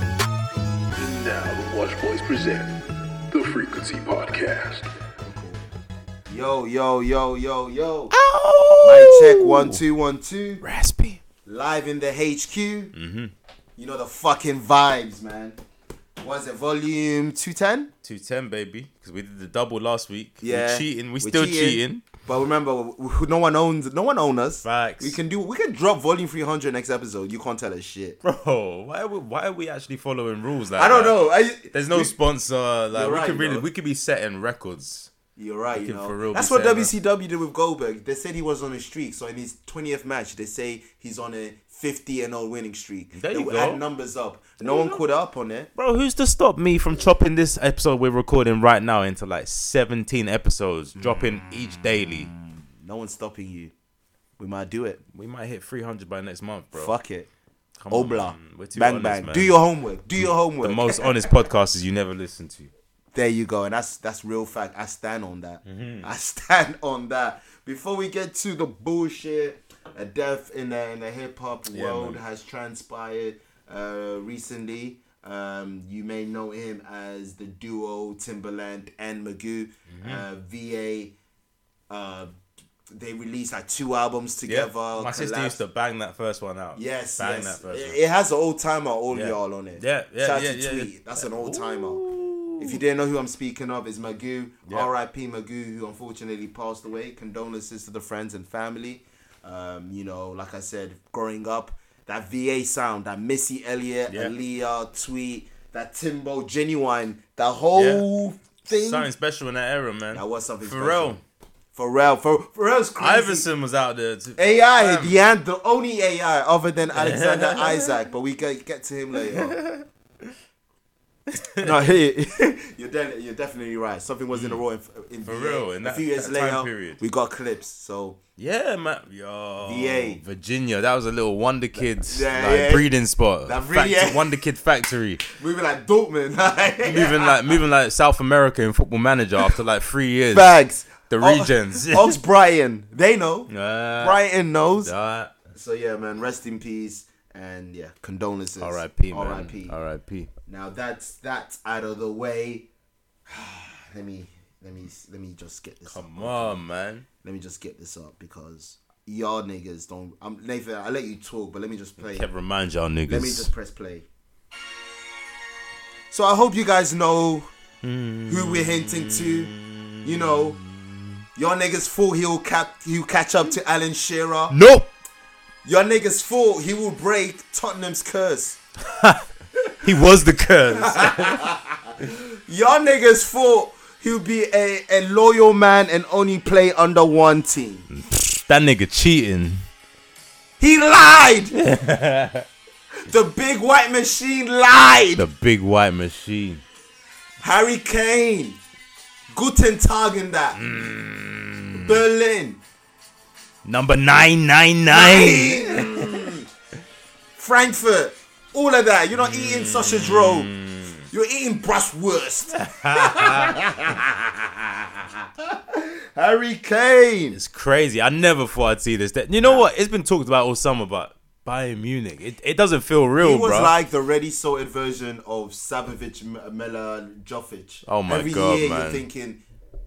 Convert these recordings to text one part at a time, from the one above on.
And now the Watch Boys present the Frequency Podcast. Yo, yo, yo, yo, yo. Mic Oh! check one, two, one, two. Raspy. Live in the HQ. Mm-hmm. You know the fucking vibes, man. Was it volume 210? 210, baby. Because we did the double last week. Yeah. We're cheating. We're we still cheating. cheating. But remember, w- w- no one owns no one owns us. Facts. We can do we can drop volume 300 next episode. You can't tell us shit. Bro, why are, we, why are we actually following rules like I don't that? know. I, There's no you- sponsor. Like, You're we right, could really, though. we could be setting records. You're right. You Looking know. for real That's what Bissett, man. WCW did with Goldberg. They said he was on a streak. So in his 20th match, they say he's on a 50 and 0 winning streak. There they you would go. add numbers up. no one caught up on it. Bro, who's to stop me from chopping this episode we're recording right now into like 17 episodes, dropping Mm. each daily? No one's stopping you. We might do it. We might hit 300 by next month, bro. Fuck it. Come on, Obla. man. We're too bang honest, bang. man. Do your homework. Do your The homework. most honest podcasters you never listen to. There you go, and that's that's real fact. I stand on that. Mhm. I stand on that. Before we get to the bullshit, a death in the in the hip hop world man. has transpired uh, recently. Um, you may know him as the duo Timberland and Magoo. Mm-hmm. Uh, VA. Uh, they released like two albums Yeah. together. My sister collabs- used to bang that first one out. Yes, Bang yes. that first one. It, it has an old timer, all Yeah. y'all on it. Yeah, yeah, Shout out yeah, to yeah, Tweet. yeah. That's an old timer. If you didn't know who I'm speaking of, is Magoo. Yeah. R.I.P. Magoo, who unfortunately passed away. Condolences to the friends and family. Um, you know, like I said, growing up, that VA sound, that Missy Elliott, Yeah. Aaliyah, Tweet, that Timbo, genuine, that whole thing. Something special in that era, man. That was something special. Pharrell. Pharrell, for Pharrell's crazy. Iverson was out there. Too. AI, Fam. the, an- the only AI other than Alexander Isaac, but we get, get to him later. no, he, you're, de- you're definitely right. Something was in the raw. In, in Hmm. For VA. real, in a that- few years that later, time period. we got clips. So Yeah, man. Yo. VA. Virginia. That was a little Wonder Kids Yeah, like, yeah. breeding spot. That Factor- really- Wonder Kid Factory. moving like Dortmund, like, Moving like moving like South America in Football Manager after like three years. bags. The O- regions. Ox Brighton, they know. Nah. Brighton knows. Nah. So yeah, man, rest in peace and yeah, condolences. R.I.P. man. R.I.P. R.I.P. Now that's that's out of the way. let me let me let me just get this. up. Come on, man. Let me just get this up because y'all niggas don't. I'm Nathan. I let you talk, but let me just play. Kept remind y'all niggas. Let me just press play. So I hope you guys know who we're hinting to. You know, your niggas thought he'll cap, he'll catch up to Alan Shearer. Nope. Your niggas thought he will break Tottenham's curse. He was the curse. Y'all niggas thought he'll be a, a loyal man and only play under one team. that nigga cheating. He lied! the big white machine lied! The big white machine. Harry Kane, Guten Tag in that. Berlin, Number 999. Frankfurt, all of that. You're not eating sausage roll. You're eating bratwurst. Harry Kane. It's crazy. I never thought I'd see this. That- You know what? It's been talked about all summer, but Bayern Munich, it, it doesn't feel real, He was bro. like the ready sorted version of Savovic, M- Mela, Jovic. Oh my Every God, year man. you're thinking,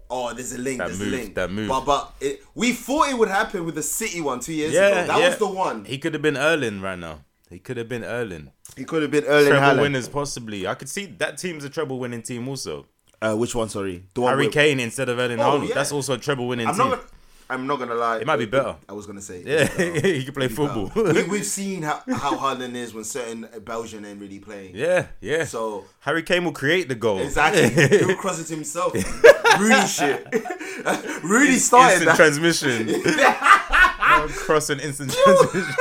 oh, there's a link, That there's move, a link. that move. But, but it, we thought it would happen with the City one two years yeah, ago. That yeah. was the one. He, He could have been Erling right now. He could have been Erling. could have been Erling Treble Haaland. winners, possibly. I could see that team's a treble winning team also. Uh, which one, sorry? The one Harry with- Kane instead of Erling Oh, Haaland. yeah. That's also a treble winning I'm team. not gonna, I'm not gonna lie. It might be better. I was gonna say. it Yeah, was better. he could play football. we, we've seen how, how Haaland is when certain Belgian ain't really playing. yeah, yeah. So Harry Kane will create the goal. Exactly. He'll cross it himself. Rudy shit. Rudy started that. Instant transmission. I'll Cross an instant transmission.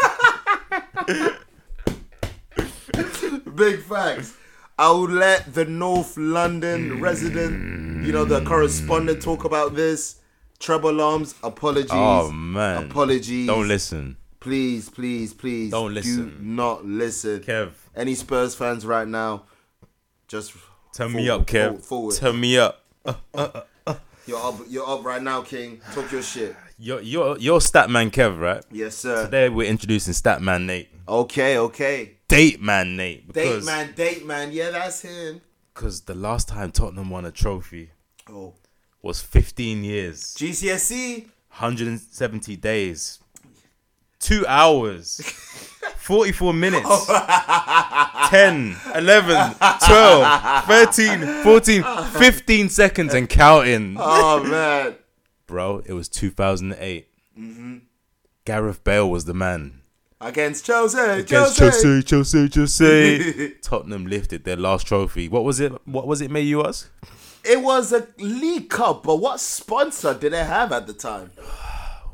Big facts. I will let the North London resident, you know, the correspondent talk about this. Treble alarms, apologies. Oh man. Apologies. Don't listen. Please, please, please. Don't Do listen. not listen. Kev. Any Spurs fans right now, just Turn forward, me up, forward, Kev. Forward, Turn me up. you're up, you're up right now, King. Talk your shit. You're, you're, you're Statman Kev, right? Yes, sir. Today we're introducing Statman Nate. Okay, okay. Date Man Nate. Date Because man, date man. Yeah, that's him. 'cause the last time Tottenham won a trophy Oh, was 15 years, GCSE. 170 days, 2 hours, 44 minutes, Oh. 10, 11, 12, 13, 14, 15 seconds and counting. Oh man. Bro, it was 2008. Mm-hmm. Gareth Bale was the man. Against Chelsea. Against Chelsea. Chelsea, Chelsea, Chelsea. Tottenham lifted their last trophy. What was it? What was it? May you ask? It was a League Cup, but what sponsor did they have at the time?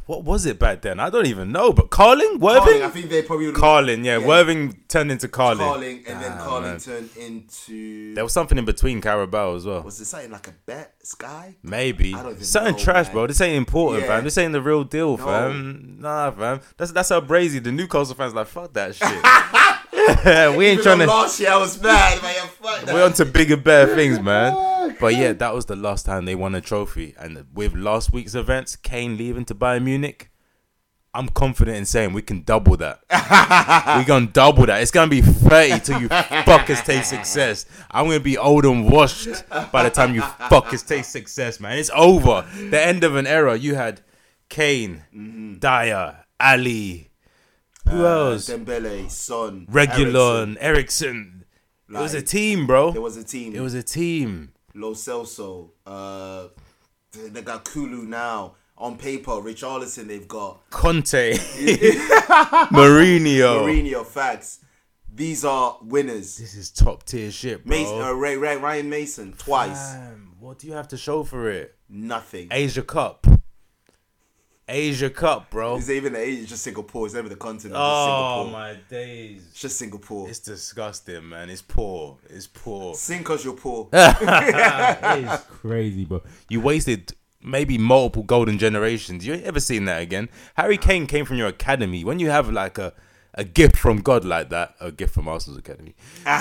What was it back then? I don't even know. But Carling, Worthing, Carling, I think they probably Carling, yeah, Yeah. Worthing turned into Carling. Carling, and then Carling turned into There was something in between Carabao as well. was it something like a bet Sky? Maybe I don't even something know, trash, man. bro. This ain't important, Yeah. fam. This ain't the real deal, fam. Nah, fam. That's that's how brazy the Newcastle fans like. Fuck that shit. we ain't Even trying though to. Last year I was mad, man. Fuck that. We're on to bigger, better things, Oh, man. But yeah, that was the last time they won a trophy. And with last week's events, Kane leaving to Bayern Munich, I'm confident in saying we can double that. We're going to double that. It's going to be 30 till you fuckers taste success. I'm going to be old and washed by the time you fuckers taste success, man. It's over. The end of an era. You had Kane, Dyer, Ali. Who else? Mm-hmm. Uh, Dembele, Son, Eriksen. Regulon, Ericsson. It was a Like, team, bro. There was a team. It was a team. Lo Celso. Uh, they got Kulu now. On paper, Richarlison. They've got Conte, Mourinho. Mourinho. Facts. These are winners. This is top tier shit, bro. Mason, uh, Ray, Ray, Ryan Mason twice. Damn, what do you have to show for it? Nothing. Asia Cup. Asia Cup, bro. Is it even the age? It's just Singapore. It's never the continent. oh it's just Singapore. my days. It's just Singapore. It's disgusting, man. It's poor. It's poor. Sing cause you're poor. it's crazy, bro. You wasted maybe multiple golden generations. You ain't ever seen that again. Harry Kane came from your academy. When you have like a a gift from God like that, a gift from Arsenal's academy.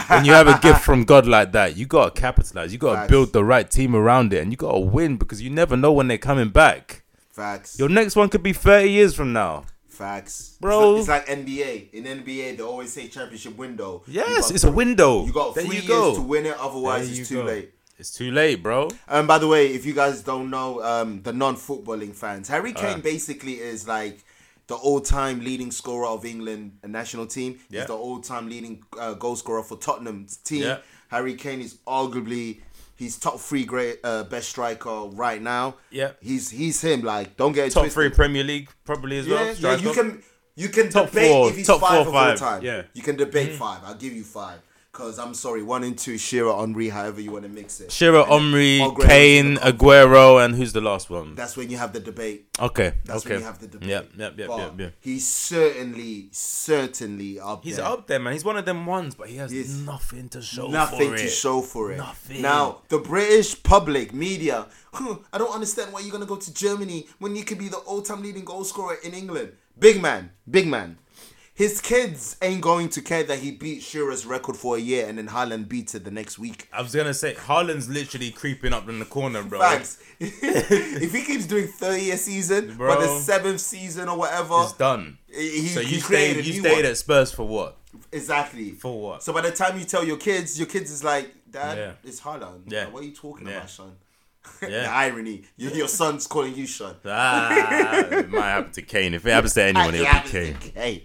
when you have a gift from God like that, you gotta capitalize. You gotta Facts. build the right team around it, and you gotta win because you never know when they're coming back. Facts. Your next one could be thirty years from now. Facts. Bro. It's like, it's like NBA. In NBA, they always say championship window. You Yes, got it's a three- window. You got There three you years go. to win it, otherwise There you it's too go. late. It's too late, bro. And by the way, if you guys don't know, um, the non-footballing fans, Harry Uh. Kane basically is like the all-time leading scorer of England national team. Yeah. He's the all-time leading uh, goal scorer for Tottenham's team. Yeah. Harry Kane is arguably he's top three great uh, best striker right now. Yeah. he's he's him. Like, don't get it Top three twisted. Premier League, probably as well. Yeah, yeah, you Striker. can you can Top debate four, if he's top five four, of five, all time. yeah. Mm-hmm. you can debate five. I'll give you five. Cause I'm sorry, one and two, Shearer, Henri, however you want to mix it. Shearer, Omri, Aguero's Kane, Aguero, and who's the last one? That's when you have the debate. Okay. That's okay. when you have the debate. Yep, yep, yep, But yep, yep. He's certainly, certainly up He's there. up there, man. He's one of them ones, but he has Yes. nothing to show Nothing for to it. show for it. Nothing. Now, the British public media, "Huh, I don't understand why you're going to go to Germany when you could be the all time leading goal scorer in England. Big man, big man. His kids ain't going to care that he beat Shearer's record for a year and then Haaland beats it the next week. I was gonna say Haaland's literally creeping up in the corner, bro. Facts. if he keeps doing 30 a season, by the Bro. seventh season or whatever, It's done. He- he- so he you created stayed a you new stayed one. at Spurs for what? Exactly. For what? So by the time you tell your kids, your kids is like, Dad, Yeah. it's Haaland. Yeah. Like, what are you talking Yeah. about, son? the Yeah. irony. Your, your son's calling you son. ah, it might happen to Kane. If it happens to anyone, it'll Yeah, be Kane. Kane.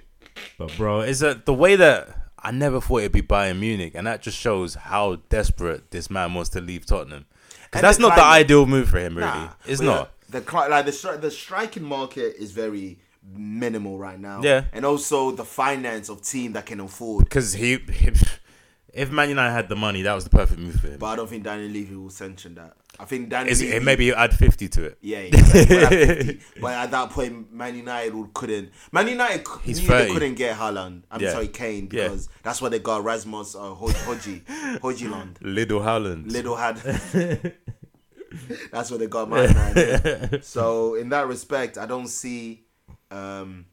But bro, it's a, the way that I never thought it'd be Bayern Munich, and that just shows how desperate this man was to leave Tottenham. Because And that's the not the climate. ideal move for him, really. Nah. it's But not. The, the cli- like the stri- the striking market is very minimal right now. Yeah. And also the finance of team that can afford. Because he, if, if Man United had the money, that was the perfect move for him. But I don't think Danny Levy will sanction that. I think Danny Is Levy it, maybe add fifty to it. Yeah, yeah, yeah. We'll have 50. but at that point, Man United would- couldn't. Man United c- He's knew they 30. couldn't get Haaland. I'm Yeah. sorry, Kane, Yeah. because that's why they got Rasmus uh, Ho- Hoji, Hojiland. Little Howland. Little had. that's what they got my man. So in that respect, I don't see. Um,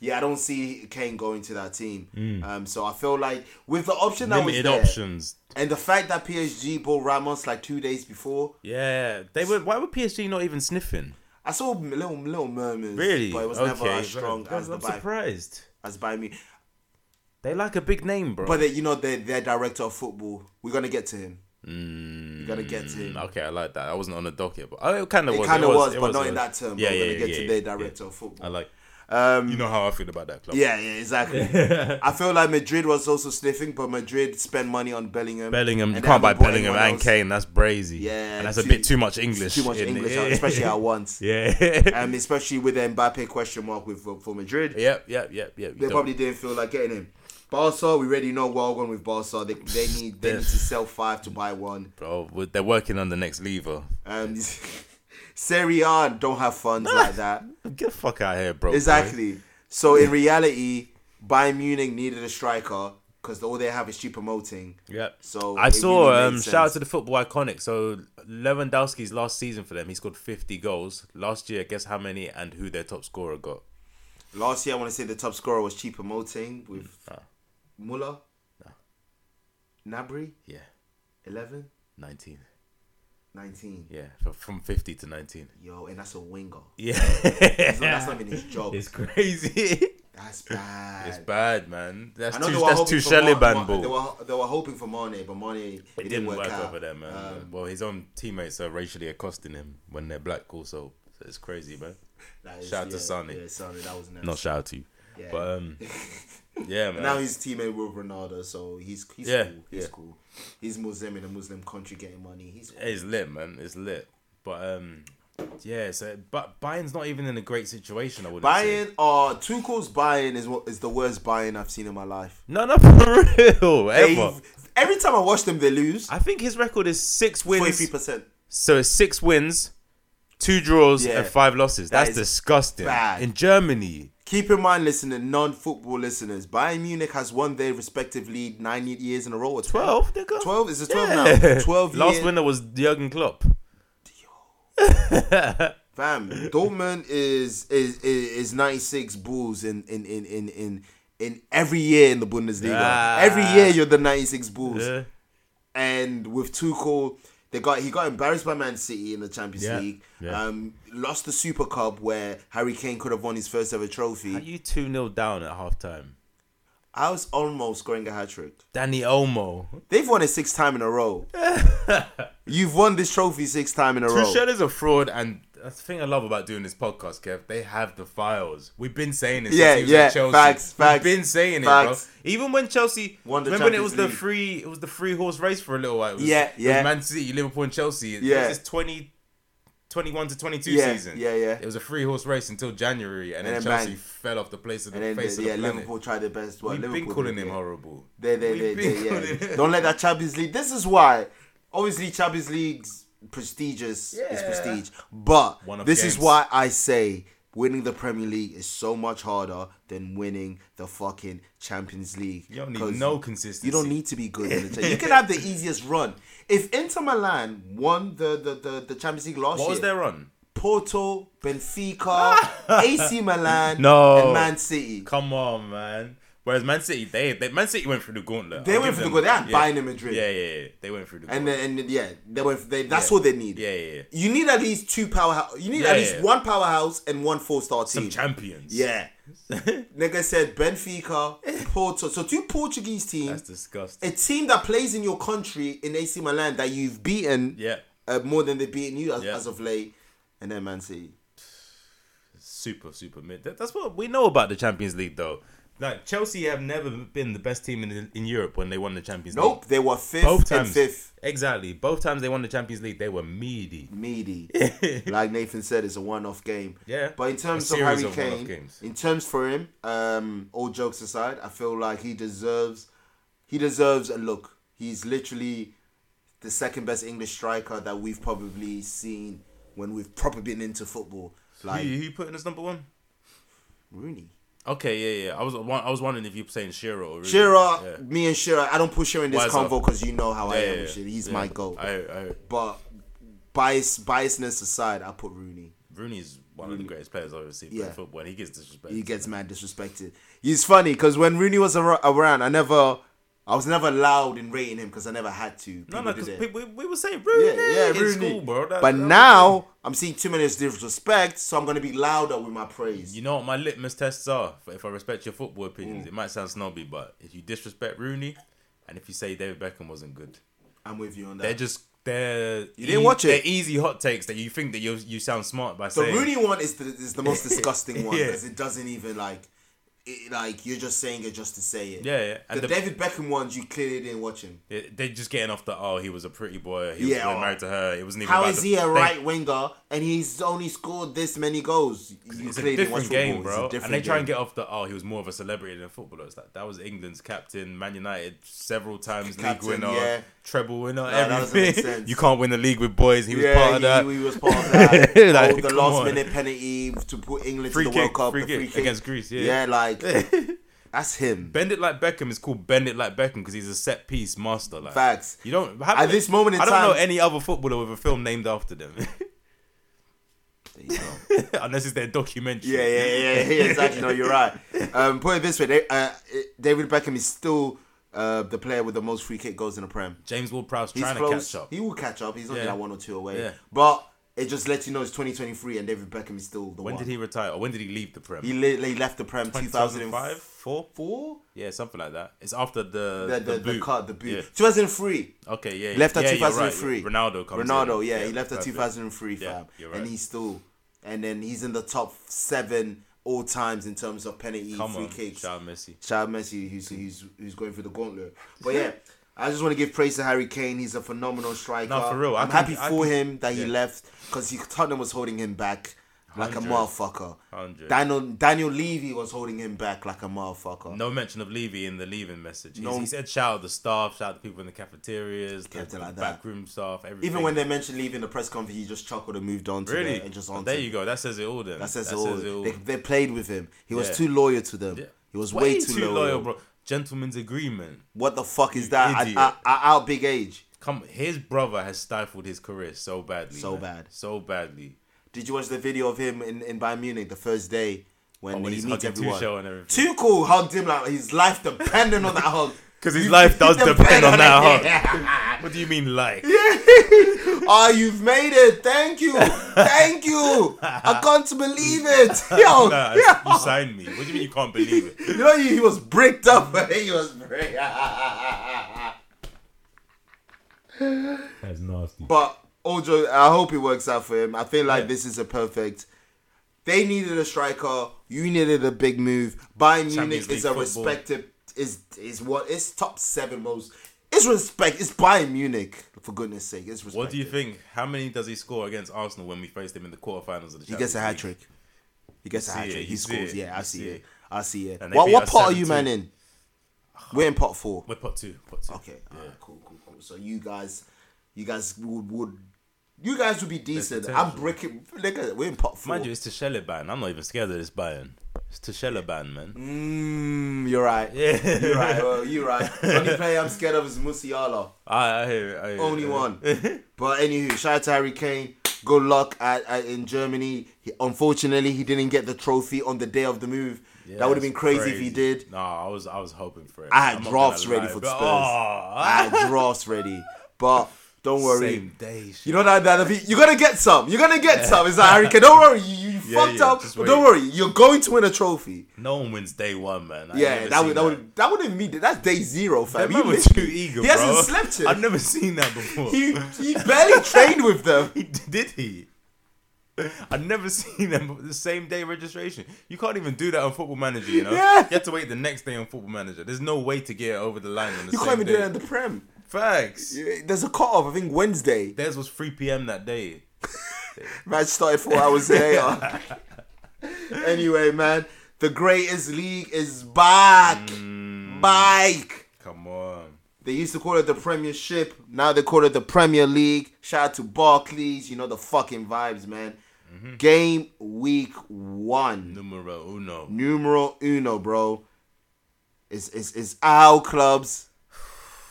yeah, I don't see Kane going to that team. Um, so I feel like with the option that Mm. Limited was there, options. and the fact that PSG bought Ramos like two days before, Yeah, they were. Why were PSG not even sniffing? I saw m- little little murmurs, Really? but it was okay. never as strong Guys, as the I'm by, surprised. as by me. They like a big name, bro. But they, you know, their their director of football, we're gonna get to him. We're gonna get to him. okay, I like that. I wasn't on the docket, but oh, Mm. it kind of It was. kind of was, it but was, not it in that was. term. Yeah, but yeah, we're gonna get yeah, to yeah, their yeah. director of football. I like. Um, You know how I feel about that club. yeah, yeah, exactly. I feel like Madrid was also sniffing, but Madrid spent money on Bellingham. Bellingham, and you they can't buy haven't bought Bellingham anyone and else. Kane. That's brazy. Yeah, and that's a too- bit too much English. Too much in English, it. especially at once. yeah. Um, especially with the Mbappe question mark with for, for Madrid. Yep, yep, yep, yep. They probably didn't feel like getting him. Barca, we already know what going with Barca. They, they need they need to sell five to buy one. bro. well, They're working on the next lever. Um, Serie A don't have funds like that. Get the fuck out of here, bro. Exactly. So in reality, Bayern Munich needed a striker because all they have is cheap promoting. Yep. So I it saw. really made um, shout out sense. to the football iconic. So Lewandowski's last season for them, he scored fifty goals last year. Guess how many and who their top scorer got? Last year, I want to say the top scorer was cheap promoting with Mm, Nah. Muller, Nabri, Yeah, 11, nineteen. 19. Yeah, from, from fifty to nineteen. Yo, and that's a winger. Yeah, That's not, that's not even his job. it's crazy. that's bad. it's bad, man. That's I know too. they were That's hoping too for Shelley Ma- Ma- band They ball. were, they were hoping for Mane, but Mane it, It didn't work, out. over there, man. Um, well, his own teammates are racially accosting him when they're black, also. So it's crazy, man. that is- Shout out to yeah, Sonny. Yeah, Sonny, that was nice. Not shout out to you, Yeah. but um, yeah, man. Now he's teammate with Ronaldo, so he's he's Yeah, cool. He's yeah. cool. He's Muslim in a Muslim country getting money. He's cool. It's lit, man. It's lit. But um, yeah. So, but Bayern's not even in a great situation. I would say. Bayern or Tuchel's Bayern is what is the worst Bayern I've seen in my life. No, no, for real. Ever. They've- Every time I watch them, they lose. I think his record is six wins. Forty-three percent. So it's six wins, two draws, Yeah. and five losses. That That's is disgusting. bad. In Germany, Keep in mind, listening non-football listeners, Bayern Munich has won their respective league nine years in a row or 10. twelve. Nigga. 12? Is it 12 now? 12 Last year- winner was Jurgen Klopp. Fam, Dortmund is is is, is ninety six Bulls in in in in in in every year in the Bundesliga. Ah. Every year you're the ninety six Bulls, Yeah. and with Tuchel, they got he got embarrassed by Man City in the Champions Yeah. League. Yeah. Um, lost the Super Cup where Harry Kane could have won his first ever Are trophy. you two 0 down at halftime? I was almost scoring a hat trick. Danny Olmo. They've won it six time in a row. You've won this trophy six time in a row. Tuchel is a fraud, and that's the thing I love about doing this podcast, Kev. They have the files. We've been saying this. Yeah, since he was yeah, at Chelsea. facts, facts, We've been saying facts. it, bro. Even when Chelsea, Won the remember when it Champions was the League. free, it was the free horse race for a little while. It was, Yeah, it was yeah. Man City, Liverpool, and Chelsea. It Yeah. was this 20, 21 to twenty two Yeah, season. yeah, yeah. It was a free horse race until January, and, And then, then Chelsea bang. fell off the place of the and then face the, of the yeah, planet. Liverpool tried their best. Well, We've Liverpool been calling did, him yeah. horrible. They, they, We've they, been they, calling yeah. him- Don't let that Champions League. This is why, obviously, Champions League's prestigious is Yeah. prestige, but One of this is games. why I say winning the Premier League is so much harder than winning the fucking Champions League. You don't 'Cause need no consistency. You don't need to be good. In the cha- you can have the easiest run. If Inter Milan won the the, the, the Champions League last What year, was their run? Porto, Benfica, AC Milan, No. and Man City. Come on, man. Whereas Man City, they, they Man City went through the gauntlet. They I'll went give through the them- gauntlet. They had Bayern and Madrid. Yeah, yeah, yeah. They went through the And gauntlet. then, and yeah, they were. They, that's Yeah. what they need. Yeah, yeah, yeah. You need at least two powerhouse. You need Yeah, at least yeah. one powerhouse and one four-star team. Some champions. yeah. Nigga said Benfica, Porto. So two Portuguese That's teams. disgusting. A team that plays in your country in AC Milan that you've beaten yeah. uh, more than they've beaten you as, Yeah. as of late, and then Man City. Super, super mid. That- That's what we know about the Champions League, though. Like Chelsea have never been the best team in in Europe when they won the Champions Nope, League. they were fifth Both and times. fifth. Exactly. Both times they won the Champions League, they were meaty. meaty. like Nathan said, it's a one-off game. Yeah. But in terms A of series Harry of one-off Kane, games. in terms for him, um, all jokes aside, I feel like he deserves, he deserves a look. He's literally the second best English striker that we've probably seen when we've proper been into football. Who, Like who you putting as number one? Rooney, Okay, yeah, yeah. I was wa- I was wondering if you were saying Shearer or Rooney. Shearer, Yeah. me and Shearer. I don't put Shearer in this Wise up. convo because you know how I Yeah, am. yeah, with yeah. shit. He's Yeah. my goal. I, I, but bias, biasness aside, I put Rooney. Rooney's one of the greatest players I've ever seen play Yeah. football, and he gets disrespected. He gets mad disrespected. He's funny because when Rooney was ar- around, I never, I was never loud in rating him because I never had to. no, People no, did because it. we, we were saying yeah, Rooney yeah, in Rooney. school, bro. That- but that was- now I'm seeing too many disrespect, so I'm gonna be louder with my praise. You know what my litmus tests are? For If I respect your football opinions, Mm. it might sound snobby, but if you disrespect Rooney, and if you say David Beckham wasn't good, I'm with you on they're that. just they're you didn't watch it. They're easy hot takes that you think that you you sound smart by The saying. Rooney one is the is the most disgusting one Yeah. because it doesn't even like, it, like you're just saying it just to say it. yeah, yeah. The, and the, David Beckham ones you clearly didn't watch him. they- they're just getting off the oh he was a pretty boy, he Yeah, was oh. married to her, it wasn't even. How about is the- he a they- right winger and he's only scored this many goals? You It's a clearly didn't watch different game, football. It's a bro. different and they try game. and get off the oh he was more of a celebrity than a footballer. It's like that was England's captain, Man United several times Captain, league winner, yeah. treble winner, that doesn't everything. make sense. You can't win the league with boys. He was part of that. He, he was part of that. Like, oh, the come last on. minute penalty to put England Free to the World kick, Cup. free the kick free kick against Greece, yeah, yeah. like that's him. Bend it like Beckham is called Bend it like Beckham because he's a set piece master. Like Facts. You don't At this moment in I don't time- know any other footballer with a film named after them, There you go. unless it's their documentary. Yeah, yeah, yeah, yeah, exactly. No, you're right. Um, put it this way, they, uh, David Beckham is still uh, the player with the most free kick goals in the Prem. James Ward-Prowse He's trying close. to catch up. He will catch up. He's only Yeah. like one or two away. Yeah. But it just lets you know it's 2023 and David Beckham is still the when one. did he retire? Or when did he leave the Prem? He literally left the Prem 2005, 2005. four, four? Yeah, something like that. It's after the The, the, the, boot. cut, the boot. Yeah. 2003. Okay, yeah. left yeah, at you're right. 2003. Ronaldo comes. Ronaldo, in. yeah, he left at perfect. 2003, fam. Yeah, you're right. And he's still, and then he's in the top seven all times in terms of penalty Come free on, kicks. shout out Messi. Shout out Messi, who's who's who's going through the gauntlet. But yeah, I just want to give praise to Harry Kane. He's a phenomenal striker. Nah, for real, I I'm can- happy I for can- him that he yeah. left because Tottenham was holding him back like a 100. motherfucker. 100. Daniel Daniel Levy was holding him back like a motherfucker. No mention of Levy in the leaving message. He's, No. He said shout out the staff, shout out the people in the cafeterias, the, Kept it like that. backroom staff, everything. Even when they mentioned leaving the press conference, he just chuckled and moved on to really, it and just Oh, on. there to you go. That says it all. Then That says it all. They, they played with him. He was Yeah. too loyal to them. He was way, too, loyal. bro. Gentleman's agreement. What the fuck is that? idiot. I, I, I out big age. Come, his brother has stifled his career so badly. So man. bad. So badly. Did you watch the video of him in, in Bayern Munich the first day when, Oh, when he he's meets hugging everyone? Tuchel and everything. Tuchel hugged him like his life depended on that hug. 'Cause his You- life you does depend on that Yeah. What do you mean, like? oh, you've made it. Thank you. Thank you. I can't believe it. Yo, Nah, yo. you signed me. What do you mean you can't believe it? You know, he, he was bricked up. He was bricked. That's nasty. But Ojo, I hope it works out for him. I feel like this is a perfect. They needed a striker. You needed a big move. Bayern Munich is Champions League a football. respected. Is is what? It's top seven most. It's respect. It's Bayern Munich. For goodness sake, it's respect. What do you think? How many does he score against Arsenal when we faced him in the quarterfinals of the He gets a hat Champions League? trick. He gets a see hat it, trick. you He see scores. it, Yeah, I you see see it. it. I see it. And they What beat what us part are you 7-2. man in? We're in pot four. We're pot two. Pot two. Okay, alright, cool, cool, cool. So you guys, you guys would would. You guys would be decent. I'm potential. breaking. Nigga, we're in pot four. Mind you, it's Tucheleban. I'm not even scared of this Bayern. It's Tucheleban, man. Mm, you're right. Yeah. You're right. Well, you're right. Only player I'm scared of is Musiala. I, I hear it. I hear it. Only one. But anywho, shout out to Harry Kane. Good luck at, at- in Germany. He, unfortunately, he didn't get the trophy on the day of the move. Yeah, that would have been it's crazy, if he did. No, I was I was hoping for it. I had I'm not drafts gonna ready lie, for but- Spurs. Oh, I had drafts ready, but don't worry. same day. Shit. You know that that you're gonna get some. You're gonna get some. It's like Harry Kane. Don't worry, you, you Yeah, fucked yeah, up. just But don't wait. worry, you're going to win a trophy. no one wins day one, man. I Yeah, never that seen would, that would that wouldn't mean that. That's day zero, fam. That You man was too literally- eager. He hasn't bro. slept yet. I've never seen that before. he he barely trained with them. He did he? I've never seen them the same day registration. You can't even do that on Football Manager, you know. Yeah. You have to wait the next day on Football Manager. There's no way to get it over the line on the You same can't even day. do that in the prem. Facts. There's a cut off. I think Wednesday. Theirs was 3 p.m. that day. Match started four hours later. anyway, man, the greatest league is back. Mm. Bike. Come on. They used to call it the Premiership. Now they call it the Premier League. Shout out to Barclays. You know the fucking vibes, man. Game week one. Numero uno. numero uno, bro. It's, it's, it's our clubs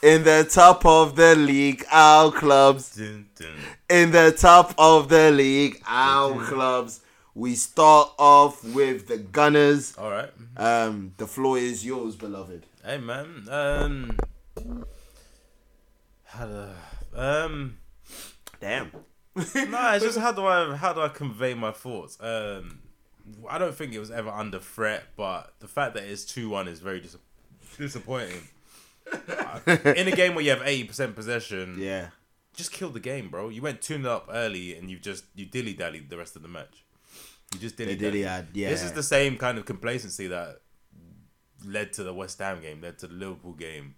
in the top of the league. Our clubs Dun, dun. in the top of the league. Our clubs. We start off with the Gunners. All right. Um, the floor is yours, beloved. Hey man, um, how do, um, Damn. no, it's just how do I how do I convey my thoughts? Um, I don't think it was ever under threat, but the fact that it's two one is very dis- disappointing. In a game where you have eighty percent possession, Yeah. just kill the game, bro. You went two 0 up early, and you just you dilly dallied the rest of the match. You just dilly dilly-dallied, yeah. This is the same kind of complacency that led to the West Ham game, led to the Liverpool game.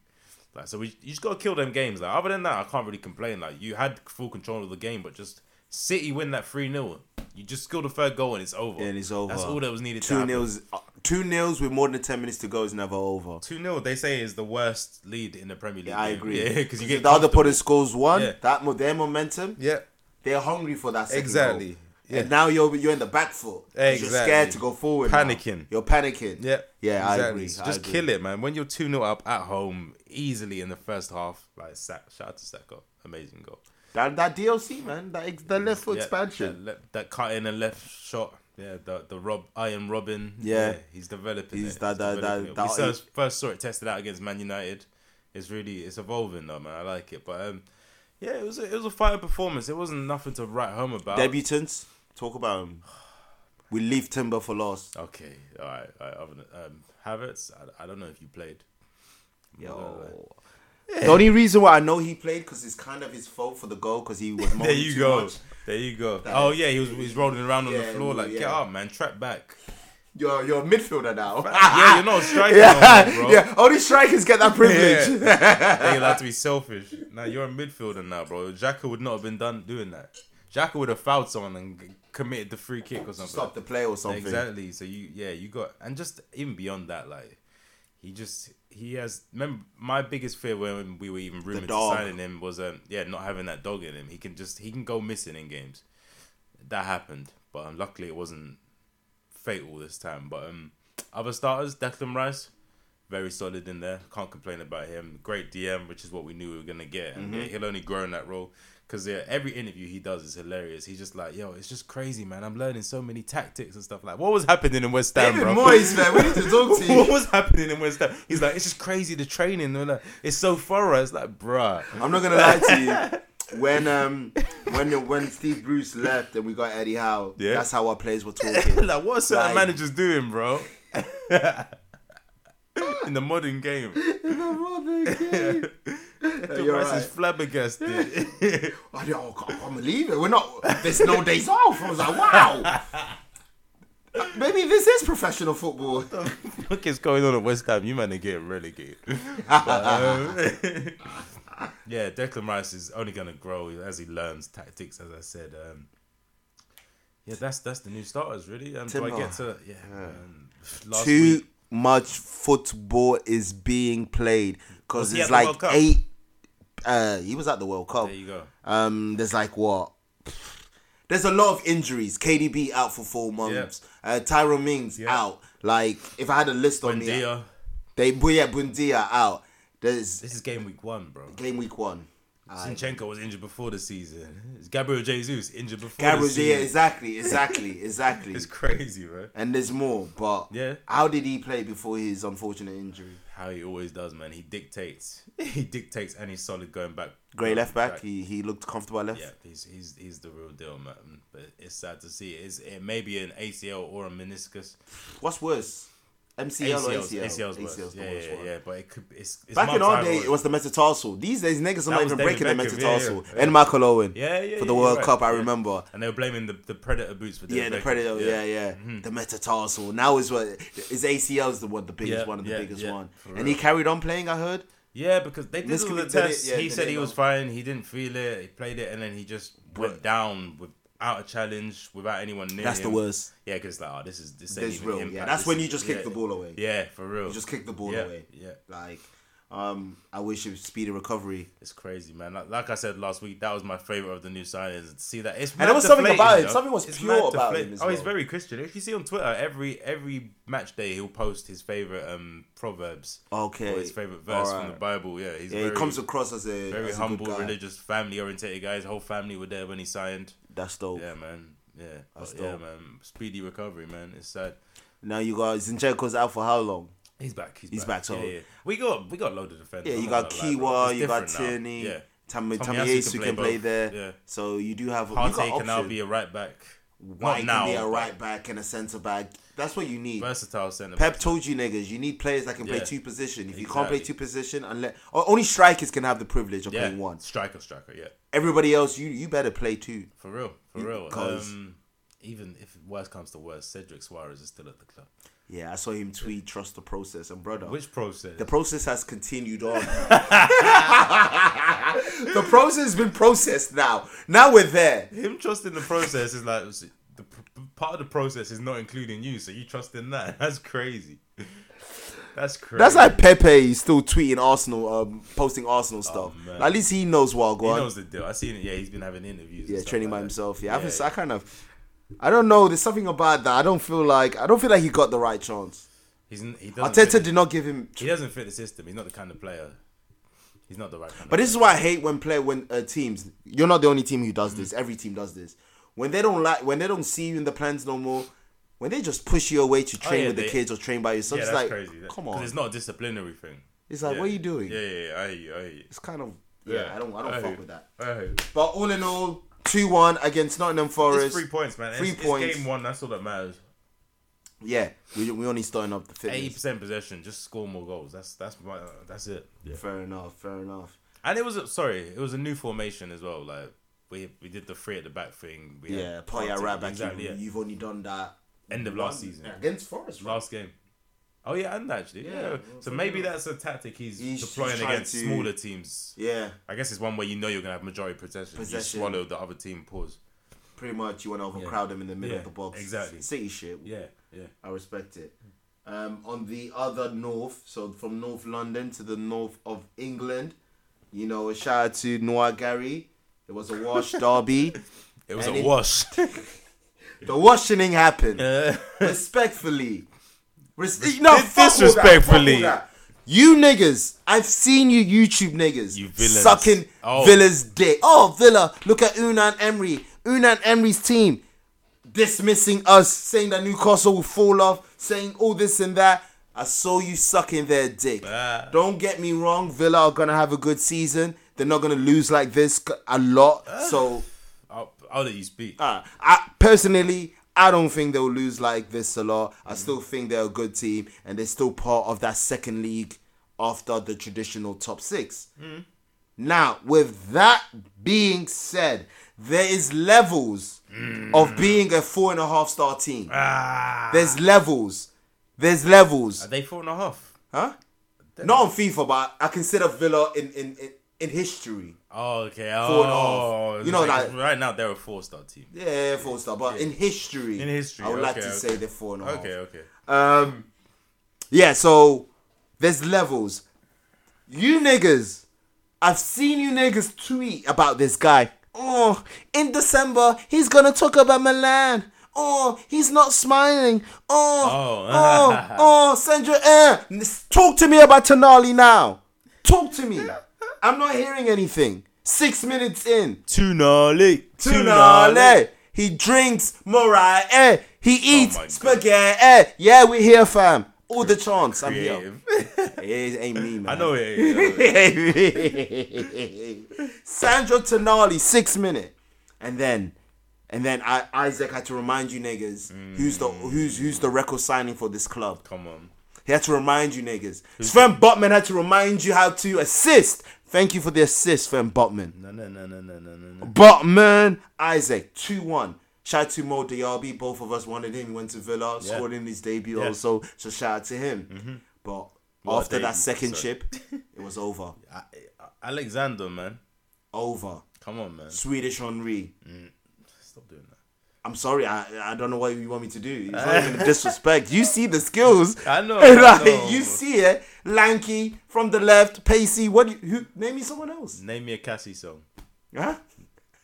Like, so we, you just gotta kill them games. Like, other than that, I can't really complain. Like, you had full control of the game, but just City win that three 0 You just score the third goal and it's over. And it's over. That's all that was needed. Two to happen. nils. uh, Two nils with more than ten minutes to go is never over. Two 0 They say is the worst lead in the Premier League. I game. agree. Yeah, because you get the other comfortable. opponent scores one. Yeah. That mo- their momentum. Yeah, They're hungry for that. Second Exactly. goal. Yeah. And now you're you're in the back foot. 'cause You're Exactly. scared to go forward. now. Panicking. You're panicking. Yeah, Yeah. I exactly. agree. So I just agree. kill it, man. When you're two 0 up at home easily in the first half, like Sa- shout out to Saka, amazing goal. That, that DLC man. That ex- that left foot Yeah, expansion. that, le- that cut in and left shot. Yeah, the the Rob Iron Robin. Yeah. he's developing. He's it. that- that- developing that- it. that- we first, first saw it tested out against Man United. It's really it's evolving though, man. I like it, but um, yeah, it was a, it was a fighting performance. It wasn't nothing to write home about. Debutants. Talk about them. We leave Timber for last. okay, all right. all right, other than- um, Havertz, I, I don't know if you played. Yo. The only reason why I know he played because it's kind of his fault for the goal because he was There you too go. Much. There you go. Oh yeah, he was he's rolling around on Yeah, the floor like, get yeah. up, man, trap back. You're you're a midfielder now. yeah, you're not a striker, Ah. yeah, no more, bro. yeah. Only strikers get that privilege. They allowed to be selfish. Now you're a midfielder now, bro. Xhaka would not have been done doing that. Xhaka would have fouled someone and g- committed the free kick or something. Stop the play or something. Exactly. So you, yeah, you got, and just even beyond that, like he just he has. Remember, my biggest fear when we were even rumored to dog. signing him was, um, yeah, not having that dog in him. He can just he can go missing in games. That happened, but um, luckily it wasn't fatal this time. But um, other starters, Declan Rice, very solid in there. Can't complain about him. Great DM, which is what we knew we were gonna get, and Mm-hmm. yeah, he'll only grow in that role. Cause yeah, every interview he does is hilarious. He's just like, yo, it's just crazy, man. I'm learning so many tactics and stuff. Like, what was happening in West Ham, David bro? Moyes, man, we need to talk to what you. was happening in West Ham? He's like, it's just crazy the training. They're like, it's so thorough. It's like, bruh. I'm not gonna lie to you. When um when when Steve Bruce left and we got Eddie Howe, Yeah. that's how our players were talking. like, what are certain Like- managers doing, bro? in the modern game. you're Rice right. is flabbergasted. I did- oh, I can't believe it. We're not. There's no days off. I was like, wow. Maybe this is professional football. Look, it's going on at West Ham. You man are getting relegated. But, um, yeah, Declan Rice is only going to grow as he learns tactics. As I said, um, yeah, that's that's the new starters really. Um, do I Timber. get to yeah? Um, last Too week, much football is being played because Was he it's at the like World Cup? eight. Uh, he was at the World Cup. there you go. Um, there's like what? There's a lot of injuries. KDB out for four months. Uh, Tyrone Mings out. Like if I had a list on me, Bundia, they Bu- yeah Bundia out. There's this is game week one, bro. game week one. Zinchenko was injured before the season. Gabriel Jesus injured before the Gabriel, yeah, season. exactly, exactly, exactly. It's crazy, bro. And there's more, but Yeah. how did he play before his unfortunate injury? How he always does, man. He dictates. He dictates, and he's solid going back. Great left back. Back. He he looked comfortable at left. Yeah, he's he's he's the real deal, man. But it's sad to see. It's it may be an ACL or a meniscus. What's worse, MCL or ACLs, ACL? ACLs, worse. the yeah, worst yeah, one. yeah. But it could. It's, it's Back in months our out day, of it was the metatarsal. These days, niggas are not was even David breaking the Beckham, yeah, metatarsal. yeah, yeah. And Michael Owen Yeah, yeah, for the yeah, World you're Cup, I right. Yeah. remember. and they were blaming the, the predator boots for Yeah, the Beckham. Mm-hmm. Predator. Yeah, yeah. The metatarsal. Now is what is ACL is the one, the biggest Yeah, one, and the yeah, biggest yeah, one. for And he carried on playing. I heard. Yeah, because they did all the Miscommunicated, tests. yeah, he they said did he was all- fine. He didn't feel it. He played it, and then he just went down without a challenge, without anyone near That's the him. worst. Yeah, because like, oh, this is this, ain't This even real. him, Yeah, like, that's this when is- you just kick yeah. the ball away. Yeah, for real. You just kick the ball Yeah, away. yeah. Like, um, I wish it was speedy recovery. It's crazy, man. Like, like I said last week, that was my favorite of the new signings. To See that it's there mad was something deflating, about him. though. Something was It's pure mad about deflating. him as oh, he's well. very Christian. If you see on Twitter, every every match day he'll post his favorite um proverbs. Okay. Or his favorite verse from Alright. the Bible. Yeah, he's Yeah, very, he comes across as a as very a good humble, guy. religious, family oriented guy. His whole family were there when he signed. That's dope. Yeah, man. Yeah, That's but yeah, dope. man. Speedy recovery, man. It's sad. Now you got Zinchenko's out for how long? He's back. He's, He's back, back. so- yeah, yeah. we got we got loaded defenders. Yeah, I'm you not got gonna lie, bro. Kiwa, It's you got different now. Tierney, Yeah, Tam- Tomiyasu Tamiyasu can can, play play both. there. Yeah. So you do have you got Partey can now options. be a right back. Why Not can now. be a but right back and a centre back. That's what you need. versatile centre. back. Pep told you niggas, you need players that can play Yeah. two position. If you can't play Exactly. two position, unless or only strikers can have the privilege of Yeah, playing one. striker, striker. Yeah, Everybody else, you you better play two. for real, for real. 'cause- Um, even if worst comes to worst, Cedric Suarez is still at the club. Yeah, I saw him tweet, trust the process, and brother, Which process? Oh. the process has continued on. the process has been processed now. Now we're there. Him trusting the process is like the p- part of the process is not including you, so you trust in that. That's crazy. That's crazy. That's like Pepe still tweeting Arsenal, um, posting Arsenal stuff. Oh, man. at least he knows what he going. knows the deal. I seen it. Yeah, he's been having interviews. and yeah, stuff training like by that. himself. Yeah, I, haven't, I kind of, I don't know. There's something about that. I don't feel like I don't feel like he got the right chance. He's, n- he doesn't. Arteta fit- did not give him. he doesn't fit the system. He's not the kind of player. He's not the right kind. But of this is why I hate when play when uh, teams. You're not the only team who does this. Every team does this. When they don't like, when they don't see you in the plans no more, when they just push you away to train Oh, yeah, with they- the kids or train by yourself, player. it's yeah, that's like, crazy. That- come 'cause on, it's not a disciplinary thing. It's like, Yeah. what are you doing? Yeah, yeah, yeah. I hear you. I hear you. it's kind of yeah. I don't, I don't hear fuck you. with that. I hear you. But all in all, two one against Nottingham Forest. It's three points, man. Three Three it's, points. It's game one. That's all that matters. Yeah, we, we only starting up the Eighty fitness. percent possession. Just score more goals. That's that's my, that's it. Yeah. Fair enough. Fair enough. And it was a, sorry, it was a new formation as well. Like we we did the three at the back thing. We Yeah, had Poya Partey, right back. Exactly. you, yeah. You've only done that End of last season. against Forest. Right? Last game. Oh yeah, and actually, yeah. Yeah, so maybe that's a tactic he's, He's- he's deploying trying against to- smaller teams. Yeah, I guess it's one way you know you're gonna have majority possession. Possession. You swallow the other team. Pause. pretty much. You want to overcrowd them in the middle Yeah, of the box. exactly. City shit. Yeah, yeah. I respect it. Um, on the other north, so from North London to the north of England, you know, a shout out to Noah Gary. It was a wash derby. It was And a it- wash. The washing happened. respectfully. Res- no, Dis- fuck all that, disrespectfully. fuck all that. You niggas, I've seen you YouTube niggas You villains. sucking Oh. Villa's dick. Oh, Villa, look at Unan Emery. Unan Emery's team dismissing us, saying that Newcastle will fall off, saying all this and that. I saw you sucking their dick. Ah. Don't get me wrong, Villa are going to have a good season. They're not going to lose like this c- a lot. So I'll, I'll let you speak. uh, I personally, I don't think they'll lose like this a lot. Mm. I still think they're a good team, and they're still part of that second league after the traditional top six. Mm. Now, with that being said, there is levels of being a four and a half star team. Mm. Ah. There's levels. There's levels, Are they four and a half? huh? Not on FIFA, but I consider Villa in in in, in history. Oh, okay. Four and a Oh, half. You know, like, like- right now they're a four-star team. Yeah, four star, but in history, In history, I would like to okay, okay. say they're four and a half. Okay, okay. Yeah, so there's levels. You niggas, I've seen you niggas tweet about this guy. Oh, in December, he's gonna talk about Milan. Oh, he's not smiling. Oh, Oh. oh, oh, Sandra, eh. Talk to me about Tonali now. Talk to me. I'm not hearing anything. Six minutes in. Too gnarly. Tunale. He drinks Morai. Eh. He eats Oh my God. spaghetti. Eh. Yeah, we here, fam. All the chance. I'm here. Creative. It ain't me, man. I know it. yeah, yeah. Sandro Tonali, six minute, and then, and then I, Isaac had to remind you niggas who's the who's who's the record signing for this club. Come on. He had to remind you niggas. Sven Botman had to remind you how to assist. Thank you for the assist, Sven Botman. No, no, no, no, no, no, no, no. But man, Isaac, 2 1. Shout out to Mo Diaby. Both of us wanted him. He went to Villa, Yeah. scored in his debut Yeah. Mm-hmm. also. So shout out to him. But What a after that debut, second sorry. chip, it was over. I, I- Alexander, man. Over. Come on, man. Swedish Henri. Stop doing that. I'm sorry, I, I don't know what you want me to do. It's not even disrespect. You see the skills. Eh. I know, Like, I know. You see it. Lanky from the left, pacey. What? do You, who? Name me someone else. Name me a Cassie song. Huh?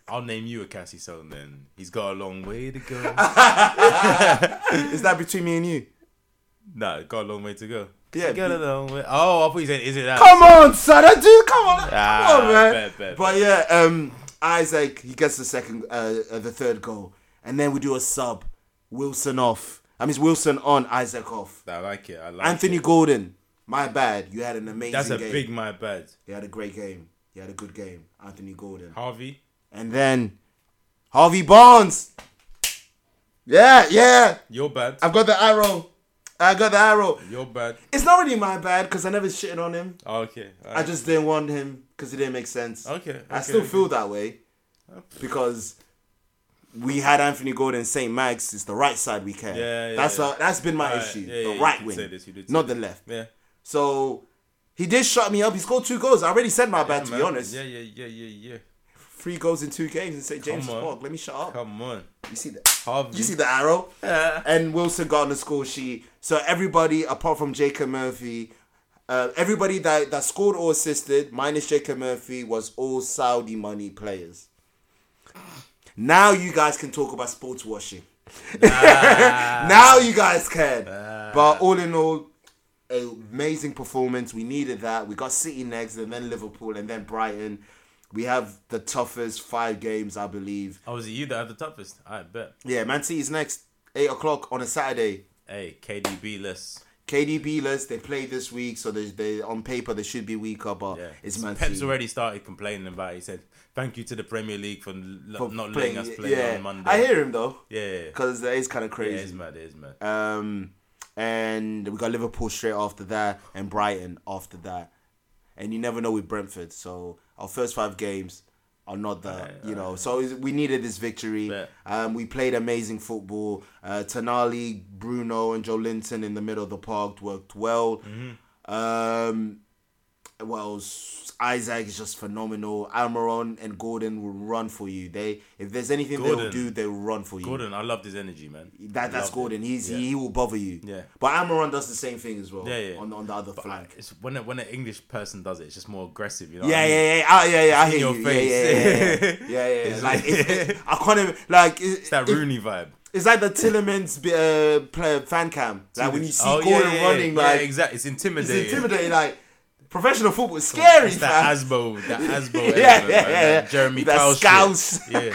I'll name you a Cassie song then. He's got a long way to go. Is that between me and you? nah, got a long way to go. Yeah, Got a be- long way. Oh, I thought you said, is it that? Come on, son. I do. Come on. Ah, come on, man. bet, bet, but yeah, um, Isaac, he gets the second, uh, uh, the third goal. and then we do a sub. Wilson off. I mean, Wilson on, Isaac off. I like it. I like Anthony Gordon, my bad. You had an amazing That's a game. big my bad. He had a great game. He had a good game. Anthony Gordon. Harvey. And then Harvey Barnes. Yeah, yeah. Your bad. I've got the arrow. I got the arrow. Your bad. It's not really my bad because I never shitted on him. Oh, okay. I just didn't want him because it didn't make sense. Okay, I okay, still okay. feel that way because we had Anthony Gordon St. Max. It's the right side we care. Yeah, yeah, That's yeah. a- that's been my Alright, issue. yeah, yeah, the you right did wing, say this, you did say not the this. left. yeah. So he did shut me up. He scored two goals. I already said my bad. to Man, be honest, Yeah, yeah, yeah, yeah, yeah. three goals in two games in St. James's on. Park. Let me shut up. Come on. You see that? Harvey. You see the arrow? and Wilson got on the score sheet. So everybody apart from Jacob Murphy, uh, everybody that, that scored or assisted, minus Jacob Murphy, was all Saudi money players. Now you guys can talk about sports washing. now you guys can. but all in all, amazing performance. We needed that. We got City next, and then Liverpool, and then Brighton. We have the toughest five games, I believe. Oh, was it you that had the toughest? I bet. Yeah, Man City's next. 8 o'clock on a Saturday. Hey, KDB less. KDB list, they play this week, so they, they on paper they should be weaker, but Yeah. it's Man Pep's City. already started complaining about it. He said, Thank you to the Premier League for, l- For not playing- letting us play yeah. on Monday. I hear him though, Yeah, yeah, yeah. because that is kind of Yeah, it is crazy. mad. It is mad. um, and we got Liverpool straight after that, and Brighton after that, and you never know with Brentford. So our first five games are not that you know. So is- we needed this victory. Bet. Um, we played amazing football. Uh, Tonali, Bruno, and Joe Linton in the middle of the park worked well. Um, well, S- Isaac is just phenomenal. Almiron and Gordon will run for you. They, if there's anything they will Gordon. do, they will run for you. Gordon, I loved his energy, man. That, that's Loved it. Gordon. He's Yeah. he, he will bother you. Yeah. But Amaron does the same thing as well. Yeah, yeah. On, on the other But I- flank. it's when a, when an English person does it, it's just more aggressive, you know. what Yeah, I mean? yeah, yeah, Ah, yeah, yeah. I hear in you. Yeah, your yeah, face. yeah, yeah. yeah, yeah. It's like like- it's, it, I can't even like it, It's that it- Rooney vibe. it's like the Tillemans uh, player fan cam. Like when you see Oh, yeah, Gordon yeah, yeah. running, Yeah, like exactly. It's it's intimidating. intimidating. Like professional football is scary. It's that fam. Asbo, that Asbo Yeah, element, yeah, man, yeah, that yeah. Jeremy That Kyle shit. scouse. Yeah,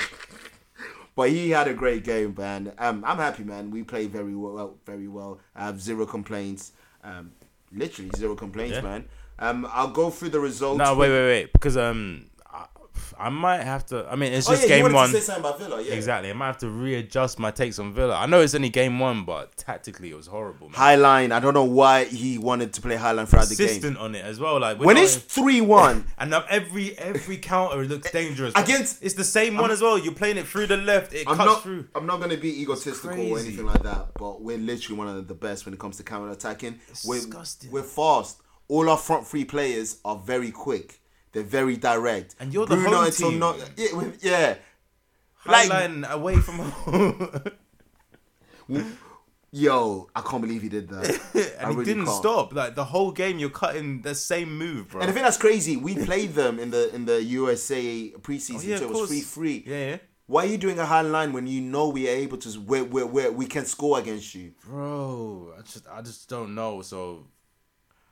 But he had a great game, man. Um, I'm happy, man. We played very well, very well. I have zero complaints. Um, literally zero complaints, Yeah. man. Um, I'll go through the results. No, wait, wait, wait. Because um, I, I might have to. I mean, it's Oh, just yeah, you game wanted one. To say something about Villa, yeah. Exactly. I might have to readjust my takes on Villa. I know it's only game one, but tactically it was horrible. Man. Highline. I don't know why he wanted to play Highline throughout the game. Persistent on it as well. Like we're When not it's in- three one, and now every every counter looks dangerous. Against- it's the same one as well. You're playing it through the left. It I'm cuts not. through. I'm not going to be egotistical or crazy. anything like that. But we're literally one of the best when it comes to counter attacking. We're, disgusting. we're fast. All our front three players are very quick. They're very direct. And you're the home team. Tono- yeah, we- yeah. Like- Highline away from home. Yo, I can't believe he did that. I and he really didn't can't. stop. Like the whole game, you're cutting the same move, bro. And the thing that's crazy, we played them in the in the USA preseason, Oh, yeah, so it of was course. free free. Yeah, yeah. Why are you doing a high line when you know we are able to we we we we can score against you? bro. I just I just don't know. So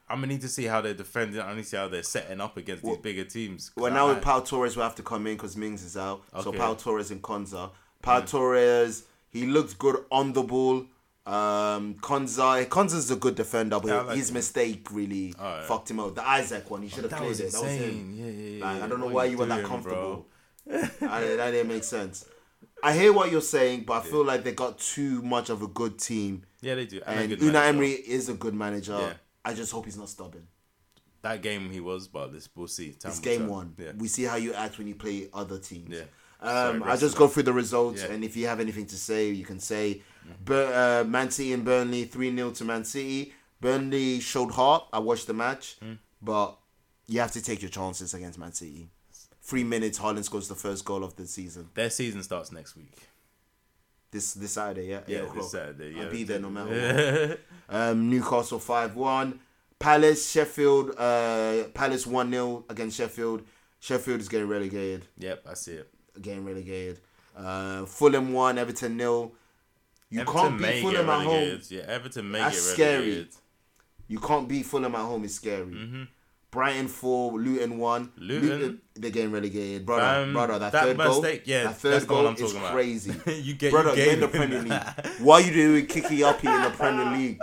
I'm gonna need to see how they're defending. I need to see how they're setting up against these bigger teams. 'Cause Well, now I- with Pau Torres, we have to come in because Mings is out. So Okay. Hmm. Pau Torres and Konza. Pau Torres, he looked good on the ball. Um, Konza, Konza's a good defender, but Yeah, I like his him. mistake really Alright. fucked him up. The Isaac one, he should have that cleared was it. That was him. insane. Yeah, yeah, yeah. Like, yeah. I don't know What why are you were that doing, bro? comfortable. I, that didn't make sense. I hear what you're saying, but I feel like they got too much of a good team. Yeah, they do. And, a And good Una manager. Emery is a good manager. Yeah. I just hope he's not stubborn. That game he was, but this we'll see. Time It's will game tell. one. Yeah. We see how you act when you play other teams. Yeah. Um, Sorry, I'll just go through the results, Yeah. Mm-hmm. and if you have anything to say, you can say. Bur- uh, Man City and Burnley 3 0 to Man City. Burnley showed heart. I watched the match, Mm. but you have to take your chances against Man City. Three minutes, Haaland scores the first goal of the season. Their season starts next week. This this Saturday, yeah? Eight Yeah, o'clock. this Saturday. Yeah. I'll be there no matter what. Um, Newcastle 5 1. Palace, Sheffield, uh, Palace 1 0 against Sheffield. Sheffield is getting relegated. yep, I see it. Getting relegated. Uh, Fulham 1, Everton 0. You can't beat may get Fulham at home. relegated. Yeah, Everton may That's get scary. relegated. You can't beat Fulham at home. It's scary. Brighton four, Luton one. Mm-hmm. Luton? they're getting relegated, brother. Um, brother, that, that third mistake, goal, yeah, that third that's the one goal I'm is talking about. crazy. You get- you brother, you're in gave the him Premier that. League. Why you doing Kiki Uppy in the Premier League?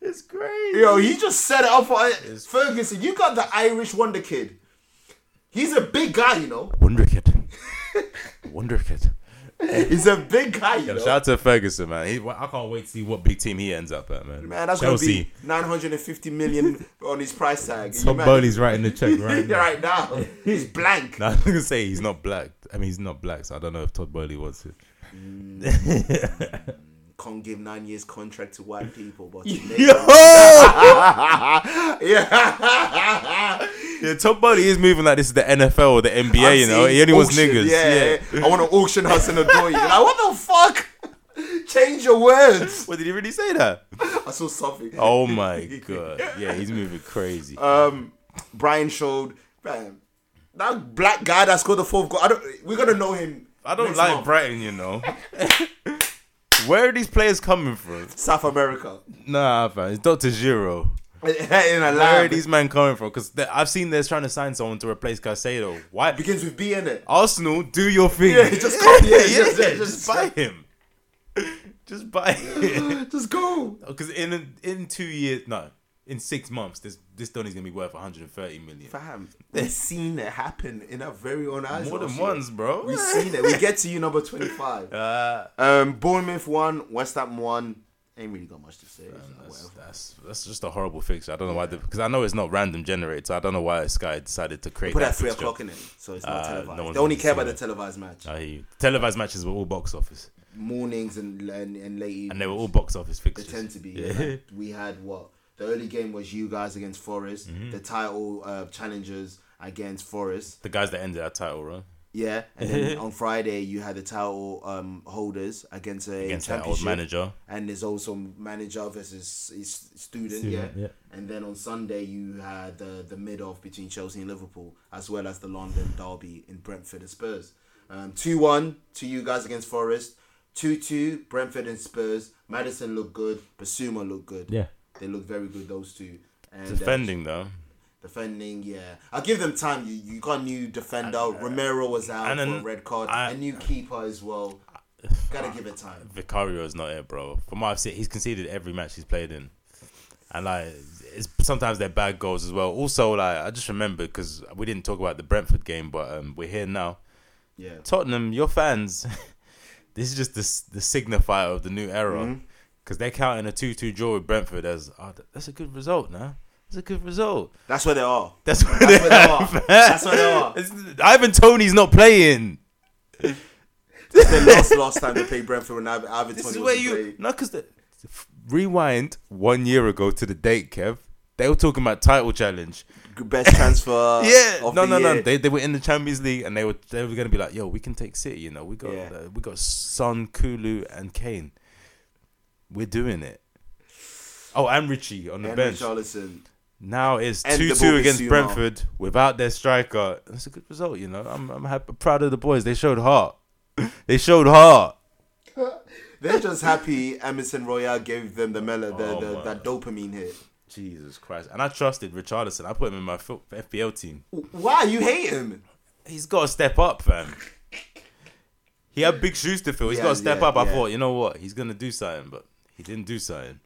It's crazy. Yo, he just set it up for uh, Ferguson. You got the Irish wonder kid. He's a big guy, you know. Wonder Kid. Wonder Kid. He's a big guy, you Yo, know. shout out to Ferguson, man. He, I can't wait to see what big team he ends up at, man. Man, that's Chelsea. gonna be 950 million on his price tag. You Tom mad? Bowley's writing the check right now. right now. He's blank. Now, I'm gonna say he's not black. I mean, he's not black, so I don't know if Todd Bowley wants it. Can't give nine years contract to white people, but Yo, yeah, yeah, Todd Bowley is moving like this is the NFL or the NBA. you know, he only wants niggas. Yeah. I want to auction us in a door. You're like, what the fuck? Change your words. What did he really say that? I saw something. Oh my god. Yeah, he's moving crazy. Um, Brian showed man, that black guy that scored the fourth goal. I don't. We're gonna know him. I don't next like month. Brighton, you know. Where are these players coming from? South America. Nah, fam, it's Doctor Zero. in a Where are lab. these men coming from? Because I've seen they're trying to sign someone to replace Casado. Why? Because begins with B in it. Arsenal, do your thing. Yeah, just come- yeah, yeah, just- yeah, just, just- buy him. Just buy him. Just go. Because in in two years, no, in six months, this this Donny's gonna be worth 130 million. Fam, we've seen it happen in our very own eyes. More than also. once, bro. Uh. We've seen it. We get to you number twenty-five. um, Bournemouth one, West Ham one. Ain't really got much to say. so That's, whatever. that's that's just a horrible fixture. I don't know why because I know it's not random generated, so I don't know why Sky decided to create Put that at three fixture. o'clock in it, so it's not Uh, televised. no one's they only gonna care see about the it. Uh. televised match, I hear you. Televised matches were all box office, mornings and and, and late. Evenings. and they were all box office They fixtures. tend to be. Yeah. like, we had what the early game was you guys against Forest. Mm-hmm. The title uh, challengers against Forest. the guys that ended our title run Yeah, and then on Friday you had the title um, holders against a against that old championship manager. and there's also manager versus his student, Student, yeah. yeah. And then on Sunday you had the the mid off between Chelsea and Liverpool, as well as the London derby in Brentford and Spurs. Um, two one to you guys against Forest. Two two Brentford and Spurs. Madison looked good. Basuma looked good. Yeah. they looked very good. Those two. And, uh, Defending though, defending. Yeah, I'll give them time. You you got a new defender. Romero was out uh, and for a an- red card. I- a new keeper as well. Gotta give it time. Vicario is not it, bro. From what I've seen, he's conceded every match he's played in, and like it's sometimes they're bad goals as well. Also, like I just remember because we didn't talk about the Brentford game, but um, we're here now. Yeah. Tottenham, your fans, this is just the s- the signifier of the new era Mm-hmm. because they're counting a two two draw with Brentford as oh, th- that's a good result, nah. That's a good result. That's where they are. That's where That's they where they are. are. That's where they are. It's- Ivan Tony's not playing. the last last time they played Brentford when Ivan Ivan This Tony is was where you playing. no, because rewind one year ago to the date, Kev. They were talking about title challenge. best transfer. yeah, Uh, of no, the no, year. no. They, they were in the Champions League and they were they were gonna be like, yo, we can take City. You know, we got Yeah. uh, we got Son, Kulu, and Kane. We're doing it. Oh, and Richie on the Henry bench. Charlison. Now it's And two the two ball against Bissouma. Brentford without their striker. That's a good result, you know. I'm I'm happy, proud of the boys. They showed heart. they showed heart. They're just happy Emerson Royale gave them the mela, the, Oh, the, my. that dopamine hit. Jesus Christ! And I trusted Richardson. I put him in my fo- FPL team. Why you hate him? he's got to step up, fam. He had big shoes to fill. He's Yeah, got to step yeah, up. I yeah. thought, you know what, he's gonna do something, but he didn't do something.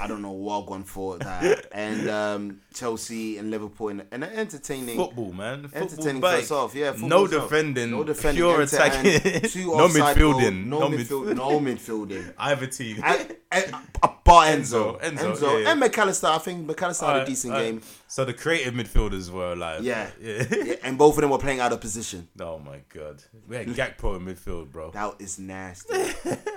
I don't know what one for that. And um, Chelsea and Liverpool and an entertaining Football, man. Football Entertaining back. first off, yeah. No football's off. defending. no defending, Pure end to end, attacking. two no offside goal, midfielding. no, midfield, no midfielding. Either team. And, and, uh, bar Enzo, Enzo, Enzo, Enzo, yeah, yeah. and McAllister. I think McAllister had a Alright, decent alright. game. Uh, So the creative midfielders were alive. Yeah. yeah. Yeah, and both of them were playing out of position. oh my god. We had Gakpo in midfield, bro. That is nasty.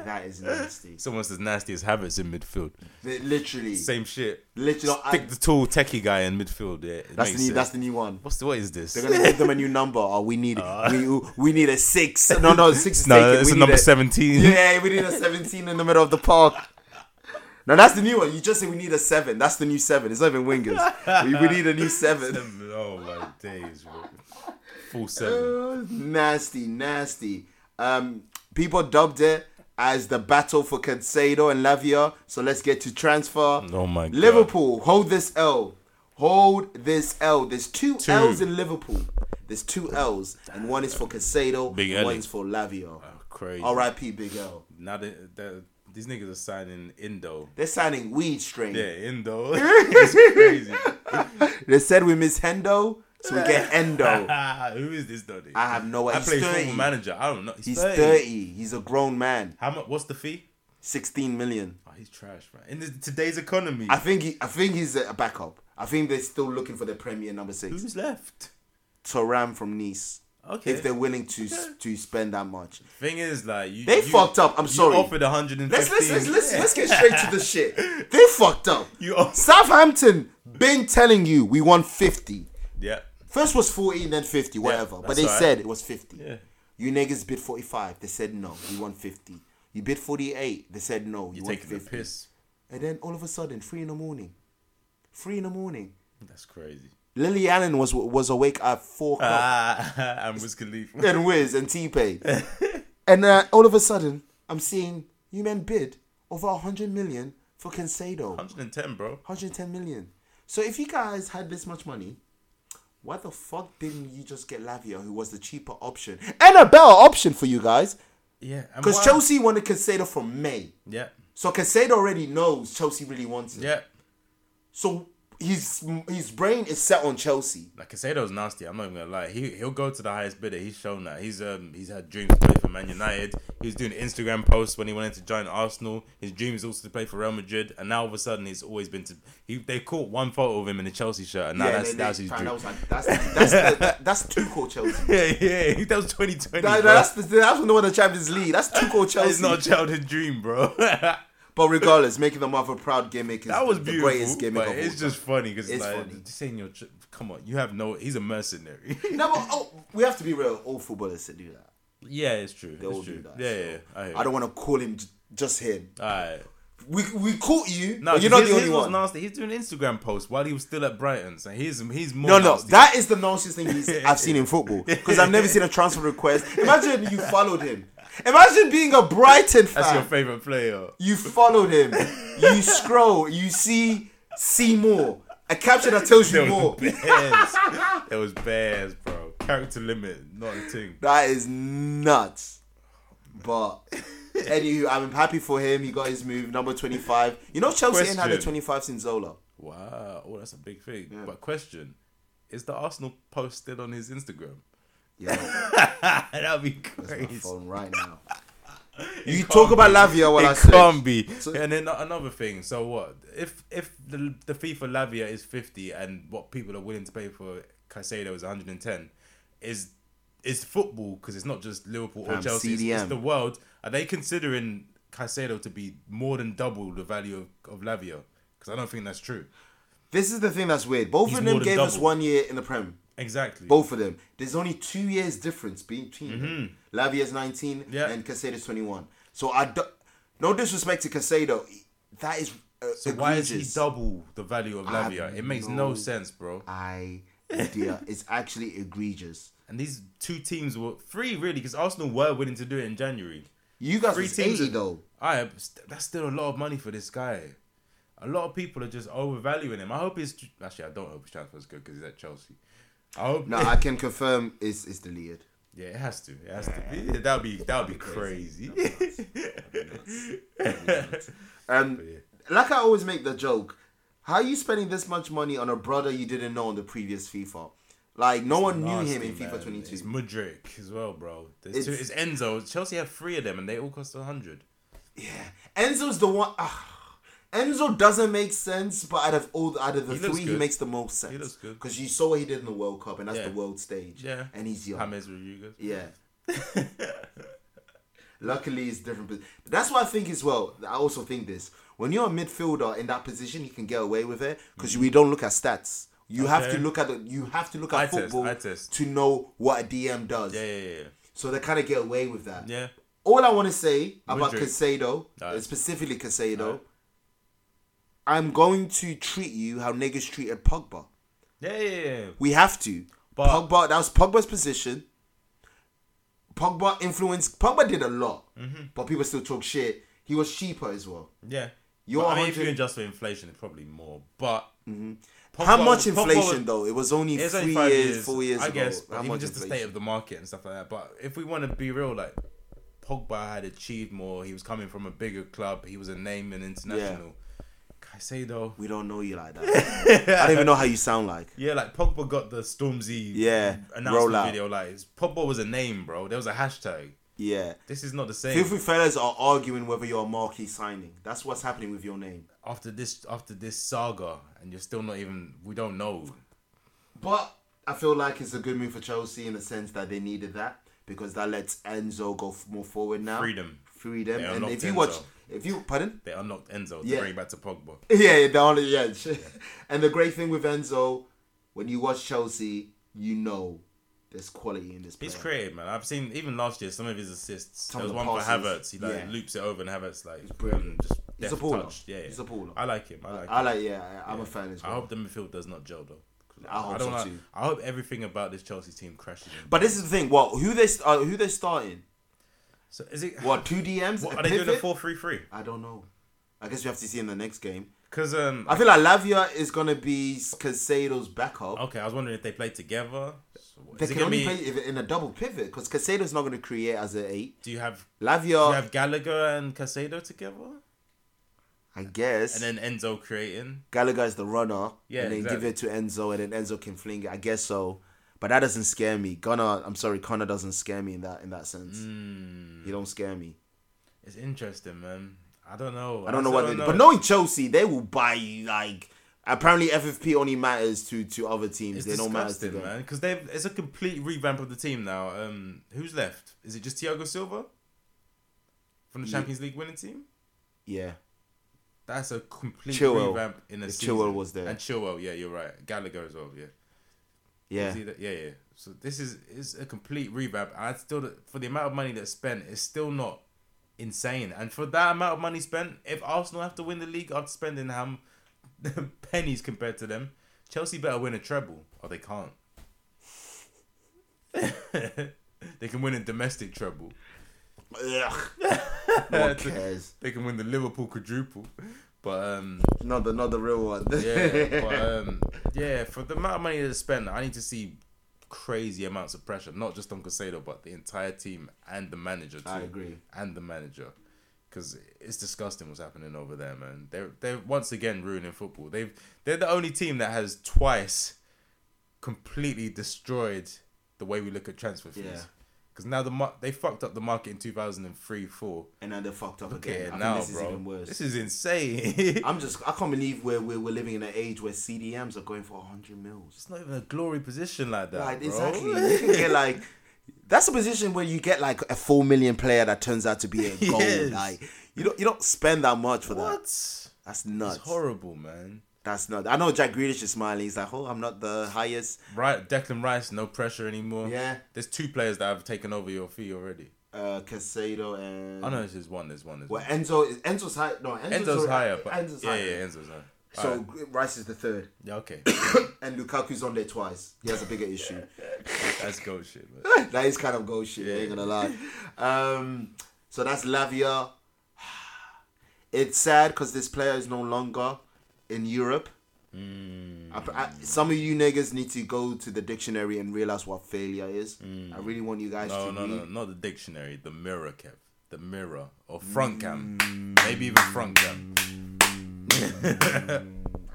that is nasty. Someone says nastiest habits in midfield. Li- Literally, Same shit. literally, I- Stick the tall techie guy in midfield. Yeah, that's the it makes new, sense. that's the new one. What's the, what is this? They're gonna give them a new number. Oh, we need we we need a six. No, no, six is Uh. no, taken. it's we a need number seventeen. Yeah, we need a seventeen in the middle of the park. No, that's the new one. You just say we need a seven. That's the new seven. It's not even wingers. We, we need a new seven. Oh my days, bro. Full seven. nasty, nasty. Um, people dubbed it as the battle for Cancelo and Lavia. So let's get to transfer. Oh my God. Liverpool hold this L. Hold this L. There's two, Two. L's in Liverpool. There's two L's, and one is for Casado, Big and Ellie. one's for Lavio. crazy. R.I.P. Big L. Now that, that these niggas are signing Indo. They're signing weed strain. Yeah, Indo. it's crazy. They said we miss Hendo, so we get Endo. Who is this dude? I have no I idea. play He's 30. football manager. I don't know. He's, He's 30. 30. He's a grown man. How much? What's the fee? 16 million. Oh, he's trash, man. In this, today's economy, I think he, I think he's a backup. I think they're still looking for their premier number six. who's left? Toram from Nice. Hmm? Okay. If they're willing to to spend that much. Thing is, like you, They you- fucked up, I'm you sorry. Offered 115. Let's let's let's let's, let's get straight to the shit. They fucked up. You are- Southampton been telling you we want 50. Yeah. First was 14, then 50, whatever. but that's they all right. said it was 50. Yeah. You niggas bid 45. They said no, we want 50. You bid 48. They said no, you You're want taking the 50. piss. And then all of a sudden, three in the morning. Three in the morning. That's crazy. Lily Allen was was awake at four o'clock. Ah, and Wiz Khalifa. and Wiz and T Pain. and uh, all of a sudden, I'm seeing you men bid over 100 million for Cansado. 110, bro. 110 million. So if you guys had this much money, why the fuck didn't you just get Lavia, who was the cheaper option and a better option for you guys? Yeah. and Because why- Chelsea wanted Casado from May. Yeah. So Casado already knows Chelsea really wants it. Yeah. So his his brain is set on Chelsea. Like Casado's nasty. I'm not even gonna lie. He he'll go to the highest bidder. He's shown that. He's um he's had dreams to play for Man United. He was doing Instagram posts when he wanted to join Arsenal. His dream is also to play for Real Madrid. And now all of a sudden, it's always been to. He, they caught one photo of him in a Chelsea shirt, and now that's they- that's they- his fam, dream. that was like, that's that's the, that, that's Tuchel Chelsea. yeah, yeah. That was 2020. That- bro. that's the, that's when they won the Champions League. That's Tuchel That is Chelsea. not a childhood dream, bro. that but regardless, making the mother proud gimmick is was the beautiful. greatest gimmick but of all. it's just funny because It's like funny. just saying your ch- come on, you have no. He's a mercenary. No, but oh, we have to be real. All footballers to do that. yeah, it's true. They it's all true. do that. Yeah, so yeah. I, hear I don't want to call him j- just him. you. Alright. We we caught you. No, but you're not his- the his only was one. nasty. He's doing Instagram posts while he was still at Brighton. So he's he's more. No, no, nasty. that is the nastiest thing he's, I've seen in football because I've never seen a transfer request. Imagine you followed him. Imagine being a Brighton fan. that's your favorite player. You followed him. You scroll. You see see more. A caption that tells you There more. was bears. there was bears, bro. Character limit, not a thing. That is nuts. But anywho, I'm happy for him. He got his move, number 25. You know Chelsea ain't had a Question. 25 since Zola. Wow, oh, that's a big thing. But question: Is the Arsenal post still on his Instagram? Yeah, That'd be my crazy. phone right now. You talk about Lavia while I it search. can't be. So- and then another thing. So what if if the the fee for Lavia is fifty, and what people are willing to pay for Caicedo is one hundred and ten, is is football because it's not just Liverpool or Fam, Chelsea. It's, it's CDM. the world. Are they considering Caicedo to be more than double the value of, of Lavia? Because I don't think that's true. This is the thing that's weird. Both He's of more them than gave us double. one year in the Prem. Exactly. Both of them. There's only two years difference between them. Lavia's 19 Mm-hmm. Yeah. and Casado's 21. So I do, no disrespect to Casado. That is uh, So why is he egregious. double the value of I have Lavia? It makes no no sense, bro. idea. it's actually egregious. And these two teams were three really because Arsenal were willing to do it in January. You guys Three was teams 80 are- though. I that's still a lot of money for this guy. A lot of people are just overvaluing him. I hope his actually I don't hope his transfer is good because he's at Chelsea. I hope No, I can confirm it's it's deleted. yeah it has to it has to be Yeah, that'd be that'd be crazy. Um, Oh, like I always make the joke, how are you spending this much money on a brother you didn't know on the previous FIFA? Like no one knew him in Nasty, man. FIFA 22. It's Mudrik as well, bro. There's It's- two, it's Enzo. Chelsea have three of them and they all cost hundred. Enzo's the one. ah. Enzo doesn't make sense, but out of all the, out of the He looks three, he good. makes the most sense. looks good. because you saw what he did in the World Cup, and that's Yeah. the world stage. Yeah, and he's young. James Rodriguez. Yeah. Luckily, it's different. But that's what I think as well. I also think this: when you're a midfielder in that position, you can get away with it because we don't look at stats. You have to Okay. look at the, you have to look at Eye test, football eye test. to know what a DM does. Yeah, yeah, yeah. So they kind of get away with that. yeah. All I want to say about Madrid. Casado, Alright. specifically Casado, Alright. I'm going to treat you how niggas treated Pogba. Yeah, yeah, yeah. We have to. But- Pogba, that was Pogba's position. Mm-hmm. Pogba influenced. Pogba did a lot, but people still talk shit. He was cheaper as well. yeah. You're I mean, if you 100 adjust for inflation, it's probably more. But Pogba- How much Pogba- inflation though? It was only It's three only five years, years, four years I ago. guess. but How even much just the state inflation? of the market and stuff like that. But if we want to be real, like Pogba had achieved more. He was coming from a bigger club. He was a name and international. Caicedo. We don't know you like that. I don't even know how you sound like. Yeah, like Pogba got the Stormzy Yeah, announcement rollout. video. Like it's- Pogba was a name, bro. There was a hashtag. Yeah. This is not the Feel same. free, fellas are arguing whether you're a marquee signing. That's what's happening with your name. after this, after this saga, and you're still not even. We don't know. But I feel like it's a good move for Chelsea in the sense that they needed that because that lets Enzo go f- more forward now. Freedom. Freedom. They and unlocked if you Enzo. watch, if you pardon, They unlocked Enzo Yeah. to bring it back to Pogba. yeah, yeah, the only yeah. shit. And the great thing with Enzo, when you watch Chelsea, you know there's quality in this. Player. He's creative, man. I've seen even last year some of his assists. Some there of was the one passes, for Havertz. He like yeah. loops it over and Havertz like um, brilliant. just He's deft a baller. touch. Yeah, yeah, He's a baller. I like him. I like. I him. like. Yeah, I- I'm a fan as I well. hope the midfield does not gel though. 'Cause I hope don't so like- too. I hope everything about this Chelsea team crashes. in. But this is the thing. Well, who they uh, who they starting? so is it What two DMs? What, A are they doing a pivot? four three three? I don't know. I guess we have to see in the next game. Because um, I feel like Lavia is gonna be Casado's backup. okay, I was wondering if they play together. So what- They is it can gonna only be? play if- in a double pivot because Casado's not gonna create as an eight. do you have do Lavia, you have Gallagher and Casado together, I guess, and then Enzo creating? Gallagher is the runner. Yeah, and then give exactly. it to Enzo, and then Enzo can fling it. I guess so, but that doesn't scare me. Gunnar, I'm sorry, Connor doesn't scare me in that in that sense. Hmm. You don't scare me. It's interesting, man. I don't know. I don't know still what they don't but knowing Chelsea, they will buy you like. Apparently, FFP only matters to to other teams. It's they don't matter to disgusting, them. man. Because they it's a complete revamp of the team now. Um, who's left? Is it just Thiago Silva from the Champions League winning team? Yeah, That's a complete Chilwell. revamp in a If season. Chilwell was there. and Chilwell, yeah, you're right. Gallagher as well, yeah. yeah. Is he the- yeah, yeah. So this is is a complete revamp. And I still for the amount of money that's spent, it's still not insane. And for that amount of money spent, if Arsenal have to win the league after spending ham pennies compared to them, Chelsea better win a treble or they can't. they can win a domestic treble. Ugh. no one cares. They can win the Liverpool quadruple. But um Not the not the real one. yeah, but, um, yeah. For the amount of money they spend, I need to see crazy amounts of pressure, not just on Casado, but the entire team and the manager. Too, I agree. And the manager, because it's disgusting what's happening over there, man. They're they're once again ruining football. They've they're the only team that has twice completely destroyed the way we look at transfer fees. Yeah. Because now the mar- they fucked up the market in two thousand and three four. and now they're fucked up Okay, again. I now, think this bro, is even worse. this is insane. I'm just I can't believe we're, we're we're living in an age where CDMs are going for 100 mils. It's not even a glory position like that. Like bro. exactly, you can get like. That's a position where you get like a four million player that turns out to be a goal. Yes. Like you don't you don't spend that much for what? that. It's That's nuts. horrible, man. That's not. I know Jack Grealish is smiling. He's like, oh, I'm not the highest. Right, Declan Rice, no pressure anymore. Yeah. There's two players that have taken over your fee already. Uh, Casado and I know there's one, there's one, there's Well, one. Enzo is Enzo's high. No, Enzo's, Enzo's already- higher, but Enzo's yeah, higher. yeah, Enzo's higher. So Alright, Rice is the third, yeah, okay. and Lukaku's on there twice. He has a bigger issue. That's goat shit, man. that is kind of gold shit. I ain't gonna lie. Um, so that's Lavia. It's sad because this player is no longer in Europe. Hmm. I- I- some of you niggas need to go to the dictionary and realize what failure is. I really want you guys No, to Oh, no, read. no, not the dictionary, the mirror, Kev. The mirror or front cam. Mm. Maybe even front cam. I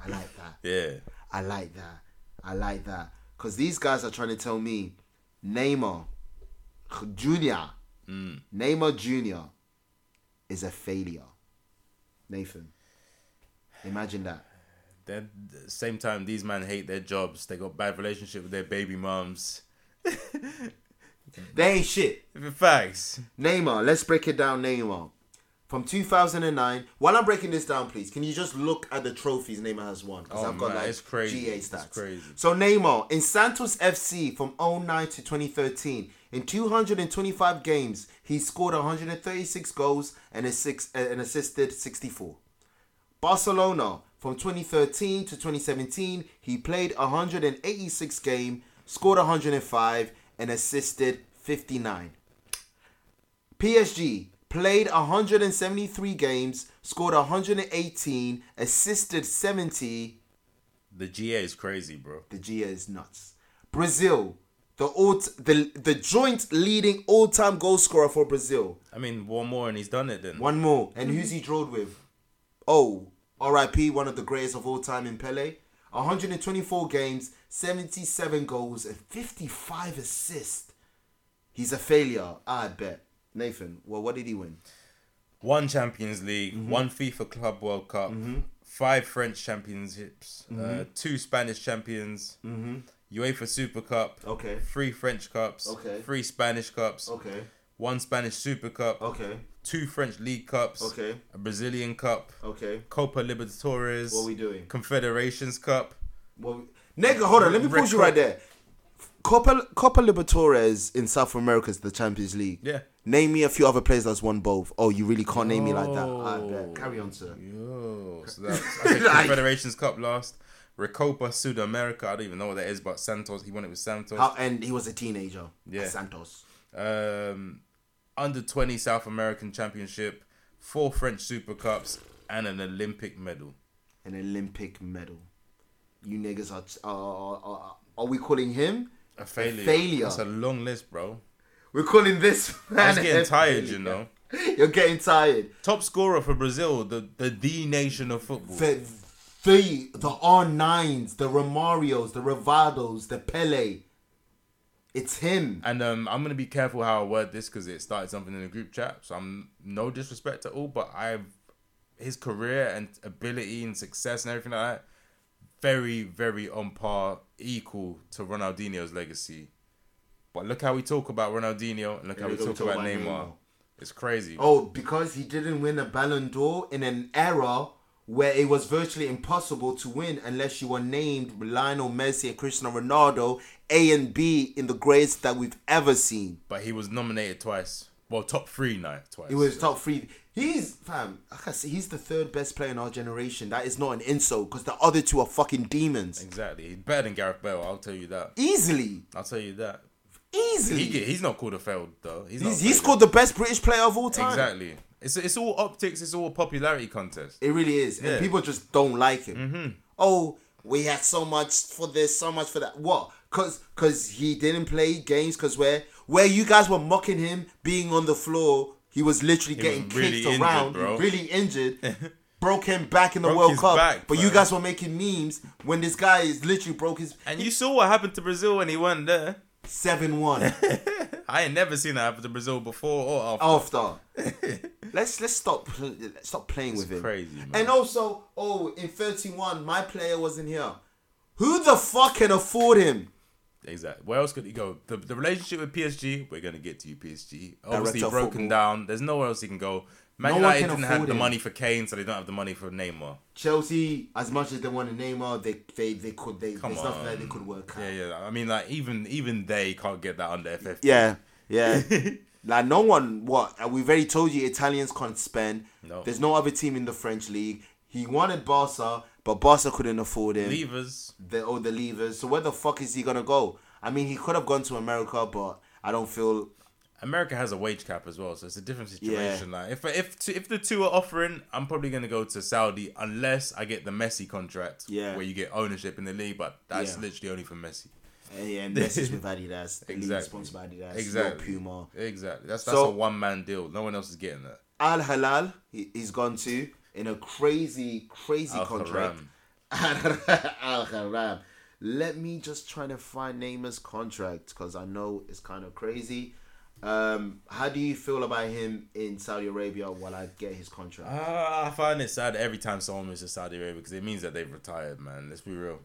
like that. Yeah. I like that. I like that. Because these guys are trying to tell me Neymar Jr. Neymar Jr. is a failure. Nathan, imagine that. Then the same time these men hate their jobs. They got bad relationship with their baby mums. They ain't shit. Facts. Neymar, let's break it down, Neymar. From 2009, while I'm breaking this down, please, can you just look at the trophies Neymar has won? Because Oh, I've got man, like it's crazy. GA It's stats. crazy. So Neymar in Santos FC from 09 to 2013, in 225 games, he scored 136 goals and, assist, and assisted 64. Barcelona from 2013 to 2017, he played 186 game, scored 105 and assisted 59. PSG played 173 games, scored 118, assisted 70. The GA is crazy, bro. The GA is nuts. Brazil, the all the the joint leading all-time goal scorer for Brazil. I mean, one more and he's done it then. One more, and who's he drilled with? Oh, R.I.P. One of the greatest of all time in Pele. 124 games, 77 goals, and 55 assists. He's a failure, I bet. Nathan, well, what did he win? One Champions League, Mm-hmm. one FIFA Club World Cup, five French Championships, Mm-hmm. uh, two Spanish Champions, UEFA Super Cup, Okay. three French Cups, Okay. three Spanish Cups, Okay, one Spanish Super Cup, okay, two French League Cups, Okay. a Brazilian Cup, okay. Copa Libertadores, What we doing? Confederations Cup. Well, nigga, hold on. Let me pause you right there. Copa Copa Libertadores in South America is the Champions League. Yeah. Name me a few other players that's won both. Oh, you really can't name me like that. I bet. Carry on, sir. Yo, so that's, I said Confederations Cup last. Recopa Sudamerica. I don't even know what that is, but Santos. He won it with Santos. How, and he was a teenager. Yeah. at Santos. um, under 20 South American Championship, four French Super Cups, and an Olympic medal. An Olympic medal. You niggas are, are, are, are we calling him? A failure. failure. That's a long list, bro. We're calling this man. I was a getting tired, failure. you know. You're getting tired. Top scorer for Brazil, the the, the nation of football. The, the, the R9s, the Romarios, the Rivados, the Pele. It's him. And um, I'm gonna be careful how I word this because it started something in the group chat. So I'm no disrespect at all, but I've his career and ability and success and everything like that very, very on par, equal to Ronaldinho's legacy. But look how we talk about Ronaldinho and look how we look how talk, about, Neymar. Neymar. It's crazy. Oh, because he didn't win a Ballon d'Or in an era where it was virtually impossible to win unless you were named Lionel Messi and Cristiano Ronaldo A and B in the grades that we've ever seen. But he was nominated twice. Well, top three night twice. It was top three. He's fam. Like I said, he's the third best player in our generation. That is not an insult because the other two are fucking demons. exactly. He's better than Gareth Bale. I'll tell you that. Easily, I'll tell you that. easily. He get, he's not called a failed though. He's, not he's, a he's failure. called the best British player of all time. Exactly. It's it's all optics. It's all a popularity contest. It really is, Yeah. Mm-hmm. and people just don't like him. Oh, we had so much for this, so much for that. What? Cause, cause he didn't play games. Cause where, where you guys were mocking him being on the floor, he was literally was getting really kicked injured, around, bro. really injured. broke him back in the Broke World his Cup, back, but you bro. guys were making memes when this guy is literally broke his And you saw what happened to Brazil when he went there. seven one I ain't never seen that happen to Brazil before or after. after. let's let's stop pl- let's stop playing with him. Crazy man. And also, oh, in 31, my player wasn't here. Who the fuck can afford him? Oh. exactly. Where else could he go? The, the relationship with PSG. We're gonna get to you, PSG. Obviously Director of broken football. down. There's nowhere else he can go. Man No one United can didn't have afford the him. money for Kane, so they don't have the money for Neymar. Chelsea, as much as they want to Neymar, they they they could they Come there's nothing that on. they could work out. Yeah, yeah. I mean, like even even they can't get that under FF. Yeah, yeah. like no one. What uh, we've already told you, Italians can't spend. No. There's no other team in the French league. He wanted Barca, but Barca couldn't afford him. Levers. the all the levers. So where the fuck is he gonna go? I mean, he could have gone to America, but I don't feel America has a wage cap as well, so it's a different situation. Like if if t- if the two are offering, I'm probably gonna go to Saudi unless I get the Messi contract, Yeah. where you get ownership in the league, but that's Yeah. literally only for Messi. eh, Yeah, and Messi's with Adidas. The league is Exactly. sponsored by Adidas. Exactly. Exactly. Puma. Exactly. That's that's So- a one man deal. No one else is getting that. Al Halal, he, he's gone to in a crazy, crazy Al contract. Haram. Al Haram. Let me just try to find Neymar's contract because I know it's kind of crazy. Um, how do you feel about him in Saudi Arabia while I get his contract? Ah, I find it sad every time someone moves to Saudi Arabia because it means that they've retired, man. Let's be real.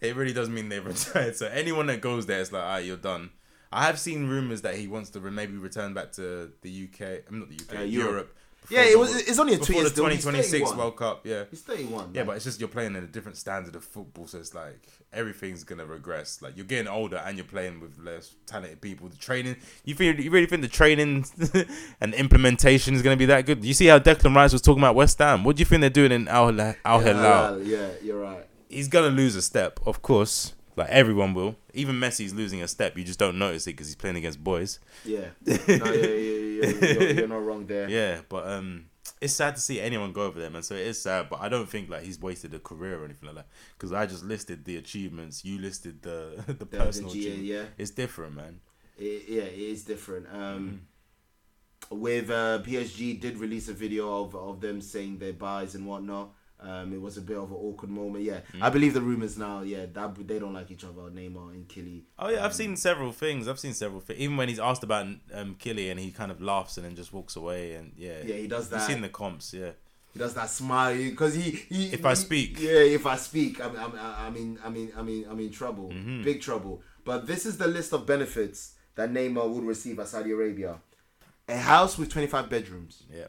It really does mean they've retired. So anyone that goes there, it's like, all right, you're done. I have seen rumors that he wants to re- maybe return back to the UK. I'm not the UK, Uh, Europe. Europe. before yeah, the it was. World- It's only a two before years the deal. He's 2026 31. World Cup. Yeah. He's thirty-one. Yeah, man. but it's just you're playing in a different standard of football, so it's like everything's gonna regress. Like you're getting older and you're playing with less talented people. The training, you feel, you really think the training and implementation is gonna be that good? You see how Declan Rice was talking about West Ham. What do you think they're doing in Al Al Hilal? Al Hilal, yeah, you're right. He's gonna lose a step, of course. Like everyone will. Even Messi's losing a step. You just don't notice it because he's playing against boys. Yeah. No, yeah, yeah, yeah, yeah. You're, you're not wrong there. Yeah, but um, it's sad to see anyone go over there, man. So it is sad, but I don't think like he's wasted a career or anything like that. Because I just listed the achievements, you listed the the, The, personal the GA, achievements. yeah. It's different, man. It, yeah, it is different. Um, Mm-hmm. With uh, PSG did release a video of, of them saying their buys and whatnot. Um, it was a bit of an awkward moment. Yeah, Mm. I believe the rumors now. Yeah, that they don't like each other. Neymar and Killy. Oh yeah, I've Um, seen several things. I've seen several things. Even when he's asked about um Killy and he kind of laughs and then just walks away and yeah. Yeah, he does You've that. seen the comps, yeah. He does that smile because he, he. If I he- speak. yeah. If I speak, I'm, I'm, I'm in, I'm in, I'm in, I'm in trouble, Mm-hmm. big trouble. But this is the list of benefits that Neymar would receive at Saudi Arabia: a house with 25 bedrooms, Yeah.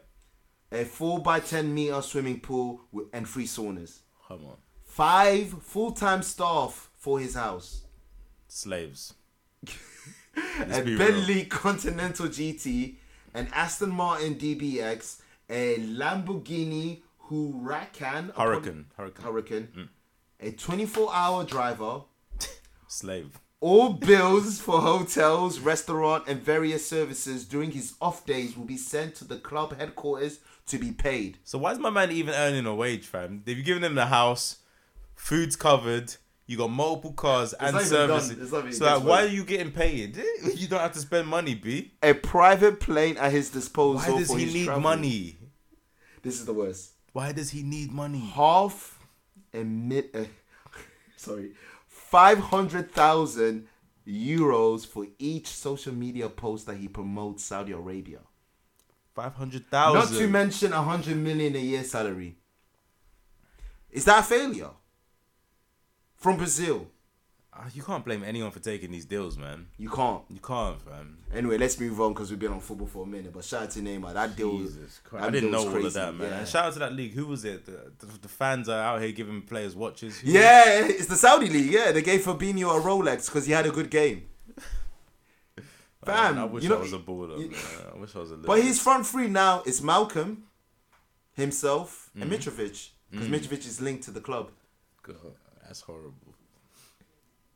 a four by 10 meter swimming pool with, and free saunas, Come on. five full-time staff for his house, Slaves. a be real. Bentley Continental GT, an Aston Martin DBX, a Lamborghini Huracan Hurricane. Hurricane. Hurricane, a 24 hour driver, Slave. all bills for hotels, restaurant, and various services during his off days will be sent to the club headquarters to be paid. So why is my man even earning a wage, fam? They've given him the house, food's covered, you got multiple cars and not even done. services. It's not even- So like, it's why are work. you getting paid? You don't have to spend money, B. A private plane at his disposal. Why does for he his need travel. money? This is the worst. Why does he need money? Half a mid. Uh, sorry. 500,000 euros for each social media post that he promotes Saudi Arabia. Five hundred Not to thousand. mention a hundred million a year salary. Is that a failure? From Brazil, Ah, you can't blame anyone for taking these deals, man. you can't. You can't, fam. Anyway, let's move on because we've been on football for a minute. But shout out to Neymar. That deal. Jesus Christ. that I didn't deal know was all of crazy. that, man. Yeah. And shout out to that league. Who was it? The, the, the fans are out here giving players watches. Who- Yeah, it's the Saudi league. Yeah, they gave Fabinho a Rolex because he had a good game. Fam, I wish you know, I was a baller. you- man. I wish I was a. But his front three now is Malcolm, himself, Mm-hmm. and Mitrovic because Mitrovic is linked to the club. God, that's horrible.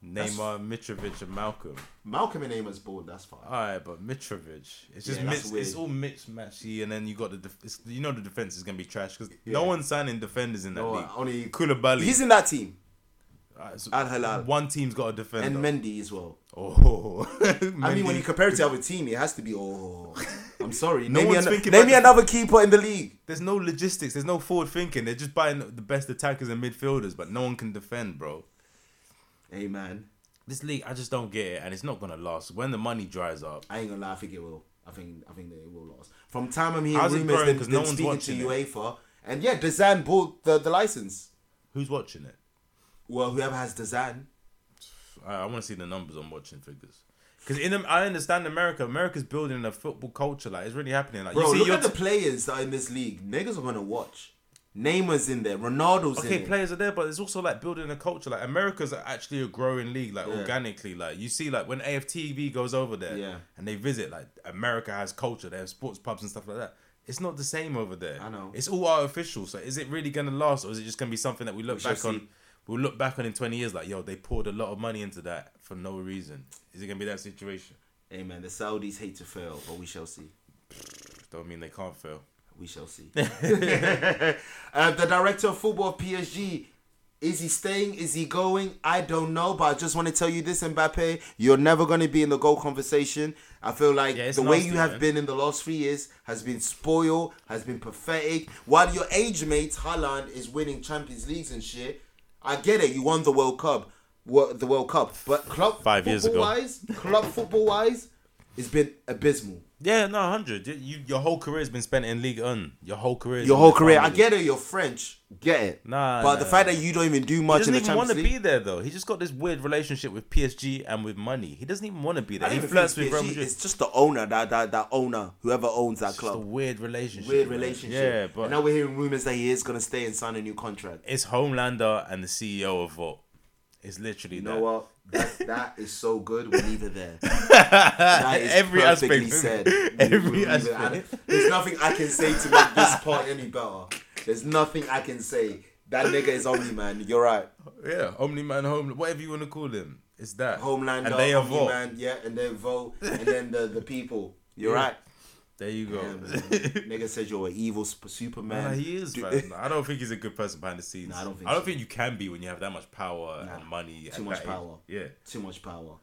Neymar, Mitrovic, and Malcolm. Malcolm and Neymar's board. That's fine. All right, but Mitrovic, it's just Yeah, that's mix, weird. it's all mixed matchy, and then you got the def- it's, you know the defense is gonna be trash because Yeah. no one's signing defenders in that No, league. Oh, only- Koulibaly. He's in that team All right, so Al Hilal. One team's got a defender. and Mendy as well. oh, I mean, when you compare it to our team, it has to be. Oh, I'm sorry. No name me, one's ano- thinking name about me the- another keeper in the league. there's no logistics, there's no forward thinking. They're just buying the best attackers and midfielders, but no one can defend, bro. Hey man, This league, I just don't get it, and it's not gonna last. When the money dries up, I ain't gonna lie. I think it will. I think I think that it will last. From time I'm hearing How's it rumors, growing? them, 'Cause them no one's speaking to watching it. UEFA, and yeah, Dazan bought the, the license. who's watching it? Well, whoever has Dazan, I, I want to see the numbers on watching figures. Because in Am- I understand America. America's building a football culture. Like it's really happening. Like bro, you see look your at the t- players that are in this league. Niggas are gonna watch. Neymar's in there. Ronaldo's okay in there. players are there, but it's also like building a culture. Like America's actually a growing league. Like organically, like you see, like when AFTV goes over there, Yeah. and they visit, like America has culture. They have sports pubs and stuff like that. It's not the same over there. I know. It's all artificial. So is it really gonna last, or is it just gonna be something that we look shall back on? see. We'll look back on in twenty years, like yo, they poured a lot of money into that for no reason. Is it gonna be that situation? Hey man, the Saudis hate to fail, but we shall see. Don't mean they can't fail. We shall see. uh, the director of football of PSG. Is he staying? Is he going? I don't know, but I just want to tell you this, Mbappe. You're never going to be in the goal conversation. I feel like Yeah, it's the way nasty, you have man. been in the last three years has been spoiled, has been pathetic. While your age mate, Haaland, is winning Champions Leagues and shit. I get it. You won the World Cup. wo- The World Cup. But club Five years ago. wise, club football wise, it's been abysmal. Yeah, no, hundred. You, you, your whole career has been spent in League One. Your whole career. has Your been whole in career, I Premier get it. You're French, get it. Nah, but nah, the fact that you don't even do much League. He in the doesn't even Champions want to be League. there though. He just got this weird relationship with PSG and with money. He doesn't even want to be I there. He don't even flirts think with Real PSG Madrid. It's just the owner, that that, that owner, whoever owns that It's just a club. weird relationship. Weird man. relationship. Yeah, but and now we're hearing rumors that he is gonna stay and sign a new contract. it's Homelander and the CEO of Volt. It's literally You that. know what? That, that is so good. We leave it there. That is Every perfectly aspect. said. We- Every we leave it. I aspect. don't- There's nothing I can say to make this part any better. There's nothing I can say. That nigga is Omni Man. You're right. Yeah, Omni Man, Home, whatever you want to call him, it's that. Homelander, and they Omni evolve. Man, yeah, and then vote, and then the the people. You're Yeah. right. There you go. Yeah, man. nigga said you're an evil sp- Superman. Nah, he is, Do- man. I don't think he's a good person behind the scenes. Nah, I don't think I don't so. think you can be when you have that much power Nah, and money. too at much that age. power. Yeah. Too much power.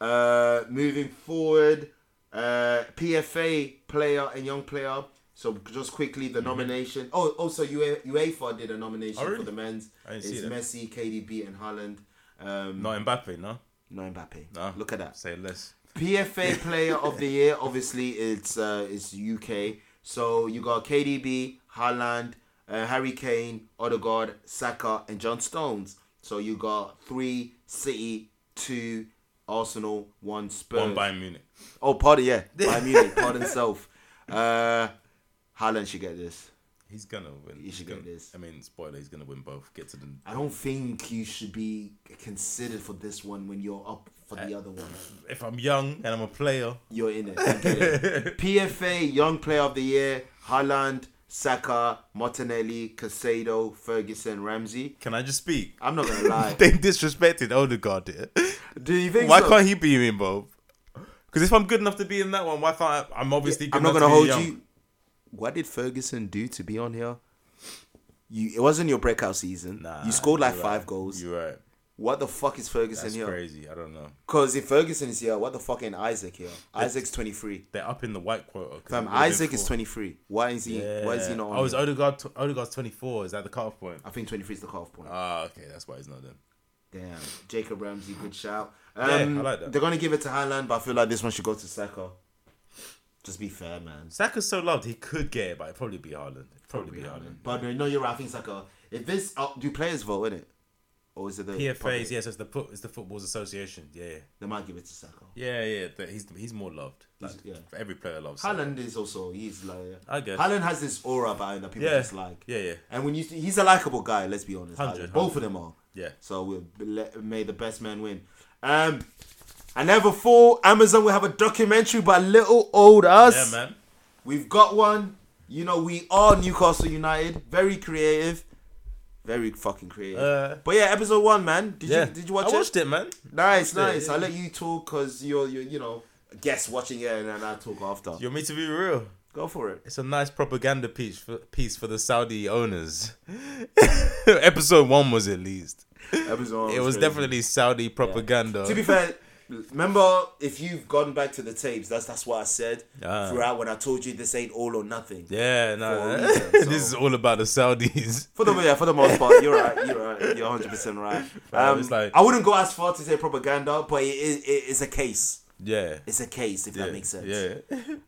Uh, moving forward, uh, PFA player and young player. So just quickly the nomination. Oh, also UE- UEFA did a nomination Mm-hmm. Oh, really? for the men's. I didn't it's see that. Messi, KDB, and Haaland. Um, Not Mbappe, no? no Mbappe. No. Look at that. Say less. PFA Player of the Year. Obviously, it's uh, it's UK. So you got KDB, Haaland, uh, Harry Kane, Odegaard, Saka, and John Stones. So you got three City, two Arsenal, one Spurs. One Bayern Munich. oh, pardon, yeah, Bayern Munich, pardon self. Uh, Haaland should get this. He's gonna win. You should He's get gonna- this. I mean, spoiler. He's gonna win both. Get to the. I don't think you should be considered for this one when you're up for Uh, the other one. If I'm young and I'm a player, You're in it. You get it. PFA Young Player of the Year: Haaland, Saka, Martinelli, Casado, Ferguson, Ramsey. can I just speak? I'm not gonna lie. They disrespected Odegaard. Here. Do you think? Why so? can't he be in both? Because if I'm good enough to be in that one, why can't I? I'm obviously. Good I'm not enough gonna to be hold young. you. What did Ferguson do to be on here? You. It wasn't your breakout season. Nah, you scored like you're five right. goals. You're right. What the fuck is Ferguson That's here? crazy. I don't know. Because if Ferguson is here, what the fuck ain't Isaac here? Isaac's 23. They're up in the white quota. 'cause Fam, it would've been Isaac is four. 23. Why is he? Why is he not on? I was here? Oh, Odegaard. T- Odegaard's 24. Is that the cutoff point? I think 23 is the half point. Ah, okay. That's why he's not in. Damn, Jacob Ramsey, good shout. Yeah, I Um, like that. They're gonna give it to Haaland, but I feel like this one should go to Saka. Just be fair, man. Saka's so loved. He could get it, but it'd probably be Haaland. It'd probably, be Haaland. But no, no, you're right. I think Saka. If this, uh, do players vote in it, or is it the public? PFA's. Yes, it's the foot. It's the Footballs Association. Yeah. yeah. They might give it to Saka. Yeah, yeah, th- he's he's more loved. Like, He's- yeah. Every player loves him. Haaland is also he's like I guess. Haaland has this aura about him that people Yeah. just like. Yeah, yeah. And when you see, he's a likable guy. Let's be honest. 100, Haaland. Both of them are. Yeah. So we'll be- let- may the best man win. Um, I never thought Amazon will have a documentary by little old us. Yeah, man. We've got one. You know, we are Newcastle United. Very creative. Very fucking creative. Uh, but yeah, episode one, man. Did Yeah. you did you watch I it? watched it, man. Nice, watched it, nice. yeah. I'll let you talk because you're you you know guest watching it and then I'll talk after. You want me to be real? Go for it. It's a nice propaganda piece for, piece for the Saudi owners. Episode one was at least. Episode one It was crazy. definitely Saudi propaganda. To be fair, remember if you've gone back to the tapes, that's that's what I said Ah. throughout when I told you this ain't all or nothing. yeah, For no, a nah, reason, so- this is all about the Saudis. For the yeah, for the most part, you're right. You're right. You're 100 percent right. Bro, Um, it's like- I wouldn't go as far to say propaganda, but it is it is a case. Yeah, It's a case if that makes sense. Yeah,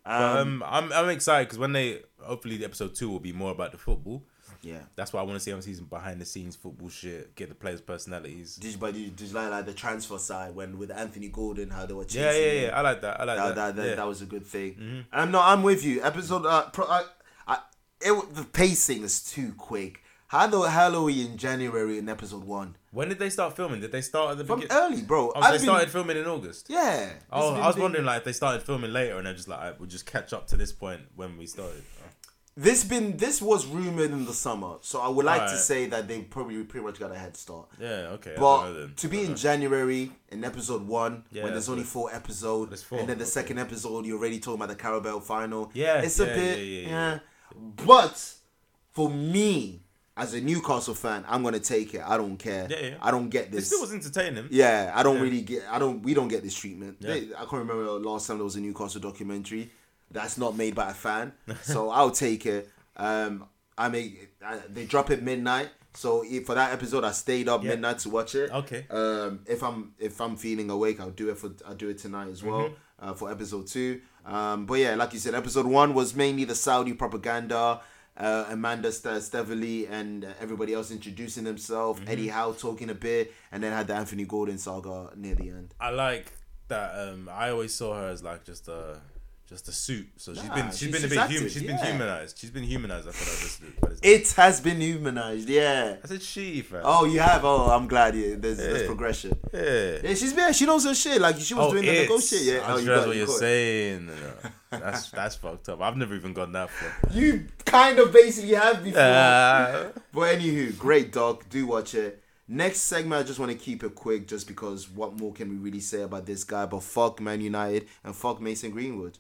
But, um, I'm I'm excited because when they hopefully the episode two will be more about the football. Yeah. That's why I want to see on season behind the scenes football shit, get the players' personalities. Did you, but did you, did you like, like the transfer side when with Anthony Gordon how they were chasing? Yeah, yeah, him? yeah. I like that. I like That, that, that. that, yeah. Mm-hmm. that was a good thing. Um, no, I'm with you. Episode uh, pro, I, I, it, w- the pacing is too quick. How the hell are we in January in episode one? when did they start filming? Did they start at the From beginning? early, bro. Oh, so I've they been- started filming in August. Yeah. Oh, It's I was been- wondering like if they started filming later and they're just like, "Alright, we'll just catch up to this point when we started. Oh, This been this was rumored in the summer, so I would like to Alright. say that they probably pretty much got a head start. Yeah, okay. I don't know then. But to be I don't in know. January in episode one, Yeah, when there's that's only good. four episodes, There's four, and then the okay. second episode, you're already talking about the Carabao final. Yeah, it's a yeah, bit, yeah, yeah, yeah, yeah. But for me, as a Newcastle fan, I'm gonna take it. I don't care. Yeah, yeah. I don't get it this. still was entertaining. yeah, I don't really get. I don't. We don't get this treatment. Yeah. They- I can't remember the last time there was a Newcastle documentary that's not made by a fan. so I'll take it. Um, I mean, I, they drop it midnight. So if, for that episode, I stayed up Yeah. midnight to watch it. Okay. Um, if I'm if I'm feeling awake, I'll do it for I'll do it tonight as well Mm-hmm. uh, for episode two. Um, but yeah, like you said, episode one was mainly the Saudi propaganda. Uh, Amanda Ste- Stevely and uh, everybody else introducing themselves. Mm-hmm. Eddie Howe talking a bit, and then had the Anthony Gordon saga near the end. I like that. Um, I always saw her as like just a just a suit. So she's Nah, been she's she's been a bit acted, human. She's been yeah. humanized. She's been humanized. I thought I just. It has been humanized, yeah. I said she, fam. Oh, you have. Oh, I'm glad. Yeah, there's, there's Yeah. progression. yeah. Oh, Yeah, she's been. She knows her shit. Like she was doing the it's- negotiate. Yeah, I oh, just you realized got what it, you're caught it. saying. No, no. That's that's fucked up. I've never even gone that far. You kind of basically have before. Uh, But anywho, great doc. Do watch it. Next segment, I just want to keep it quick, just because what more can we really say about this guy? But fuck Man United and fuck Mason Greenwood.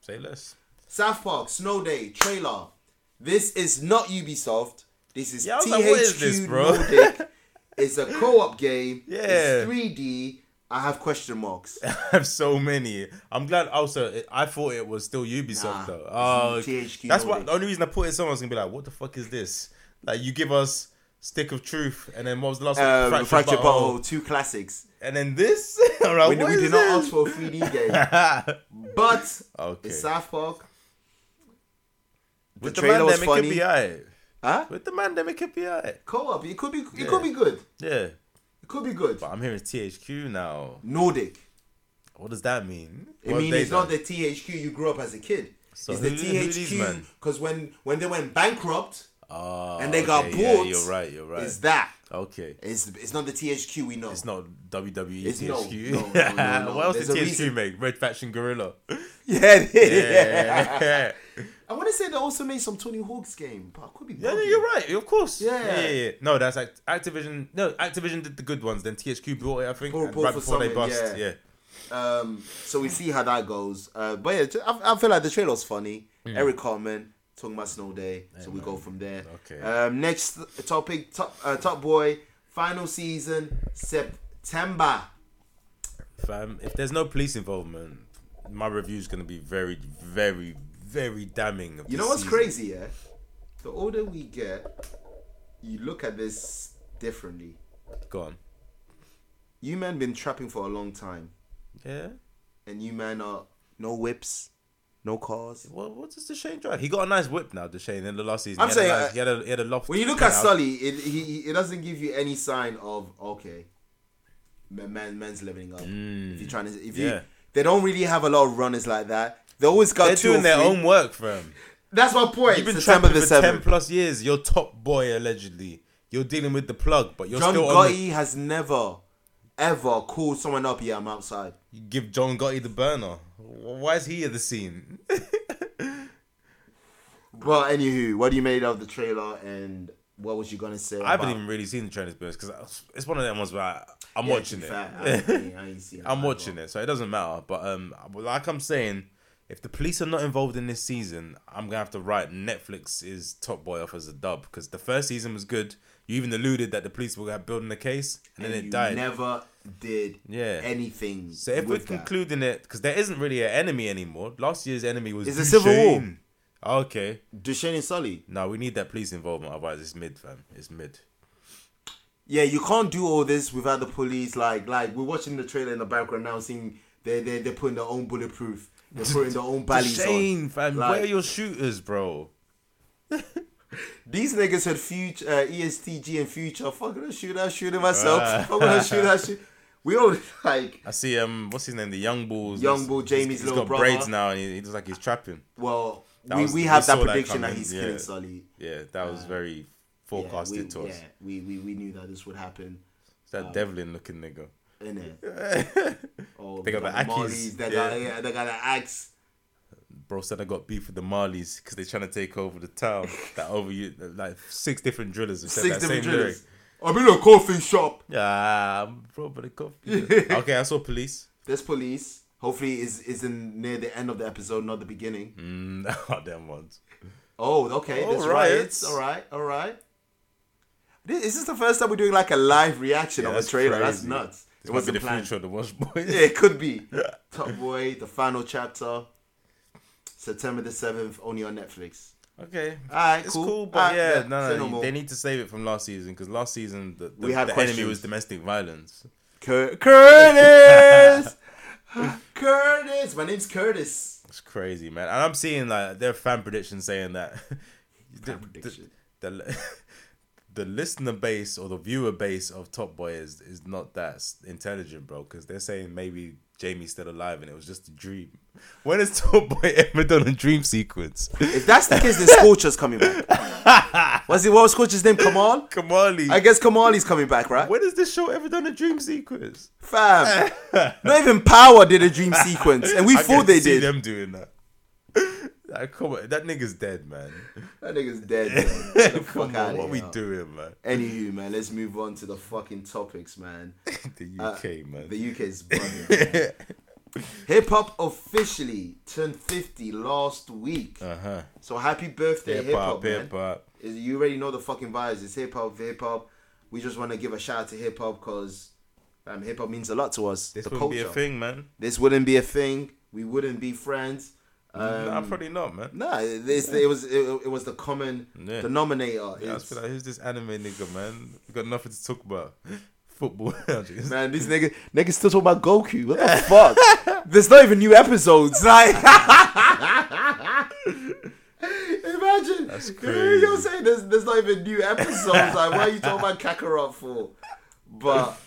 say less. South Park Snow Day trailer. This is not Ubisoft. This is Yeah, I was THQ like, what is this, bro? Nordic. it's a co-op game. Yeah. It's 3D. I have question marks. Um, I have so many. I'm glad. Also, it, I thought it was still Nah, Ubisoft though. Oh, it's THQ that's Nordic. what. The only reason I put it somewhere I was gonna be like, "What the fuck is this?" Like, you give us stick of truth, and then what was the last Um, one? Fractured, Butthole, two classics. and then this. I'm like, We, what we is did not ask this? for a 3D game, but Okay. it's South Park. With the the, trailer was pandemic, it could funny. be alright. Huh? With the pandemic, it could be alright. Co-op. It could be. It Yeah. could be good. Yeah, It could be good. but I'm hearing THQ now. Nordic. What does that mean? I mean, it's not the THQ you grew up as a kid. So it's the who- who these THQ men? because when when they went bankrupt, Oh, and they got okay, yeah, bought, you're right. You're right. it's that. okay. It's it's not the THQ we know. It's not E WWE It's no- THQ. no, no, no, no. what else There's did a THQ reason. make? Red Faction Gorilla. Yeah, it is. Yeah, I want to say they also made some Tony Hawk's game, but I could be. yeah, no, bugging. you're right. Of course. Yeah. yeah, yeah. No, that's Act- Activision. No, Activision did the good ones. Then THQ bought it. I think Bought- and bought right for before they something, bust. yeah. Yeah. Um, so we see how that goes. Uh, but yeah, ju- I, I feel like the trailer's funny. Mm. Eric Cartman talking about Snow Day, so we go from there. Okay. Um, next topic: Top uh, Top Boy final season September. Fam, if there's no police involvement, my review's gonna be very, very, very damning. Of You this know what's season. crazy? Yeah, the older we get, you look at this differently. Go on. You men been trapping for a long time, Yeah. and you men are no whips, no cars. What what does Deshane drive? He got a nice whip now, Deshane, in the last season. I'm he had saying, a nice, uh, he, had a, he had a loft. When you look at penthouse. Sully, it he, he- it doesn't give you any sign of okay, man, man man's leveling up. If you're trying to, if you, Yeah. they don't really have a lot of runners like that. They always got they're two doing their own work. work, fam. That's my point. You've been September trapped the for ten seventh. plus years. You're top boy allegedly. You're dealing with the plug, but you're John still on. Gotti has never, ever called someone up. Yeah, I'm outside. The, you give John Gotti the burner. Wh- Why is he at the scene? Well, anywho, what do you made of the trailer and what was you gonna say? I haven't about- even really seen the trailers because it's one of them ones where I, I'm Yeah, to watching be it. fair, I ain't seen- I ain't seen I'm that watching well. it, so it doesn't matter. But um, like I'm saying, if the police are not involved in this season, I'm gonna have to write Netflix is Top Boy off as a dub because the first season was good. You even alluded that the police were building the case, and, then you it died. Never did Yeah. anything. So if we're with that. concluding it, because there isn't really an enemy anymore. Last year's enemy was It's a civil war. Duchesne. Okay, Duchenne and Sully. now we need that police involvement. Otherwise, it's mid, fam. It's mid. Yeah, you can't do all this without the police. Like, like we're watching the trailer in the background now, seeing they they they're putting their own bulletproof. They're putting their own ballys Duchesne, on. fam. Like, where are your shooters, bro? These niggas had future uh, ESTG and future. Fuck gonna shoot, I shooting myself. Fuck gonna shoot, I shoot. We all like. I see um, what's his name? The young bulls. Young He's- Bull, he's- Jamie's little He's got brother. braids now, and he, he looks like he's trapping. Well, That we, was- we we have that saw that prediction that, coming, he's yeah. killing Sully. Yeah, that was very Yeah, forecasted we, to us. Um, yeah um, we, we we knew that this would happen. It's that devlin looking nigga. Innit? Oh, They got the Akis, Marlies, They got yeah, they got the axe. Bro said I got beef with the Marlies because they're trying to take over the town. that over you, like six different drillers have said Six that different same lyric. drillers. I'm in a coffee shop. Yeah, bro, but the coffee. okay, I saw police. There's police. Hopefully, is is in near the end of the episode, not the beginning. Mm, oh, damn ones. Oh, okay. Oh, There's riots. riots. All right. All right. This, is this the first time we're doing like a live reaction Yeah, of a that's trailer? That's crazy. nuts. It was the planned. future of the Watch Boys. Yeah, it could be. Top Boy, the final chapter, September the seventh, only on Netflix. Okay. Alright, it's Ah, cool. cool, but Alright, yeah, yeah, no, say no, no more. they need to save it from last season because last season the, the, We had the questions. enemy was domestic violence. Cur- Curtis. Curtis. My name's Curtis. It's crazy, man. And I'm seeing like their fan predictions saying that the, prediction. the, the, the listener base or the viewer base of Top Boy is is not that s- intelligent, bro. Because they're saying maybe Jamie's still alive and it was just a dream. When has Top Boy ever done a dream sequence? If that's the case, then Scorcher's coming back. What's it? What was Scorcher's name? Kamal. Kamali, I guess Kamali's coming back, right? when has this show ever done a dream sequence? Fam, not even Power did a dream sequence, and we I thought can they see did. them doing that. Like, come on, that nigga's dead, man. That nigga's dead. Man. Get the fuck Come out on, of what here. we doing, man? Anywho, man, let's move on to the fucking topics, man. The Uh, UK, man. The UK's bugging. Hip hop officially turned 50 last week. uh huh. So happy birthday, Hip hip hop, hop, man. hip hop. Is- You already know the fucking vibes. It's hip hop, hip hop. We just want to give a shout out to hip hop because um, hip hop means a lot to us. This the would culture. be a thing, man. This wouldn't be a thing. We wouldn't be friends. Um, nah, probably not, man. Nah, it's, it was it, it was the common Yeah. denominator. Yeah, I It's- was like, who's this anime nigga, man? We got nothing to talk about. Football. I'm just- Man, these niggas niggas still talking about Goku. What the fuck? There's not even new episodes. Like, imagine. That's crazy. You're saying there's there's not even new episodes. Like, why are you talking about Kakarot for? But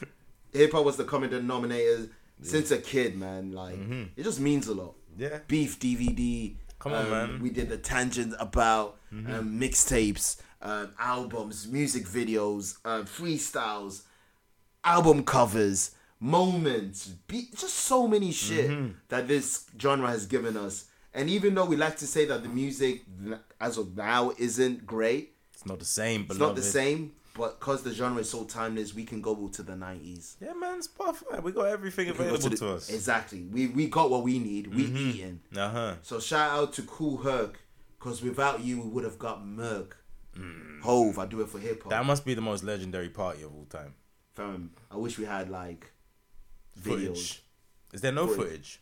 hip hop was the common denominator since a kid, man. Like, it just means a lot. Yeah. Beef DVD. Come on, um, man. Mm-hmm. We did the tangent about um, mixtapes, um, albums, music videos, um, freestyles album covers, moments, be- just so many shit Mm-hmm. that this genre has given us. And even though we like to say that the music n- as of now isn't great, It's not the same, but it's not the same, but because the genre is so timeless, we can go to the 90s. Yeah, man, Spotify. We got everything We can go available to, the- us. Exactly. We, we got what we need. We eating. Uh huh. So shout out to Cool Herc, because without you, we would have got Merc. Hove, I do it for hip Mm. That hop. must be the most legendary party of all time. Fam, I wish we had like Footage. videos. Is there no Footage. footage?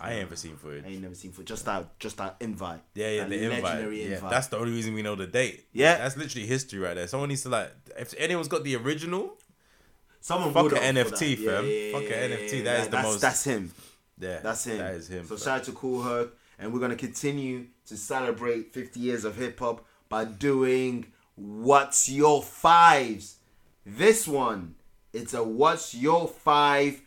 I ain't ever seen I footage. ain't never seen for just that just that invite. Yeah, yeah, That the invite. legendary Yeah, that's the only reason we know the date. Yeah. that's literally history right there. Someone needs to like, if anyone's got the original, Someone fuck would a opt for NFT, that. Yeah, fam. yeah, Fuck a yeah, NFT, yeah, that is the that's, most- That's him. yeah, That's him. That is him. So bro. shout out to Cool Herc, and we're gonna continue to celebrate 50 years of hip hop by doing What's Your Fives. This one, it's a What's Your Five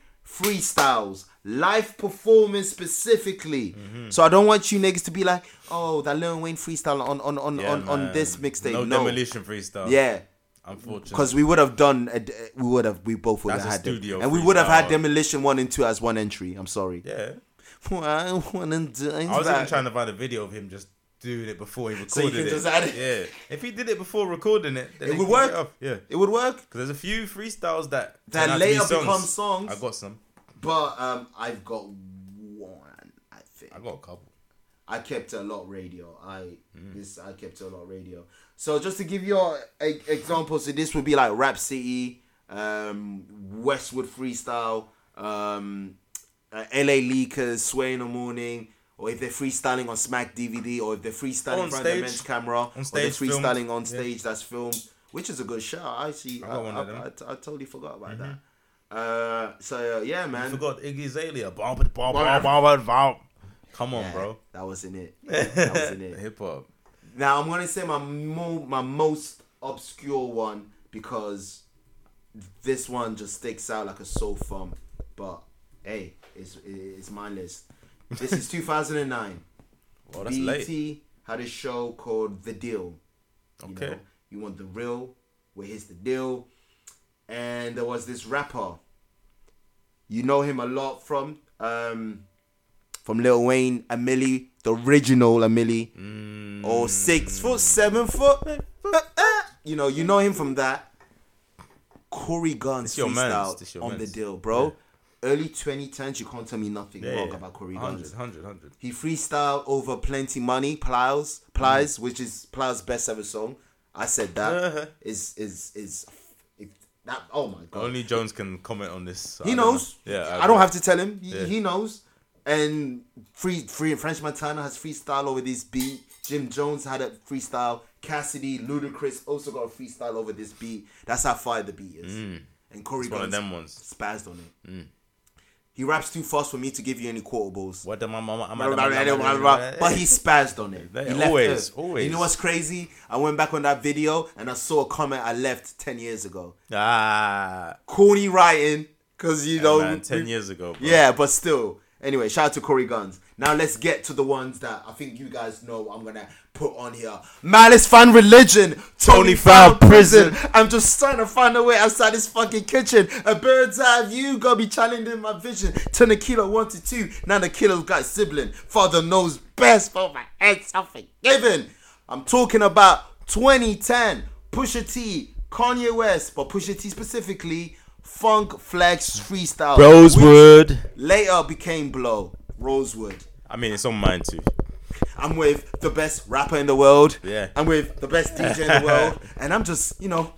freestyles, live performance specifically. Mm-hmm. So I don't want you niggas to be like, oh, that Lil Wayne freestyle on on on Yeah, on, on man. this mixtape. No, No, demolition freestyle. yeah. unfortunately. Because we would have done, a, we would have, we both would That's have a had, them. studio and we would have had freestyle. demolition one and two as one entry. I'm sorry. Yeah. I wanna do I was even that. trying to find a video of him just doing it before he recorded So you can it. just add it. Yeah, if he did it before recording it, then It he would can get work. off. Yeah, It would work, because there's a few freestyles that That turn out to later be songs. become songs. I got some. but um, I've got one. I think I got a couple. I kept a lot radio. I Mm. this I kept a lot radio. So just to give you all e- examples, so this would be like Rap City, um, Westwood Freestyle, um, uh, LA Leakers, Sway in the Morning, or if they're freestyling on Smack DVD, or if they're freestyling On in front of the stage. men's camera, On or stage they're filmed. freestyling on Yeah. stage that's filmed, which is a good shout. I see. I, got one I, of them. I t- I totally forgot about that. Uh, so uh, yeah, man. I forgot Iggy Azalea. Bomb, bomb, bomb, bomb, bomb. Come on, Yeah, bro. That wasn't it. That wasn't it. Hip hop. Now I'm gonna say my mo- my most obscure one because this one just sticks out like a sore thumb. But hey, it's it's my list. This is 2009. Well, Oh, that's BET late. E had a show called The Deal. You Okay. know, you want the real? Well, here's the deal. And there was this rapper. You know him a lot from um, from Lil Wayne, Amili, the original Amili, Mm. or six foot, seven foot. You know, you know him from that. Corey Guns This your man's, freestyle this your on the man's. deal, bro. Early 2010s, you can't tell me nothing wrong about Corey Guns. 100, 100, 100. He freestyle over Plenty Money, Plies, Mm. Plies, which is Plies' best ever song. I said Uh-huh. that is is is if that. Oh my god, Only Jones can comment on this. he I don't knows. know. Yeah, I, don't have to tell him. He, Yeah. he knows. And free free French Montana has freestyle over this beat. Jim Jones had a freestyle. Cassidy, Ludacris also got a freestyle over this beat. That's how fire the beat is. And Corey Mm. It's one of Guns them ones. Mm. spazzed on it. He raps too fast for me to give you any quotables. What the my mama? I'm But he spazzed on it. They He left always- it. always. You know what's crazy? I went back on that video and I saw a comment I left ten years ago. ah, Corny writing, cause you know. man, ten we- years ago. Bro. Yeah, but still. Anyway, shout out to Corey Guns. Now let's get to the ones that I think you guys know I'm gonna put on here. Malice fan religion, Tony found prison. I'm just trying to find a way outside this fucking kitchen. A bird's eye view, gotta be challenging my vision. Turn the killer one to two. Now the killer's got a sibling. Father knows best for my head's unforgiven. I'm talking about 2010, Pusha T, Kanye West, but Pusha T specifically, Funk Flex Freestyle. Rosewood. Later became Blow, Rosewood. I mean, it's on mine too. I'm with the best rapper in the world. Yeah. I'm with the best DJ in the world. And I'm just, you know,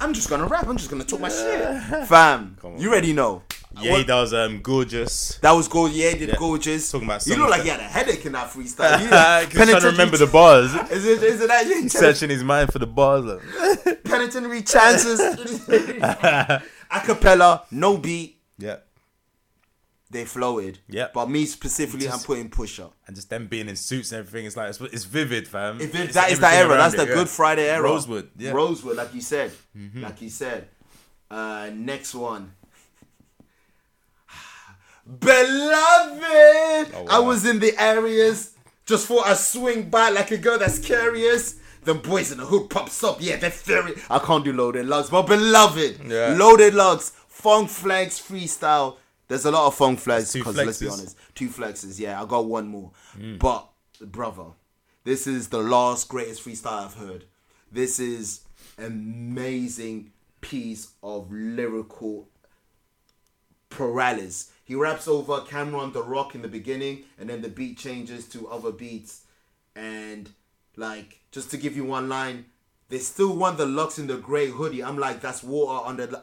I'm just gonna rap. I'm just gonna talk my shit. Fam, Come on. you already know. Yeah, he What- does. Um, gorgeous. that was gorgeous. Yeah, he did Yeah. gorgeous. Talking about you look like something. you had a headache in that freestyle. You I'm trying to penitently- remember the bars. Is it, is it that you Searching his mind for the bars. like- penitently chances? Acapella, no beat, yeah, they flowed. Yeah. But me specifically, Just- I'm putting pusher. and just them being in suits and everything. It's like it's, it's vivid, fam. If it, It's that is that everything era. around That's it, the yeah. Good Friday era. Rosewood, yeah. Mm-hmm. Rosewood, like you said. Like you said. Uh, next one. Beloved! Oh, I wow. was in the areas. Just thought I'd swing by like a girl that's curious. Them boys in the hood pops up. Yeah, they're very. I can't do loaded lugs, but beloved. Yeah. Loaded lugs. Funk flags freestyle. There's a lot of funk flags Two because let's be flexes. Mm. honest, two flexes. Yeah, I got one more, but brother, this is the last greatest freestyle I've heard. This is amazing piece of lyrical Perales. He raps over Cameron the Rock in the beginning, and then the beat changes to other beats. And like, just to give you one line, they still want the Lux in the grey hoodie. I'm like, that's water under. The...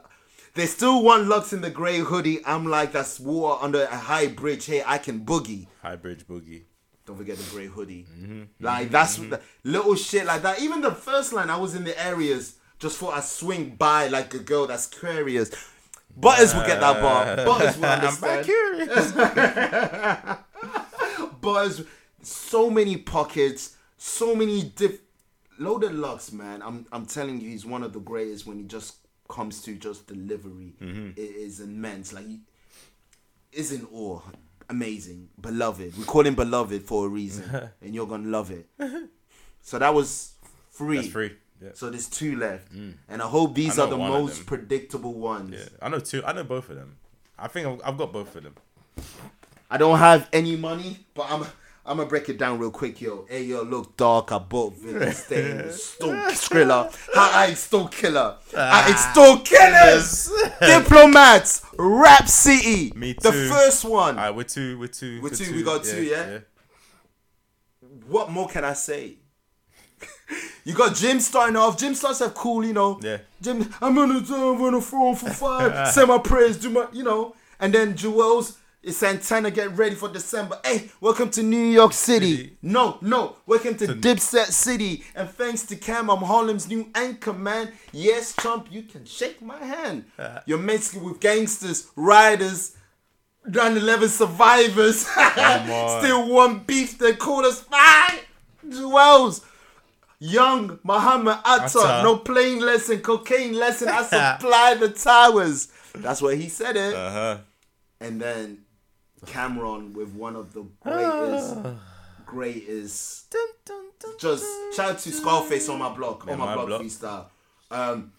They still want Lux in the grey hoodie. I'm like, that's water under a high bridge. Hey, I can boogie. High Bridge Boogie. Don't forget the grey hoodie. Mm-hmm. Like that's the- little shit like that. Even the first line, I was in the areas just thought I swing by like a girl that's curious. Butters will get that bar. Butters will I'm understand. back here. Butters, so many pockets, so many diff. Loaded Lux, man. I'm I'm telling you, he's one of the greatest when he just comes to just delivery. Mm-hmm. It is immense. Like, he is in awe. Amazing, beloved. We call him beloved for a reason, and you're gonna love it. So that was free. That's free. Yeah. So there's two left, and I hope these I are know the one of most them. predictable ones. Yeah, I know two. I know both of them. I think I've, I've got both of them. I don't have any money, but I'm I'm gonna break it down real quick, yo. Hey, yo, look, dark. I bought Villain Stain with Stoke Skrilla. I ain't Stoke Killer. I ain't Ah, Stoke Killers. Diplomats. Rap City. Me The too. first one. All right, we're two. We're two. We're two, we got two, yeah? What more can I say? You got Jim starting off. Jim starts off cool, you know. Yeah. Jim, I'm gonna do, I'm gonna throw for five. say my prayers, do my, you know. And then Jewels is Santana get ready for December. Hey, welcome to New York City. City. No, no, welcome to Dipset City. And thanks to Cam, I'm Harlem's new anchor man. Yes, Trump, you can shake my hand. Uh. You're mixing with gangsters, riders. 9-11 survivors on. still one beef they call us five jewels Young Muhammad Atta, Atta. no plane lesson, cocaine lesson. I supply the towers. That's where he said it. Uh huh. And then Cameron with one of the greatest, greatest. Just shout out to Scarface on my block, on my, my block, block. freestyle. Um,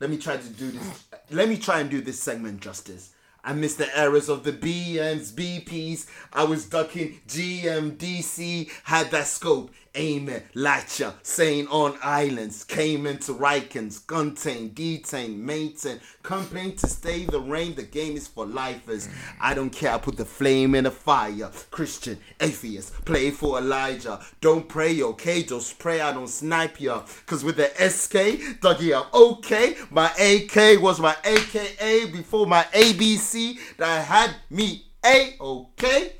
let me try to do this. Let me try and do this segment justice. I missed the errors of the BMs, BPs. I was ducking GMDC, had that scope. Amen, Lacha, saying on islands, came into Rikens, contain, detain, maintain, complain to stay the rain. The game is for lifers. I don't care, I put the flame in the fire. Christian, atheist, play for Elijah. Don't pray, okay? Just pray I don't snipe ya. Cause with the SK, Dougie, I'm okay. My AK was my AKA before my ABC that had me A okay.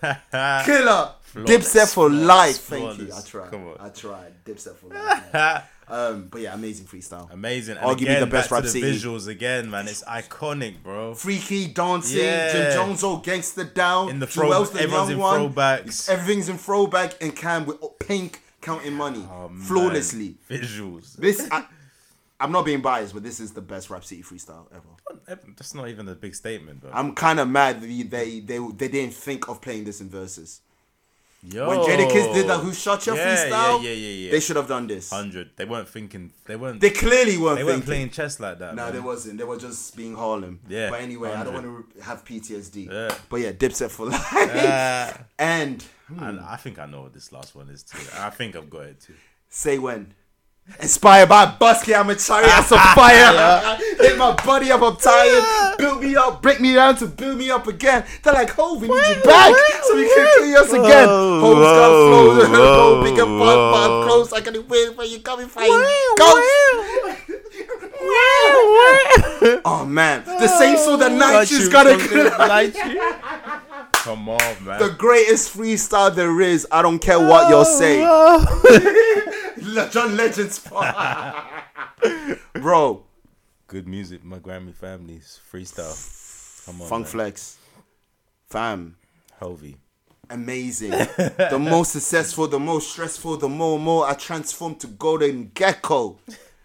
Killer. Dipset for life. Thank you. I flawless. tried. Come on. I tried. Dipset for life. man. Um, but yeah, amazing freestyle. Amazing. And Arguably again, the best rap back to the city. visuals again, man. It's iconic, bro. Freaky dancing, Yeah. Jim Jones all gangster down. In the throw, Jewel's the everyone's young in one. throwbacks. Everything's in throwback and Cam with pink counting money Oh, man. flawlessly. Visuals. This I, I'm not being biased, but this is the best Rap City freestyle ever. That's not even a big statement, bro. I'm kind of mad that they, they they they didn't think of playing this in verses. Yo. When Jadakiss did the "Who Shot Your" Oh. Yeah, freestyle, yeah, yeah, yeah, yeah. they should have done this. hundred. They weren't thinking. They weren't. They They, clearly weren't. weren't thinking. playing chess like that. No, man. they wasn't. They were just being Harlem. Yeah, But anyway, I don't want 100. to re- have PTSD. Yeah. But yeah, Dipset for life. Ah. and And I think I know what this last one is too. I think I've got it too. say when. Inspired by Busky, I'm a chariot. That's a fire. Hit my buddy up. I'm tired. Build me up. Break me down to build me up again. They're like, "Ho, we need you back, so we can kill us again." Whoa, Ho's got whoa, flows. Ho, whoa, big and fun, whoa. but close. I can win where you coming from. Go. Oh man, the same soul Oh. that night she's gotta Come on, man. the greatest freestyle there is. I don't care what Oh, you're saying. Le- John Legend's Bro, Good music, my Grammy family's freestyle. Come on, Funk man. Flex. Fam. Hovey. Amazing. the most successful, the most stressful, the more and more I transformed to Golden Gecko.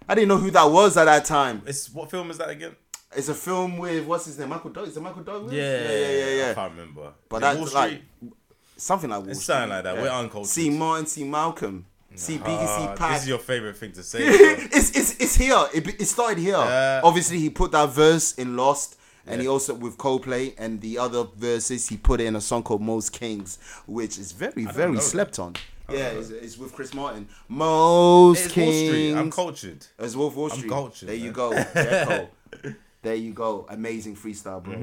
I didn't know who that was at that time. It's what film is that again? It's a film with what's his name? Michael Doug. Is it Michael Doug? Yeah, yeah, yeah, yeah. I yeah. can't remember. But Is it that's Wall Street? like something like Wall it's Street. something like that. We're uncultured. See Martin, see Malcolm, E see Biggie, Ah, see Pac. This is your favorite thing to say. bro. it's, it's it's here. It, be- it started here. Yeah. Obviously, he put that verse in Lost, and he Yeah. also with Coldplay and the other verses he put it in a song called Most Kings, which is very very know slept on. Yeah, it's, it's with Chris Martin. Most It's Wall Street. Kings. I'm cultured. It's Wolf Wall I'm Street. cultured, there you man. go. Gecko. there you go. Amazing freestyle, bro.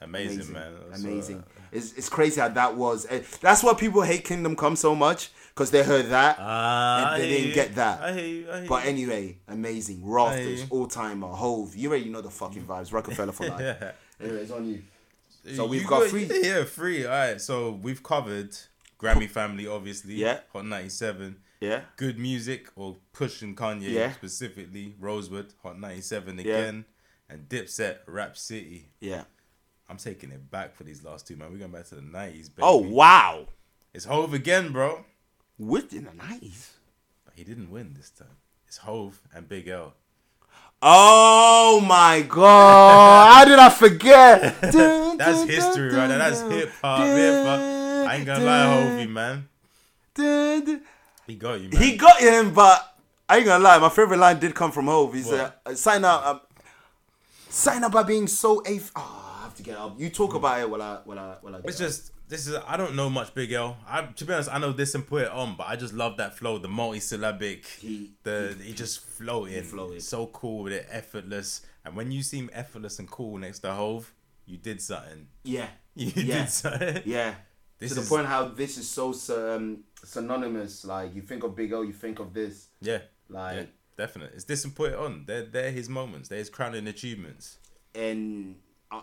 Amazing, Mm-hmm. man. That's, uh, Amazing. It's, it's crazy how that was. Eh, That's why people hate Kingdom Come so much because they heard that Ah, I and they hear didn't you. get that. I hear you. I hear But you. anyway, amazing. Rafters, Aye. all timer, Hove. You already know the fucking vibes. Rockefeller for life. Yeah. Anyway, it's on you. So we've You got three. Yeah, three. All right. So we've covered Grammy family, obviously. Yeah. Hot ninety seven. Yeah. Good music or Push and Kanye Yeah. specifically. Rosewood Hot ninety seven again, and Dipset Rap City. Yeah. I'm taking it back for these last two, man. We're going back to the nineties, baby. Oh wow. It's Hove again, bro. Whipped in the nineties. But he didn't win this time. It's Hove and Big L. Oh my god! How did I forget? That's history right there. That's hip hop, hip hop. I ain't gonna lie, Hovey, man. Hovey. He got you, man. He got him, but I ain't gonna lie. My favorite line did come from Hove. He said, "Sign up, um, sign up by being so a." Oh, I have to get up. You talk about it while I while I while I. Get It's up. just this is I don't know much Big L. I to be honest, I know this and put it on, but I just love that flow, the multi-syllabic, He- the he, just floating, floated. so cool with it, effortless. And when you seem effortless and cool next to Hove, you did something. Yeah. You yeah. did something. Yeah. This to the is- point how this is so um, synonymous. Like you think of Big O, you think of this. Yeah, Like- yeah, definite. It's this and put it on. They're they're his moments. They're his crowning achievements. And uh,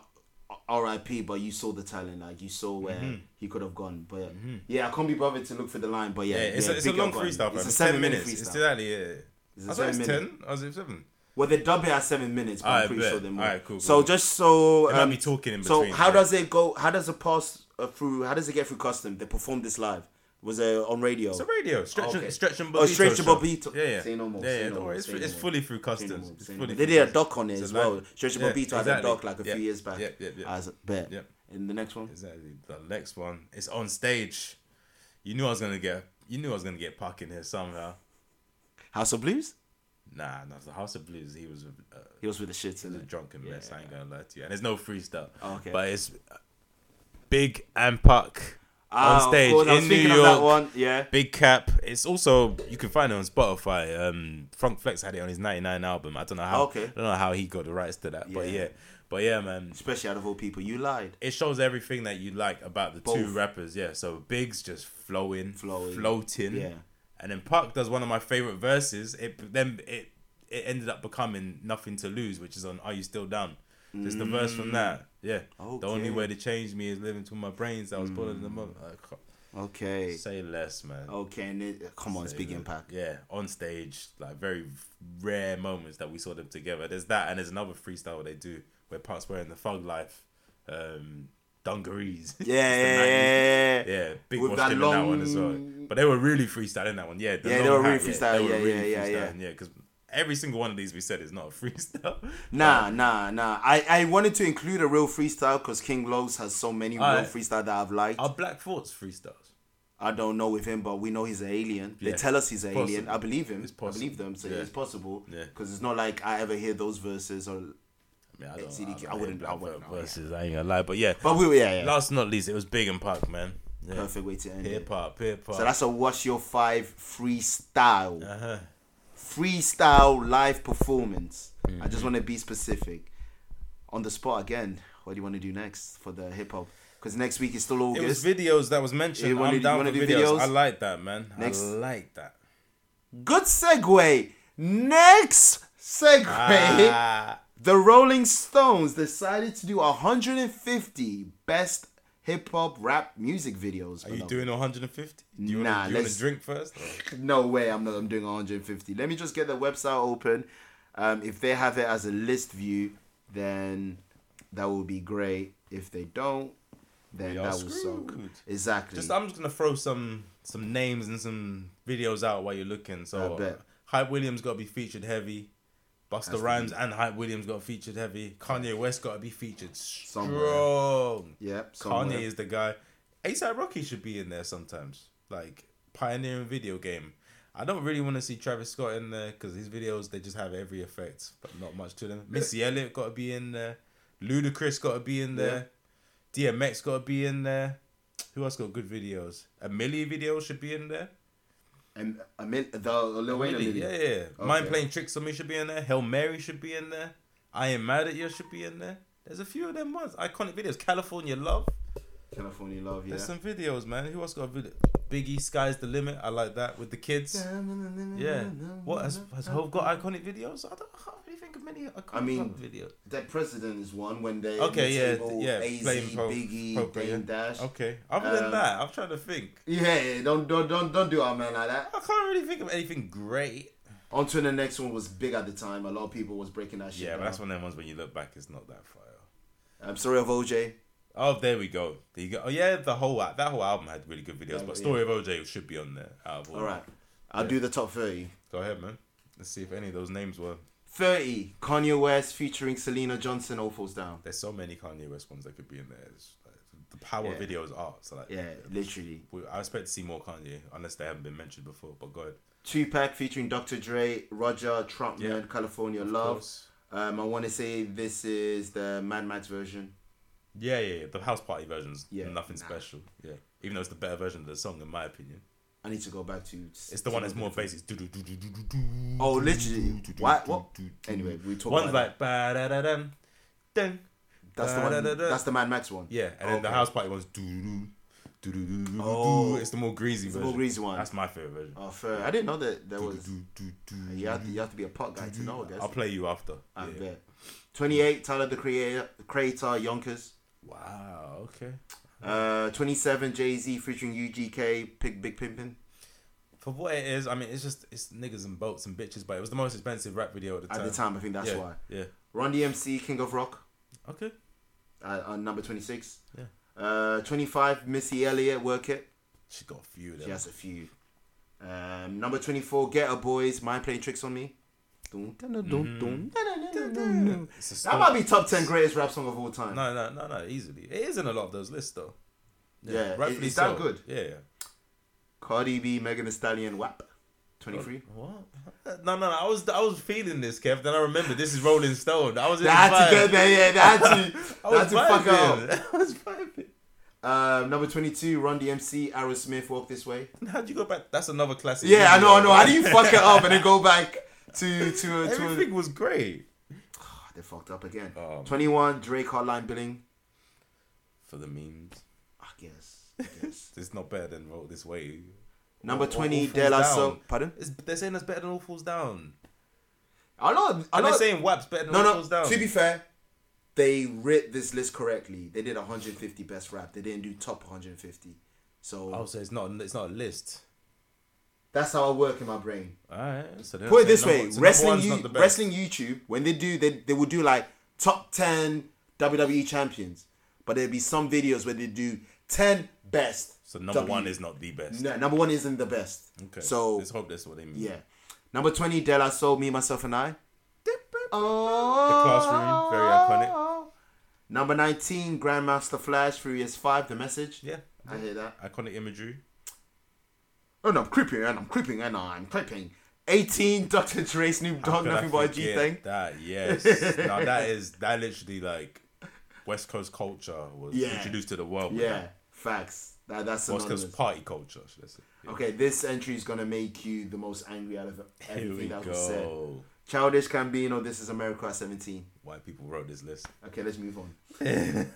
R.I.P. But you saw the talent. Like you saw where Mm-hmm. he could have gone. But yeah, I can't be bothered to look for the line. But yeah, Yeah, it's yeah, a, it's a Big O long got it. freestyle. It's It's a it's seven ten minute minutes. It's freestyle. exactly yeah. It's a I was like, it's seven minute. ten. I was like, seven. Well, they dub it at seven minutes, but I'm Alright, pretty bet. sure they more. Alright, cool, So cool. just so um, They might be talking in So between, how yeah. does it go? How does it pass uh, through? How does it get through custom? They performed this live. Was it on radio? It's a radio. Stretch, Okay. and stretch and Oh, Bobbito. Stretch and show. Bobbito. Yeah, yeah. Say no more, Yeah, say yeah. no don't more, worry. It's, say it's no more. fully through Say no customs. more, It's say no fully more. through They did a customs. doc on it It's as a well. live- Stretch and Yeah, Bobbito had a exactly. doc like a few Yeah, years back. Yeah, yeah, yeah. As bet. Yep. In the next one, Exactly. The next one. It's on stage. You knew I was gonna get. You knew I was gonna get Puck in here somehow. House of Blues. Nah, no, it's the House of Blues. He was a, uh, He was with the shits in a it. drunken mess. I ain't gonna lie to you. And there's no freestyle. Oh, okay. But it's uh, Big and Puck Ah, on of stage course, I was in New thinking of York. that one. Yeah. Big Cap. It's also you can find it on Spotify. Um, Frank Flex had it on his '99 album. I don't know how. Okay. I don't know how he got the rights to that, but Yeah. yeah, but yeah, man. Especially out of all people, you lied. It shows everything that you like about the two Both. rappers. Yeah. So Big's just flowing, Flowing. floating. Yeah. And then Puck does one of my favorite verses. It then it it ended up becoming nothing to lose, which is on Are You Still Down. Just the verse from that. Yeah. The Mm. Okay. Mm. only way to change me is living to my brains. I was born in the moment. Okay. Say less, man. Okay, and it, come on, it's big impact. Yeah, on stage, like very rare moments that we saw them together. There's that, and there's another freestyle they do where Park's wearing the Thug Life um, dungarees. It's the Yeah, yeah, 90s. yeah, yeah. yeah. Big With With that that that one as well. long- But they were really freestyling that one. Yeah, the Yeah, they long were really hat, freestyling. Yeah, yeah, yeah, freestyling, Yeah, because every single one of these we said is not a freestyle. Nah, nah, nah. I, I wanted to include a real freestyle because King Lowe's has so many real Alright. freestyle that I've liked. Are Black Thoughts freestyles? I don't know with him, but we know he's an alien. They Yeah. tell us he's an Possible. alien. I believe him. It's I possible. believe them. So Yeah. it's possible. Yeah. Because it's not like I ever hear those verses or. I mean, I It's don't. CDQ. don't I wouldn't- hear I Black wouldn't Thought know, yeah. Versus, I ain't gonna lie, but yeah. But we, yeah, yeah. Last but not least, it was Big and Park, man. Yeah. Perfect way to end it. Hip hop, hip hop. So that's a What's Your Five freestyle. Uh-huh. Freestyle live performance. I Mm-hmm. just want to be specific. On the spot again, what do you want to do next for the hip hop? Because next week is still It August. was videos that was You mentioned. wanna- I'm you down wanna for do videos. videos? I like that, man. Next. I like that. Good segue. Next segue. Ah, The Rolling Stones decided to do 150 best hip hop rap music videos. are you below. doing 150? Do you Nah, want to let's- drink first? Or- No way, I'm not. I'm doing 150. Let me just get the website open. Um, if they have it as a list view, then that would be great. If they don't, then We are that will suck. screwed. Exactly. Just I'm just gonna throw some some names and some videos out while you're looking. So I bet. Hype Williams got to be featured heavy. Buster to Rhymes and Hype Williams got featured heavy. Kanye West got to be featured strong. Somewhere. Yep, somewhere. Kanye is the guy. ASAP Rocky should be in there sometimes, like pioneering video game. I don't really want to see Travis Scott in there because his videos they just have every effect, but not much to them. Missy Elliott got to be in there. Ludacris got to be in there. DMX got to be in there. Who else got good videos? A Millie video should be in there. and I mean, the Lil Wayne Milli, video. yeah, yeah. Mind playing tricks on me should be in there. Hail Mary should be in there. I am mad at you should be in there. There's a few of them ones. Iconic videos. California Love. California Love. Yeah. There's some videos, man. Who else got a video? Biggie, Sky's the Limit. I like that with the kids. Yeah. What has, has Hove got iconic videos? I, don't, I can't really think of many iconic I mean, videos. Their president is one when they Okay, yeah, table, yeah. AZ, playing pro- Biggie, proper, Dame yeah. Dash. Okay. Other than Um, that, I'm trying to think. Yeah, yeah, don't don't don't don't do our man like that. I can't really think of anything great. On to the next one was big at the time. A lot of people was breaking that shit. Yeah, down. but that's one of them ones when you look back, it's not that fire. I'm sorry of OJ. Oh, there we go. There you go. Oh yeah, the whole al- that whole album had really good videos, Yeah, but yeah. Story of OJ should be on there. Out of all. All right, I'll do the top thirty. Go ahead, man. Let's see if any of those names were. Thirty, Kanye West featuring Selena Johnson, all falls down. There's so many Kanye West ones that could be in there. It's like, the power Yeah. videos are so like Yeah, literally. We- I expect to see more Kanye, unless they haven't been mentioned before. But go ahead. Tupac featuring Dr. Dre, Roger Troutman, Yeah. California Love. course. Um, I want to say this is the Mad Max version. Yeah, yeah, yeah. The house party version's Yeah, nothing nah. special. Yeah, even though it's the better version of the song, in my opinion. I need to go back to. It's the one that's more basic. Do, do, do, do, do, do, do, Oh, do, literally. do, do, Why? do, What? do, do. Anyway, we talk. One's about like ba da da dum, dun. that. that's Uh, the one. ba-da-da-da. That's the Mad Max one. Yeah, and then the Okay. house party one's do do do do do do Oh. do. It's the more greasy the version. more greasy one. That's my favorite version. Oh, fair. I didn't know that there Do, was. do, do, do, do, You have to, you have to be a pot guy to know, I guess. I'll play you after. I Yeah. bet. 28, Tyler the Creator, creator Yonkers. Wow. Okay. Uh, 27, Jay Z featuring UGK, Big Big Pimpin. For what it is, I mean, it's just it's niggas and boats and bitches, but it was the most expensive rap video at the At time. the time, I think that's yeah, why. Yeah. Run DMC, King of Rock, Okay. uh, on number 26. Yeah. Uh, 25, Missy Elliott, Work It. She got a few of She them. has a few. Um, number 24, Get a Boys, Mind Playing Tricks on Me. Dun, dun, Mm-hmm. dun, dun, dun, dun, dun, dun, dun. It's a That song. might be top 10 greatest rap song of all time. No, no, no, no. Easily, it is in a lot of those lists though. yeah, it- Rightfully it's that so. good. Yeah. yeah. Cardi B, Megan Thee Stallion, WAP. 23. What? No, no, no. I was, I was feeling this, Kev. Then I remembered this is Rolling Stone. I was in They had to the get vibe. there, yeah. They had to, I they was had to fuck up. vibing. I was vibing. Um, number 22, Run DMC, Aerosmith, Walk This Way. How'd you go back? That's another classic. Yeah, I know, I know. How do you video. fuck it up and then go back to, to, uh, to Everything was great. Ah, They fucked up again. Oh. 21, Drake, Hotline Billing. For the memes, I guess. I guess. it's not better than Roll This Way. number All- all 20, Falls De La Down. Soul. Pardon? It's, they're saying that's better than All Falls Down. I know. I And know. they're saying WAP's better than no, All no. Falls Down. To be fair, they writ this list correctly. They did 150 best rap. They didn't do top 150. So Oh, so it's not it's not a list. that's how I work in my brain. All right. So they're Put it saying this number- way: so wrestling, number one's you, not the best. wrestling YouTube. When they do, they they will do like top ten WWE champions, but there'll be some videos where they do ten best. So number W- one is not the best. no, number one isn't the best. Okay. So let's hope that's what they mean. yeah, number twenty, De La Soul, Me, Myself, and I. The classroom, very iconic. Number nineteen, Grandmaster Flash, Furious Five, The Message. Yeah. I hear that. Iconic imagery. Oh no, I'm creeping and I'm creeping and I'm creeping. 18, Dr. Dre, Snoop Dogg, Could I nothing but a G forget thing. That yes. now that is that literally like West Coast culture was Yeah. introduced to the world. with Yeah, that. facts. That, that's West synonymous. Coast party culture. Should I say? Yeah. Okay, this entry is gonna make you the most angry out of Here we everything that was said. go. Childish Cambino, This Is America at 17. White people wrote this list. Okay, let's move on.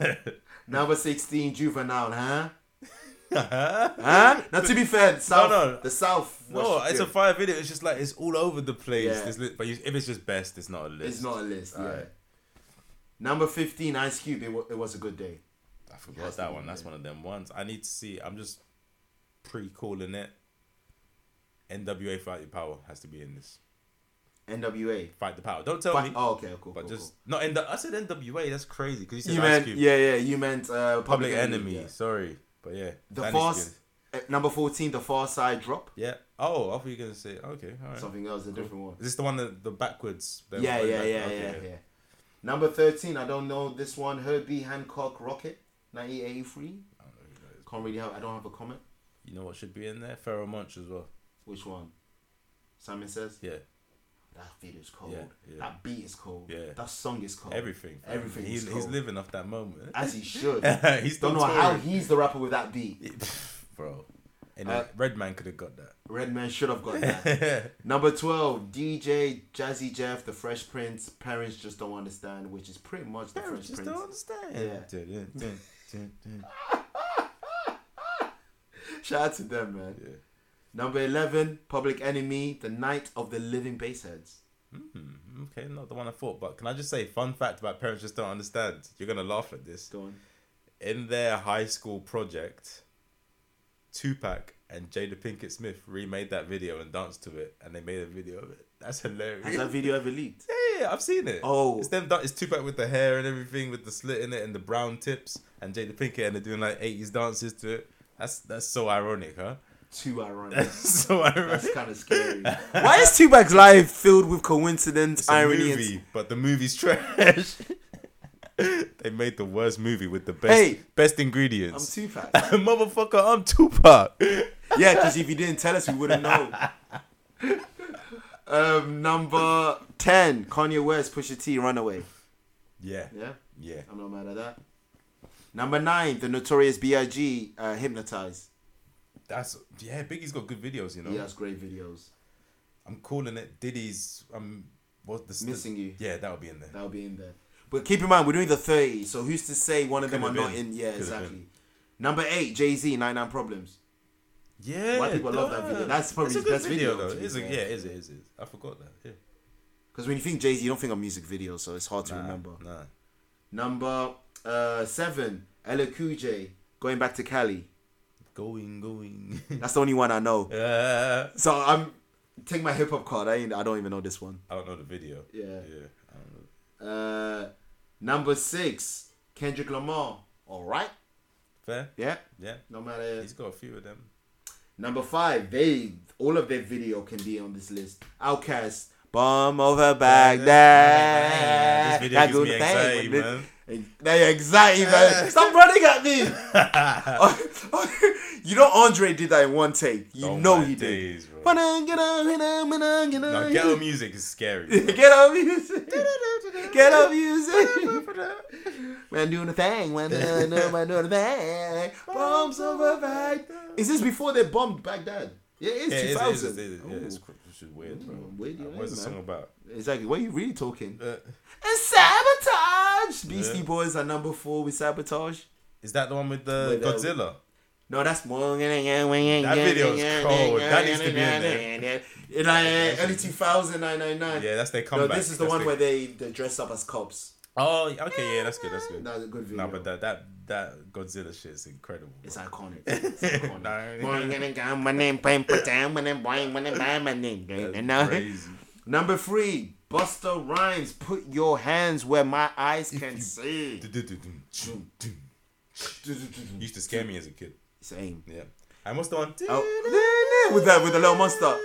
Number 16, Juvenile, huh? huh? Now, to be fair, the South, no. the South. was No, it's a good. fire video. It's just like it's all over the place. Yeah. This li- but you, if it's just best, it's not a list. It's not a list. Yeah. Alright. Number 15, Ice Cube. It, wa- it was a good day. I forgot that one. That's one of them ones. I need to see. I'm just pre-calling it. NWA Fight the Power has to be in this. NWA. Fight the Power. Don't tell Fi- me. oh, okay, cool. But cool, just not in the. I said NWA. That's crazy because you cool. said you Ice meant Cube. yeah, yeah. You meant uh, Public Enemy. yeah. Sorry, but yeah. The that needs to far be s- uh, number 14, the Far Side Drop. in. Yeah. Oh, I thought you were gonna say okay. All right. Something else, a different one. Is this the one that the backwards? the Yeah, one yeah, back- yeah, okay, yeah, yeah. Number 13, I don't know this one. Herbie Hancock Rocket, 1983. I don't know who that is. Can't really have. I don't have a comment. You know what should be in there? Pharaoh Monch as well. Which one? Simon says Yeah. that video's cold. Yeah, yeah. That beat is cold. Yeah. That song is cold. Everything. fam. Everything. He's, is he's cold. living off that moment. as he should. he's still Don't know how touring. he's the rapper with that beat. Bro. And uh, Redman could have got Redman should have got that. that. Number 12, DJ Jazzy Jeff, The Fresh Prince, Parents Just Don't Understand, which is pretty much The Fresh just Prince. don't understand. Yeah. Dun, dun, dun, dun, dun. Shout out to them, man. Yeah. Number 11, Public Enemy, The Night of the Living Bassheads. Mm, okay, not the one I thought, but can I just say, fun fact about parents just don't understand? You're gonna laugh at this. Go on. In their high school project, Tupac and Jada Pinkett Smith remade that video and danced to it, and they made a video of it. That's hilarious. Has that video ever leaked? Yeah, yeah, I've seen it. Oh. it's them. dan- It's Tupac with the hair and everything, with the slit in it and the brown tips, and Jada Pinkett, and they're doing like '80s dances to it. That's that's so ironic, huh? Too ironic. so ironic. That's kind of scary. Why is Tupac's life filled with coincidence, It's a movie, but the movie's trash. they made the worst movie with the best Hey. best I'm ingredients. Tupac. Motherfucker, I'm Tupac. yeah, because if you didn't tell us, we wouldn't know. um, number 10, Kanye West, Pusha T, Runaway. Yeah, Yeah, yeah. I'm not mad at that. Number 9, The Notorious B.I.G., uh, Hypnotize. That's yeah. Biggie's got good videos, you know. He has great videos. I'm calling it Diddy's. Um, what the Missing You. Yeah, that'll be in there. That'll be in there. But keep in mind, we're doing the 30, so who's to say one of them are Could've not been. in? Yeah, Could've exactly. been. Number 8, Jay Z, 99 Problems. Yeah, Why people love that video? That's probably it's a his good best video, though. to be It's a, yeah, fair. it is, it is, it is. I forgot that. Yeah. Because when you think Jay Z, you don't think of music videos, so it's hard to Nah, remember. Nah. Number uh, 7, Ella Cool J, Going Back to Cali. Going, going. That's the only one I know. uh, So I'm take my hip hop card. I ain't, I don't even know this one. I don't know the video. Yeah. Yeah. I don't know. Uh, number six, Kendrick Lamar. All right. Fair. Yeah. Yeah. No matter. He's got a few of them. Number five, they all of their video can be on this list. Outcast. Bomb over Baghdad. This video That gives good me thing. anxiety, man. They're anxiety, man. Stop running at me. you know Andre did that in one take. You Oh know my he did. days, bro. No, Get ghetto music is scary. bro. Get up music. Get up music. We're doing a thing. We're doing, we're doing a thing. Bombs over Baghdad. Is this before they bombed Baghdad? Yeah, it is Yeah, it is, it is, 2000. it is, yeah, it's Ooh. cr- it's just weird, bro. Mm, weird, Uh, yeah, What's the man. song about? Exactly. What are you really talking? Uh, And sabotage. Beastie Yeah. Boys are number four with sabotage. is that the one with the With, uh, Godzilla? No, that's one. That That video is cold. That needs to be in there. In uh, early 2000, 999. Yeah, that's their No, comeback. this is the That's one their- where they, they dress up as cops. Oh, okay, yeah, that's good. That's good. That was a good No, video. but that that that Godzilla shit is incredible. It's iconic. It's iconic. No. That's Crazy. Number three, Buster Rhymes, put your hands where my eyes can see. Used to scare me as a kid. Same. Yeah. And what's the one? Oh, with that, with the little monster.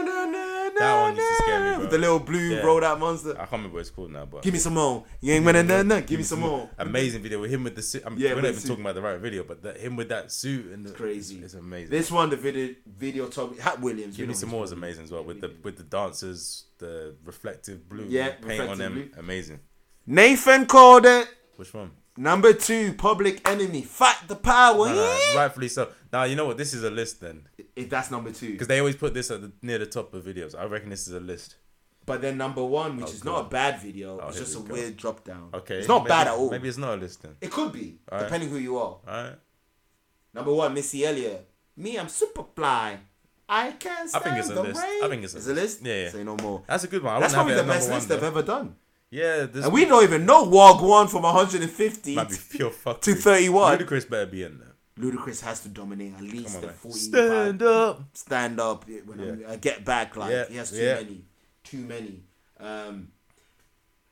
That one used to scare me, With the bro. little blue Yeah. rolled out monster. I can't remember what it's called now, but Give me some more. You ain't winning nothing. Give me some more. Amazing video with him with the suit. I'm, Yeah, with we're not the even suit. talking about the right video, but that him with that suit and the, Crazy. It's amazing. This one, the video, video topic, Hat Williams. Give you me know some him. more is amazing as well with the with the dancers, the reflective blue Yeah, paint on reflective them. blue. Amazing. Nathan called it. Which one? Number two, Public Enemy, Fight the Power. No, no, yeah. rightfully so. Now you know what? This is a list then, If that's number two. because they always put this at the, near the top of videos. I reckon this is a list. But then number one, which is not God. a bad video, it's Oh, here just a we go. weird drop down. Okay, It's not maybe- bad at all. Maybe it's not a list then. It could be, Alright. depending who you are. All right. Number one, Missy Elliott. Me, I'm super fly. I can't I stand think it's a the list. rain. I think it's a It's a list? Yeah, yeah. Say no more. That's a good one. I That's wouldn't probably have it the at best number list one, they've ever done. though. Yeah, this And we don't even know Wog won from 150 might be pure fuck. to 31. Ludacris better be in there. Ludacris has to dominate at least Come on, the man. 40. Stand up. Stand up. yeah, When I'm- I get back, like Yeah, he has too yeah. many, too many. Um,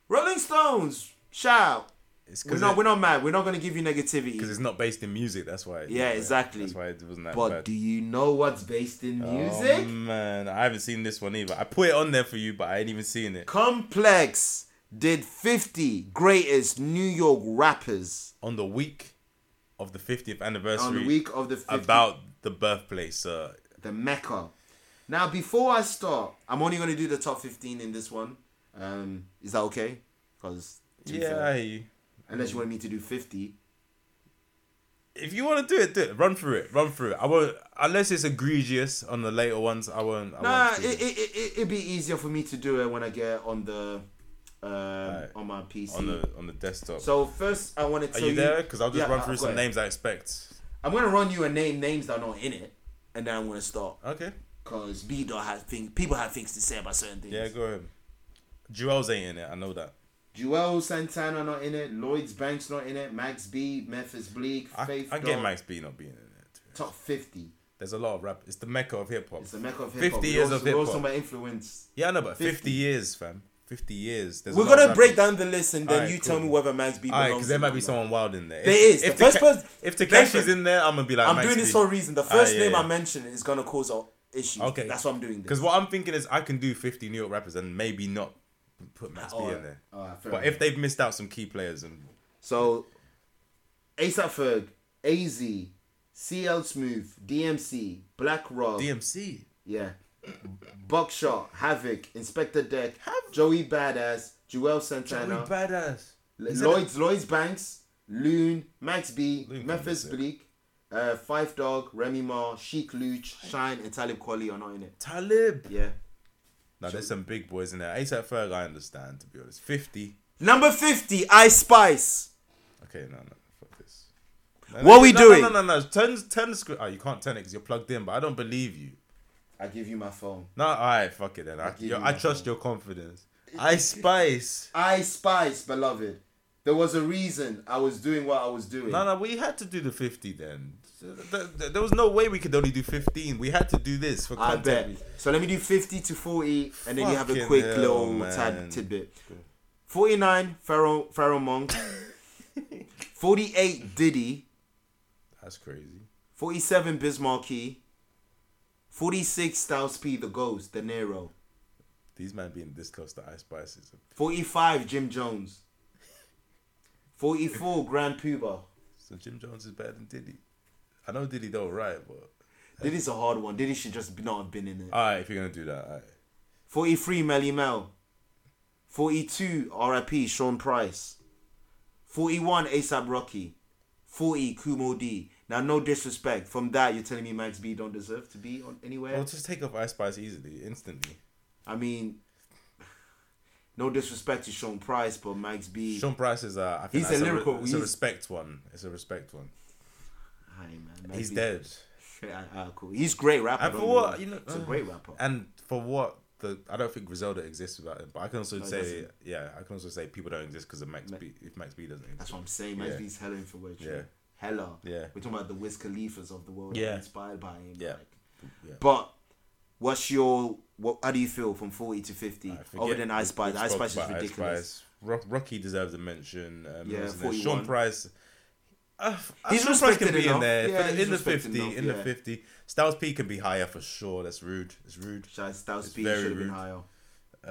Rolling Stones, shout. It's We're because not, it, we're not mad. We're not gonna give you negativity. 'cause it's not based in music. That's why. Yeah, exactly. That's why it wasn't that But bad. do you know what's based in music? Oh, man, I haven't seen this one either. I put it on there for you, but I ain't even seen it. Complex did 50 greatest New York rappers On the week of the 50th anniversary, on the week of the 50, about the birthplace. Uh, the Mecca. Now, before I start, I'm only gonna do the top 15 in this one. Um, is that okay? Because yeah, I hear you. unless you want me to do 50, if you want to do it, do it. Run through it. Run through it. I won't unless it's egregious on the later ones. I won't. I Nah, won't it, do it, it, it, it'd be easier for me to do it when I get on the um, on my PC. on the on the desktop. so first, I want to Are tell you there? Because I'll just Yeah, uh, run I- through I've some got it. names I expect. I'm gonna run you a name names that are not in it, and then I'm gonna stop Okay. because B dot has thing people have things to say about certain things. Yeah, go ahead. Jewels ain't in it. I know that. Joel Santana not in it. Lloyd's Banks not in it. Max B, Memphis Bleak, I, Faith. I get Dog, Max B not being in it. Top fifty. There's a lot of rap. It's the mecca of hip hop. It's the mecca of hip hop. 50 years of hip Also, hop. my influence. Yeah, I know, but 50, 50 years, fam. 50 years. There's a We're lot of gonna rap- break down the list and then Alright, you cool. tell me whether Max B belongs. Alright, because there in might or be not. someone wild in there. There is. If The first Taka- person- If Takashi's Listen. in there, I'm gonna be like. I'm doing this for a reason. The first name I mentioned. mention is gonna cause an issue. Okay. Okay, that's why I'm doing Because this. what I'm thinking is I can do 50 New York rappers and maybe not put Max B Alright, in there. alright, fair but enough. if they've missed out some key players and So, ASAP Ferg, AZ, CL Smooth, DMC, Black Rob, DMC, yeah, Buckshot, Havoc, Inspector Deck, Joey Badass, Joel Santana, badass. L- Lloyd's Lloyd's Banks, Loon, Max B, Loon can Memphis be sick. Bleak, uh, Five Dog, Remy Ma, Chic Luch, Shine, and Talib Kweli are not in it. Talib. Yeah. No, there's some big boys in there. ASAP Ferg, I understand to be honest. 50. Number fifty, Ice Spice. Okay, no, no, fuck this. What we no, doing? No, no, no, no. Turn, turn the screen. Oh, you can't turn it because you're plugged in. But I don't believe you. I give you my phone. No, all right, fuck it then. I, give yo, you I my trust your confidence. I spice. I spice, beloved. There was a reason I was doing what I was doing. No, no, we had to do the fifty then. There, there- there was no way we could only do fifteen. We had to do this for I bet. content. So let me do 50 to 40, and then you have a Fucking quick hell, little man. tad tidbit. 49, Pharaoh, Pharaoh Monk. 48, Diddy. That's crazy. 47, Bismarcky. 46, Styles P, The Ghost, De Niro. These men being this close to Ice Spice is 45, Jim Jones. 44, Grand Puba. so Jim Jones is better than Diddy. I know Diddy don't write, but Diddy's a hard one. Diddy should just not have been in it. alright, if you're gonna do that, alright. 43 Melly Mel. 42 RIP Sean Price. 41 ASAP Rocky. 40 Kumo D. Now no disrespect. From that you're telling me Max B don't deserve to be on Well, anywhere. just take off Ice Spice easily, instantly. I mean no disrespect to Sean Price, but Max B Sean Price is uh, I think He's that's a re- lyrical- it's a he's- respect one. It's a respect one. Aye, man, Max He's B- dead. Ah, ah, cool. He's great rapper. And don't get for me what wrong. you know, uh. He's a great rapper. And for what the I don't think Griselda exists without him. But I can also No, it say doesn't. yeah, I can also say people don't exist because of Max Ma- B. If Max B doesn't That's exist, what I'm saying. Max Yeah. B's hella influential. Yeah. Hella. Yeah. We're talking about the Wiz Khalifas of the world. Yeah. Yeah. Inspired by him. Yeah. like. Yeah. But what's your what? How do you feel from forty to fifty? I forget- Other than Oh, Ice we- Spice, we Ice spoke Spice is about Ice ridiculous. Spice. Ro- Rocky deserves a mention. Um, Yeah, yeah, Sean 41. Price. Uh, He's Sean Price can respected be in enough. Yeah, there for the, he's in the respected fifty. enough, in the yeah. fifty, Styles P can be higher for sure. That's rude. It's rude. Shout Styles It's P very should have been rude. higher.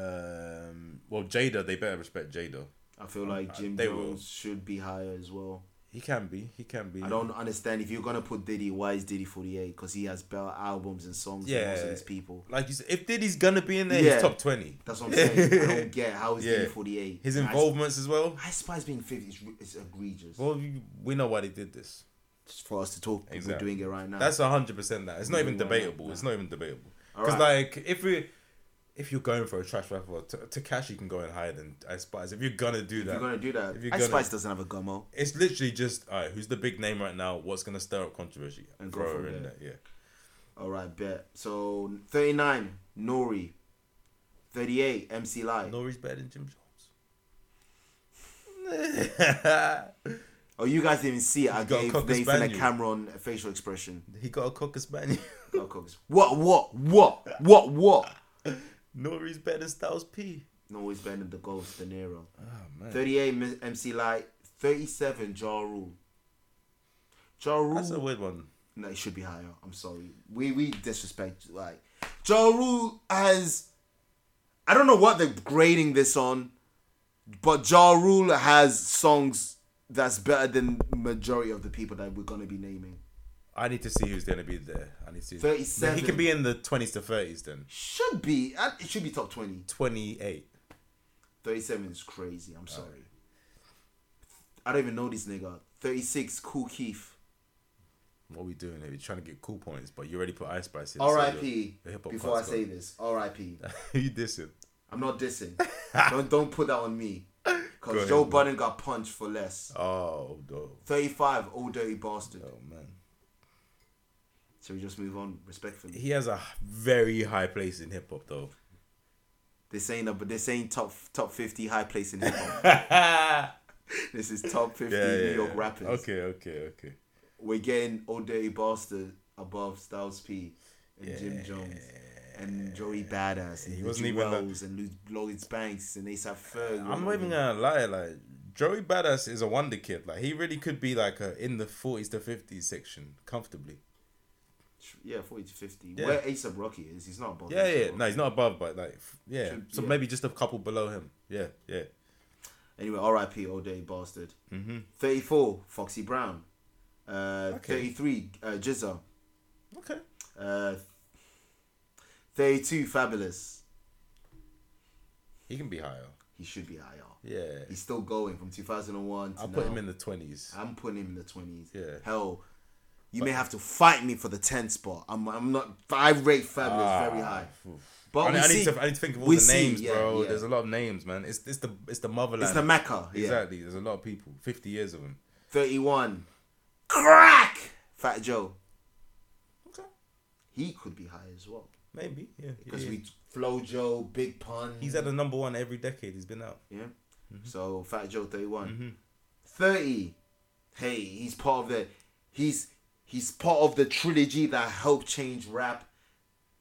Um, well, Jada, they better respect Jada. I feel like Jim they will. Jones should be higher as well. He can be. He can be. I don't understand if you're gonna put Diddy. Why is Diddy forty eight? Because he has better albums and songs than most of Yeah. these people. like you said. If Diddy's gonna be in there, Yeah. he's top twenty. That's what I'm saying. I don't get how is Yeah. Diddy forty eight. His involvements as well. Ice Spice being fifty is, is egregious. Well, you, we know why they did this. Just for us to talk, Exactly. we're doing it right now. That's hundred percent that. It's not even Yeah, debatable. nah. It's not even debatable. All Because right. like if we if you're going for a trash rapper, T- Takashi can go and hide and I spice. If you're gonna do that, if you're gonna do that. if you're Ice gonna- Spice doesn't have a gummo. it's literally just all right. Who's the big name right now? What's gonna stir up controversy? And And go throw from her in there. there. Yeah. All right, bet. So 39, Nori. 38, MC Light. Nori's better than Jim Jones. Oh, you guys didn't even see it. I got a gave Cocker Nathan a Spaniel. Cameron a facial expression. he got a cocker spaniel. Got a Cocker- what, what, what, what, what? Nori's better than Styles P. Nori's better than the Ghost, De Niro. Oh man. 38, M- MC Light. 37, Ja Rule. Ja That's a Rule. weird one. No, it should be higher. I'm sorry. We we disrespect like Ja Rule has I don't know what they're grading this on, but Ja Rule has songs that's better than majority of the people that we're gonna be naming. I need to see who's gonna be there. I need to see. 37. He can be in the twenties to thirties then. Should be uh, it should be top 20. Twenty eight. 37 is crazy, I'm sorry. I don't even know this nigga. 36, Cool Keith. What we doing here? We're trying to get cool points, but you already put Ice Spice in. so R.I.P. your- your hip-hop Before I fans say got- this, R.I.P. you dissing. I'm not dissing. don't don't put that on me. Go Cause ahead, Joe man. Budden got punched for less. Oh, no. 35, old dirty bastard. oh man. So we just move on respectfully. He has a very high place in hip hop though. They're saying that, but they're saying top top 50 high place in hip hop. yeah, this is top 50 yeah, New yeah. York rappers. Okay, okay, okay. We're getting old dirty bastard above Styles P and Jim Jones. And Joey Badass and He he wasn't wasn't even that- Wells and Lu- Lloyd Banks and Aesop Ferg. I'm not even gonna lie, like Joey Badass is a wonder kid. Like he really could be like a, in the 40s to 50s section comfortably. yeah, forty to fifty. Yeah. Where Aesop Rocky is, he's not above. Yeah, A$AP yeah. Rocky. No, he's not above, but like f- yeah. Should- So yeah. maybe just a couple below him. Yeah, yeah. Anyway, R.I.P. All Day Bastard. Mm-hmm. 34, Foxy Brown. Uh, Okay. 33, uh, Jizza. Okay. Uh, 32, Fabulous. He can be higher. He should be higher. Yeah. He's still going from 2001 to I'll now. put him in the 20s. I'm putting him in the 20s. Yeah. Hell, you may have to fight me for the 10th spot. I'm, I'm not. I rate Fabulous Ah, very high. But I, we I see- need to, I need to think of all we the see, names, yeah, bro. yeah. There's a lot of names, man. It's it's the it's the motherland. It's the Mecca. Yeah. Exactly. There's a lot of people. Fifty years of them. 31, Crack! Fat Joe. Okay. He could be high as well. Maybe. Yeah. Because yeah. we Flo Joe, Big Pun. He's at a number one every decade. He's been out. Yeah. Mm-hmm. So Fat Joe 31. 30. Hey, he's part of the he's he's part of the trilogy that helped change rap.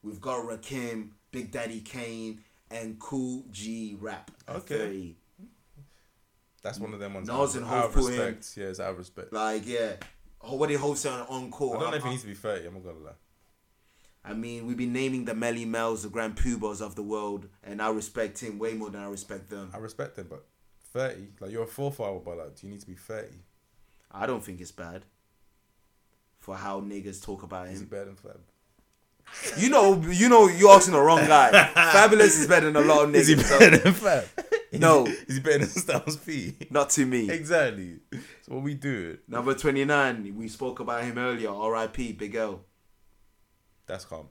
We've got Rakim, Big Daddy Kane, and Cool G Rap. at Okay. 30. That's one of them ones. Nas and out Hope of for him. respect. Yeah, it's out of respect. Like, yeah. Oh, What did Hope say on Encore? I don't know if I, he needs to be thirty. I'm not gonna lie. I mean, we've been naming the Melly Mels, the Grand Poobahs of the world, and I respect him way more than I respect them. I respect him, but thirty. Like you're a fourth hour, but like, do you need to be thirty? I don't think it's bad for how niggas talk about Is him. he better than Fab? You know, you know, you're asking the wrong guy. Fabulous is better than a lot of niggas. Is he so- better than Fab? No. Is he, is he better than Styles P? not to me. Exactly. So what we do? Number twenty nine. We spoke about him earlier. R.I.P. Big L. That's calm.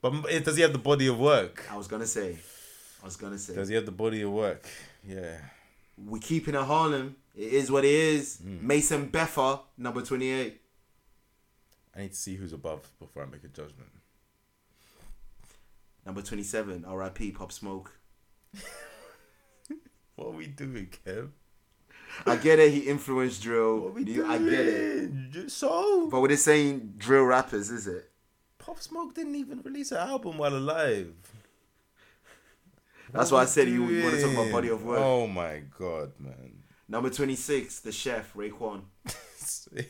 But m- it- does he have the body of work? I was gonna say. I was gonna say. Does he have the body of work? Yeah. We're keeping it Harlem. It is what it is. Hmm. Mason Beffer, number twenty eight. I need to see who's above before I make a judgment. Number 27, RIP Pop Smoke. What are we doing, Kev? I get it, he influenced drill. What are we New- doing? I get it. Just so But we're just saying drill rappers, is it? Pop Smoke didn't even release an album while alive. That's why I said you, want to talk about body of work. Oh my god, man! Number 26, The Chef, Raekwon.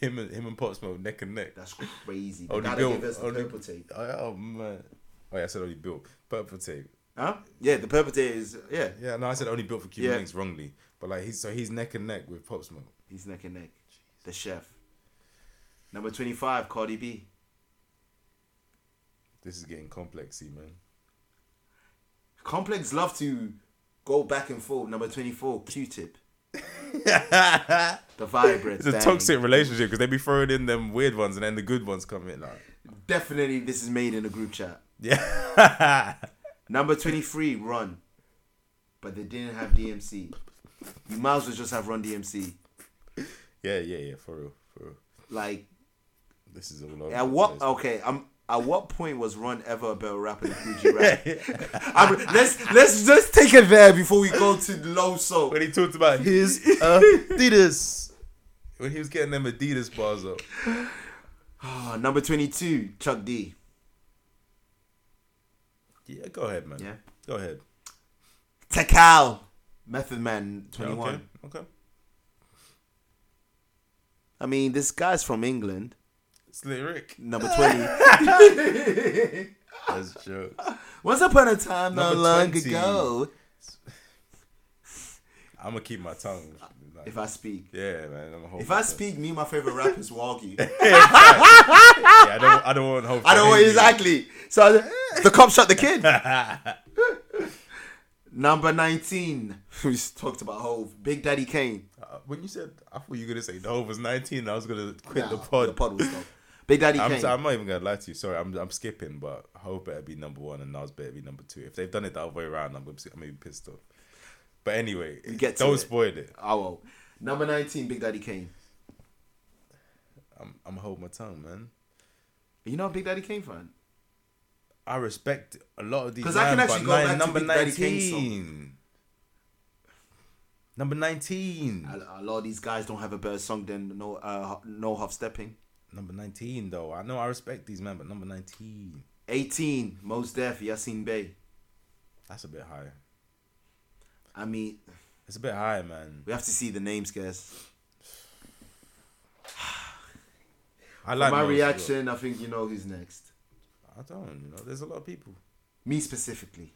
him and him and Pop Smoke neck and neck. That's crazy. They Only gotta Bill- give us the Oh, only- purple tape. Oh, oh, man! Oh yeah, I said only built purple tape. Huh? Yeah, the purple tape is, yeah, Yeah, no, I said only built for Cuban Yeah. links wrongly, but like he's so he's neck and neck with Pop Smoke. he's neck and neck. The Chef. Number 25, Cardi B. This is getting complexy, man. Complex love to go back and forth. Number 24, Q-Tip. the vibrant. It's a bang. toxic relationship because they be throwing in them weird ones and then the good ones come in. Like, Definitely this is made in a group chat. yeah. Number 23, Run. But they didn't have DMC. You might as well just have Run DMC. yeah, yeah, yeah, for real, for real. Like, This is all over. at the what... place. Okay, I'm... At what point was Run ever a better rapper than Fuji Rap? I mean, let's let's just take it there before we go to low soul. When he talked about his Adidas, when he was getting them Adidas bars up. Ah, number twenty two, Chuck D. Yeah, go ahead, man. Yeah. go ahead. Takal, Method Man Yeah, twenty one. Okay, okay. I mean, this guy's from England. It's lyric. Number 20. That's jokes. Once upon a time, no Number long 20. ago. I'm gonna keep my tongue. Like, If I speak. yeah, man. I'm a whole If I person. speak, me and my favorite rappers will argue. yeah, I don't, I don't want hope. I don't want exactly. So I- eh. the cop shot the kid. Number 19. Who's talked about Hove? Big Daddy Kane. Uh, When you said, I thought you were gonna say the whole was 19. and I was gonna quit Nah, the pod. The pod was stopped. Big Daddy I'm, Kane. so- I'm not even gonna lie to you. Sorry, I'm, I'm skipping, but Hope better be number one and Nas better be number two. If they've done it the other way around, I'm gonna be, I'm gonna be pissed off. But anyway, get to don't it. spoil it. oh, well. Number 19, Big Daddy Kane. I'm I'm holding my tongue, man. You know a Big Daddy Kane fan? I respect a lot of these. 'Cause I can man, but actually go nine- back to number Big Daddy King's song. nineteen. Number nineteen. A, a lot of these guys don't have a better song than No uh, No Half Stepping. Number nineteen, though. I know I respect these men, but number nineteen. 18, Most Def, Yasin Bey. That's a bit high. I mean, It's a bit high, man. we have to see the names, guys. I By like my most, reaction, I think you know who's next. but I don't. You know, there's a lot of people. Me specifically.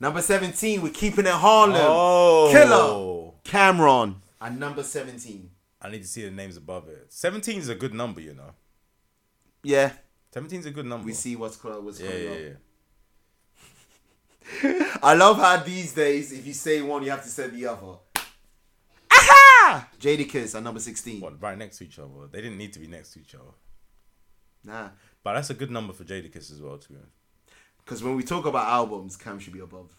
Number 17, we're keeping it Harlem. Oh. Killer. Cameron. And number 17. I need to see the names above it. 17 is a good number, you know. Yeah, 17 is a good number. we see what's, clo- what's Yeah, coming yeah, up. yeah. I love how these days, if you say one, you have to say the other. Aha! Jadakiss at number 16. What, right next to each other? They didn't need to be next to each other. Nah. But that's a good number for Jadakiss as well, to be honest. Because when we talk about albums, Cam should be above.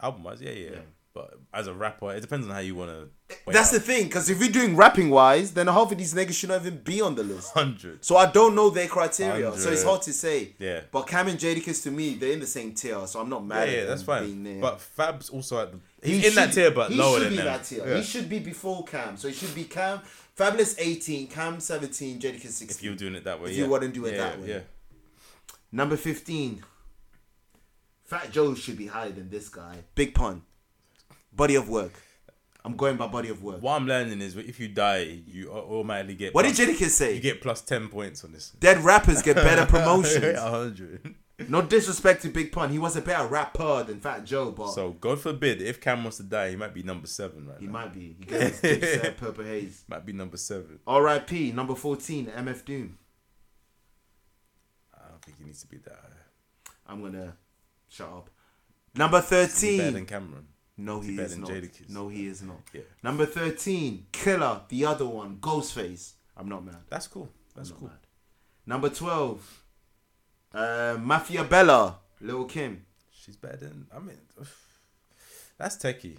Album wise, yeah, yeah, Yeah. But as a rapper, it depends on how you want to. That's the thing, because if you're doing rapping wise, then half of these niggas should not even be on the list. 100. So I don't know their criteria, so it's Hundred. hard to say. Yeah. But Cam and Jadakiss to me, they're in the same tier, so I'm not Yeah, mad. at yeah, them that's being there. fine. But Fab's also at the. He He's in that should- tier, but he lower should than be them. that tier. Yeah. He should be before Cam, so he should be Cam, Fabulous 18, Cam 17, Jadakiss 16. If you're doing it that way, If yeah. you wouldn't do it Yeah, that yeah, way. Yeah. Number 15. Fat Joe should be higher than this guy. Big pun. Body of work. I'm going by body of work. What I'm learning is if you die, you automatically get. What did plus- Jadakiss You say? get plus 10 points on this. Dead rappers get better promotions. 100. No disrespect to Big Pun. He was a better rapper than Fat Joe, but So God forbid if Cam wants to die, he might be number seven right he now. Might. might be. He gets Dipset, Purple Haze. be number seven. R.I.P. Number 14, MF Doom. I don't think he needs to be that high. I'm going to shut up. Number He's better than 13. Cameron. No, he better is than not. Jadakiss. No, he is not. Yeah. Number 13, Killer, the other one, Ghostface. I'm not mad. That's cool. That's Not cool. bad. Number 12, uh, Mafia Bella, Lil Kim. She's better than I mean that's techie.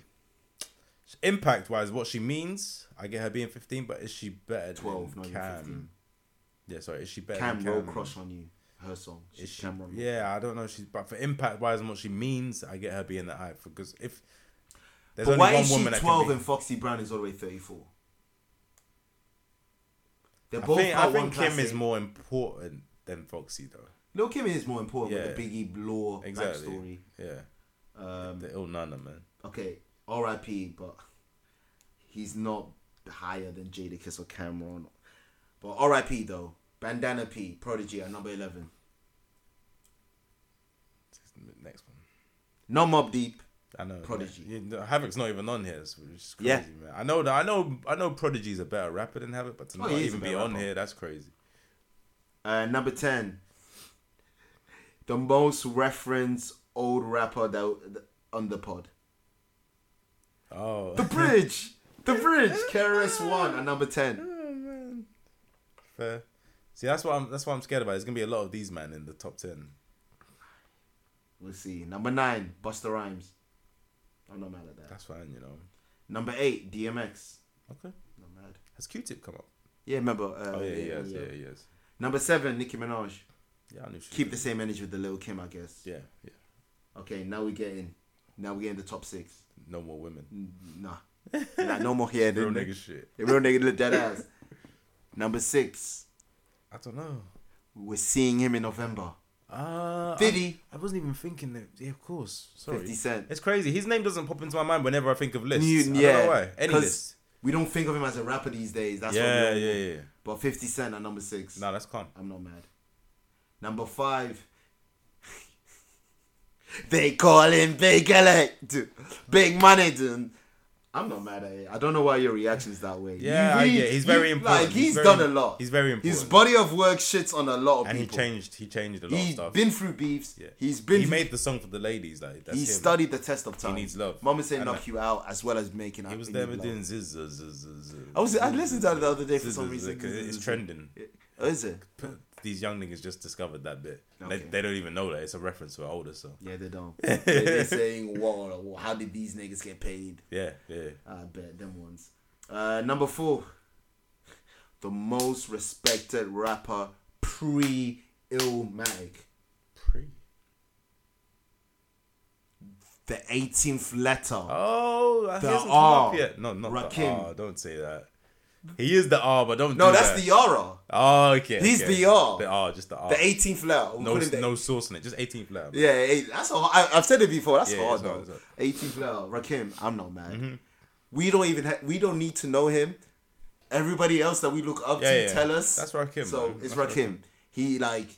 Impact wise, what she means, I get her being fifteen, but is she better 12, than not even Cam? 15. Yeah, sorry, is she better Cam than roll Cam? crush on you. her song. She's Is she- Cameron. Moore. Yeah, I don't know. if She's but for impact wise and what she means, I get her being that hype because if there's But only why one is she woman that can twelve be- and Foxy Brown is already thirty four? They're I both. think, got I one think Kim is classic. more important than Foxy though. No, Kim is more important with the Yeah. Biggie Blore Exactly. Yeah, backstory. Um, they're all nana man. okay, R.I.P. But he's not higher than Jada Kiss or Cameron. But R.I.P. though, Bandana P, Prodigy at number eleven. Next one. No Mob Deep. I know. Prodigy. Yeah, no, Havoc's not even on here, so it's crazy, Yeah. man. I know that. I know. I know. Prodigy's a better rapper than Havoc, but to Oh, not he is a even be better on rapper. here, that's crazy. Uh, number ten, the most referenced old rapper that on the pod. Oh, The bridge, the bridge. KRS One at number ten. Oh, man. Fair. See, that's what I'm. That's what I'm scared about. There's gonna be a lot of these men in the top ten. We'll see. Number nine, Buster Rhymes. I'm not mad at that. That's fine, you know. Number eight, DMX. Okay. Not mad. Has Q-Tip come up? Yeah, remember. Uh, Oh yeah, yeah, yes, yeah. yeah, yes. Number seven, Nicki Minaj. Yeah, I knew she. Keep the same energy with the Lil Kim, I guess. Yeah, yeah. Okay, now we get in. Now we get in the top six. No more women. N- Nah, nah no more here. Real then. nigga shit. The real nigga, the dead ass. Number six, I don't know. we're seeing him in November. Uh, Did I- he? I wasn't even thinking that. Yeah, of course. Sorry. 50 Cent. It's crazy. His name doesn't pop into my mind whenever I think of lists. You- I don't know why. Any 'cause list. We don't think of him as a rapper these days. That's Yeah, what we yeah, don't- yeah. But 50 Cent at number six. No, that's calm. I'm not mad. Number five. they call him Big Elect. Big Money. dude. I'm not mad at it. I don't know why your reaction's that way. Yeah, You I really- get it. He's very you- important. Like, He's he's very- done a lot. he's very His important. body of work shits on a lot of And he people. changed. He changed a lot He's of stuff. been through beefs. yeah. He's been. He made the song for the ladies. Like that's he him. studied the test of time. needs love. Mama said And knock you out as well as making out. He was in there your with love. doing zzz, zzz, zzz, zzz. I was. I listened to that the other day for Zzz, some zzz, reason. 'cause It's trending. Oh, is it? These young niggas just discovered that bit. They, Okay. they don't even know that it's a reference to an older song. Yeah, they don't. they, they're saying, "Whoa, whoa, how did these niggas get paid?" Yeah, yeah. I bet them ones. Uh, number four, the most respected rapper pre Illmatic, Pre. the 18th letter. Oh, that The hasn't come R. up yet. No, not Rakim. the R. Don't say that. He is the R, but don't. no, do that's that. the Yara. Oh, okay. He's okay. the R. The R, just the R. The 18th letter. We're Oh. no, calling the- no sauce in it. Just 18th letter. Yeah, eight, that's all. I, I've said it before. That's Yeah, yeah, hard it's hard, though. it's hard. Mm-hmm. 18th letter, Rakim. I'm not mad. We don't even. Ha- we don't need to know him. Everybody else that we look up Yeah, to yeah. tell us. That's Rakim, So man. it's That's Rakim. He like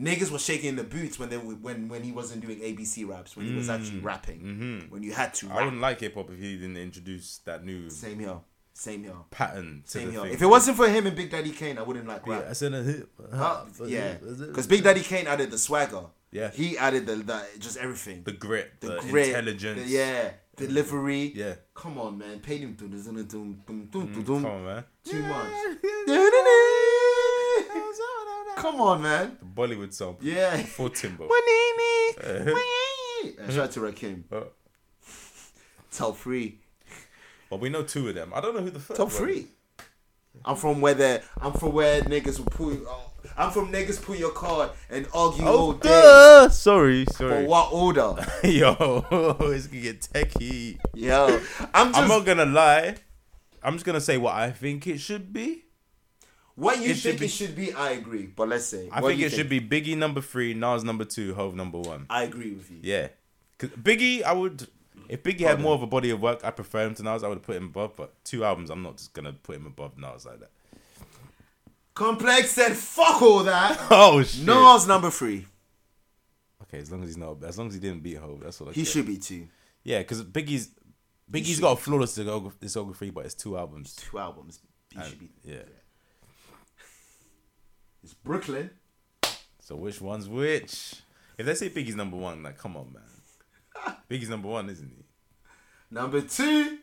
niggas was shaking the boots when they were- when when he wasn't doing ABC raps when he was actually rapping when you had to Mm, mm-hmm. I rap. wouldn't like hip hop if he didn't introduce that new Same here. Same here. pattern to Same the here. thing. If it wasn't for him and Big Daddy Kane, I wouldn't like yeah, rap. I said a hip. Uh, hop, yeah, is it- because Big Daddy Kane added the swagger. Yeah. he added the, the just everything. the grit, the, intelligence. the- yeah, delivery. Yeah. Mm, Come on, man. Pay them dun- dun- dun- dun- dun- dun- dun- Come dun. on, man. Too much. The Come on, man. Bollywood song. Yeah. For Timbo. My name is. my- Uh, Shout out to Rakim. Uh, Top three. But we know two of them. I don't know who the first Top one three. is. I'm from where the I'm from where niggas will pull. You, oh, I'm from niggas pull your card and argue all Oh, day. duh. Sorry, For sorry. what order? Yo, it's gonna get techie. Yo, I'm just I'm not gonna lie. I'm just gonna say what I think it should be. what you it should think be- it should be. I agree, but let's say I what think you it should be Biggie number three, Nas number two, Hove number one. I agree with you. Yeah, 'Cause Biggie, I would. If Biggie had more of a body of work, I prefer him to Nas. I would put him above, but two albums, I'm not just gonna put him above Nas like that. Complex said, "Fuck all that." Oh shit. Nas number three. Okay, as long as he's not, as long as he didn't beat Hove, that's all. I He care. should be two. Yeah, because Biggie's Biggie's got a flawless discograph- discography, but it's two albums. Two albums. He Oh. should be. Yeah. It's Brooklyn. So which one's which? If they say Biggie's number one, like come on, man. Biggie's number one, isn't he? Number two.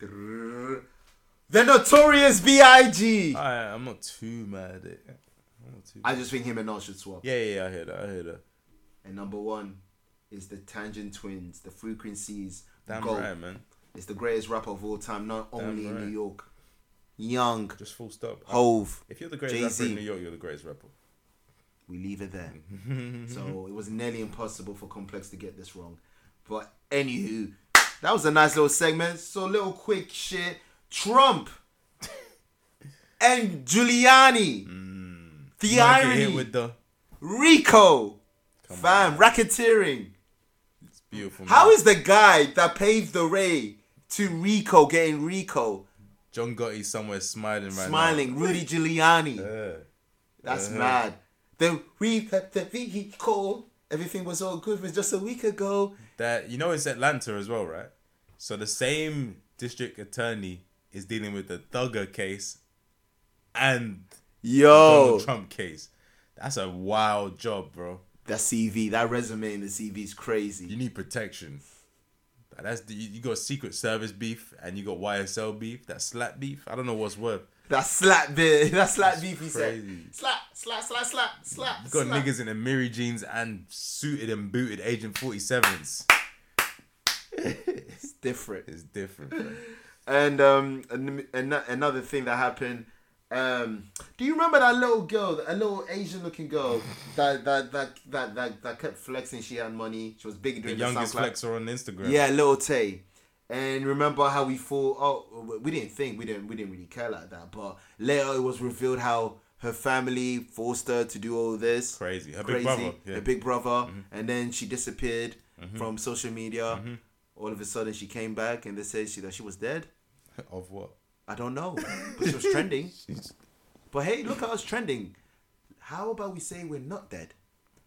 The Notorious B.I.G. I I'm not too mad at it. I'm not too. I just think him and Nas should swap. yeah, yeah, yeah, I hear that. I hear that. And number one is the Tangent Twins, the Frequencies. Damn Gold. right, man. It's the greatest rapper of all time, not only in right. New York. Young, Just full stop. Hove. if you're the greatest Jay-Z. rapper in New York, you're the greatest rapper. We leave it there. so it was nearly impossible for Complex to get this wrong. But anywho, that was a nice little segment. So little quick shit. Trump and Giuliani. The irony. Mm. Hit with the Rico. Fam, racketeering. it's beautiful. How man. is the guy that paved the way to Rico getting Rico John Gotti somewhere smiling right smiling? Rudy Giuliani. now? Uh, That's Uh-huh. mad. The re the Rico. Everything was all good. It was just a week ago. that you know it's Atlanta as well, right? So the same district attorney is dealing with the Thugger case and Yo, Oh. Donald Trump case. That's a wild job, bro. that CV, that resume in the CV is You crazy. need protection. That's the, you you got Secret Service beef and you got YSL beef. That slap beef. I don't know what's worth. That slap bit, that slap beef. He said, crazy. slap, slap, slap, slap, slap. You got slap. niggas in the Miri jeans and suited and booted Agent Forty Sevens. It's different. It's different. Bro. And um, an, an, another thing that happened. Um, do you remember that little girl, a little Asian-looking girl that that that that that, that kept flexing? She had money. She was big The during the, youngest SoundCloud. flexer on Instagram. Yeah, little Tay. And remember how we thought? Oh, we didn't think we didn't we didn't really care like that. But later it was revealed how her family forced her to do all this. Crazy. Her big brother, yeah. Mm-hmm. Her big brother. And then she disappeared from social media. All of a sudden she came back and they said she that she was dead. Of what? I don't know. But she was trending. But hey, look at us trending. How about we say we're not dead?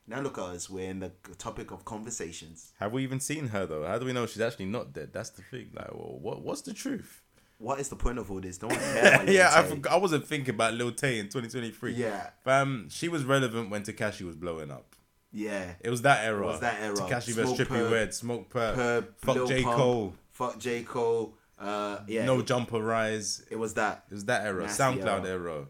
Now look at us. We're in the topic of conversations. Have we even seen her though? How do we know she's actually not dead? That's the thing. Like, well, what what's the truth? What is the point of all this? No one cares. about yeah, I Tay. forgot. I wasn't thinking about Lil Tay in 2023. Yeah. fam, she was relevant when Takashi was blowing up. Yeah. It was that era. was that era. Takashi Smoke vs. Trippy Perp, Red, Smoke Perp, Herb, Uh, Fuck Lil J Pump, Cole, Fuck J. Cole. Uh, yeah. No it, Jumper Rise. it was that. It was that era, Nasty SoundCloud era. era.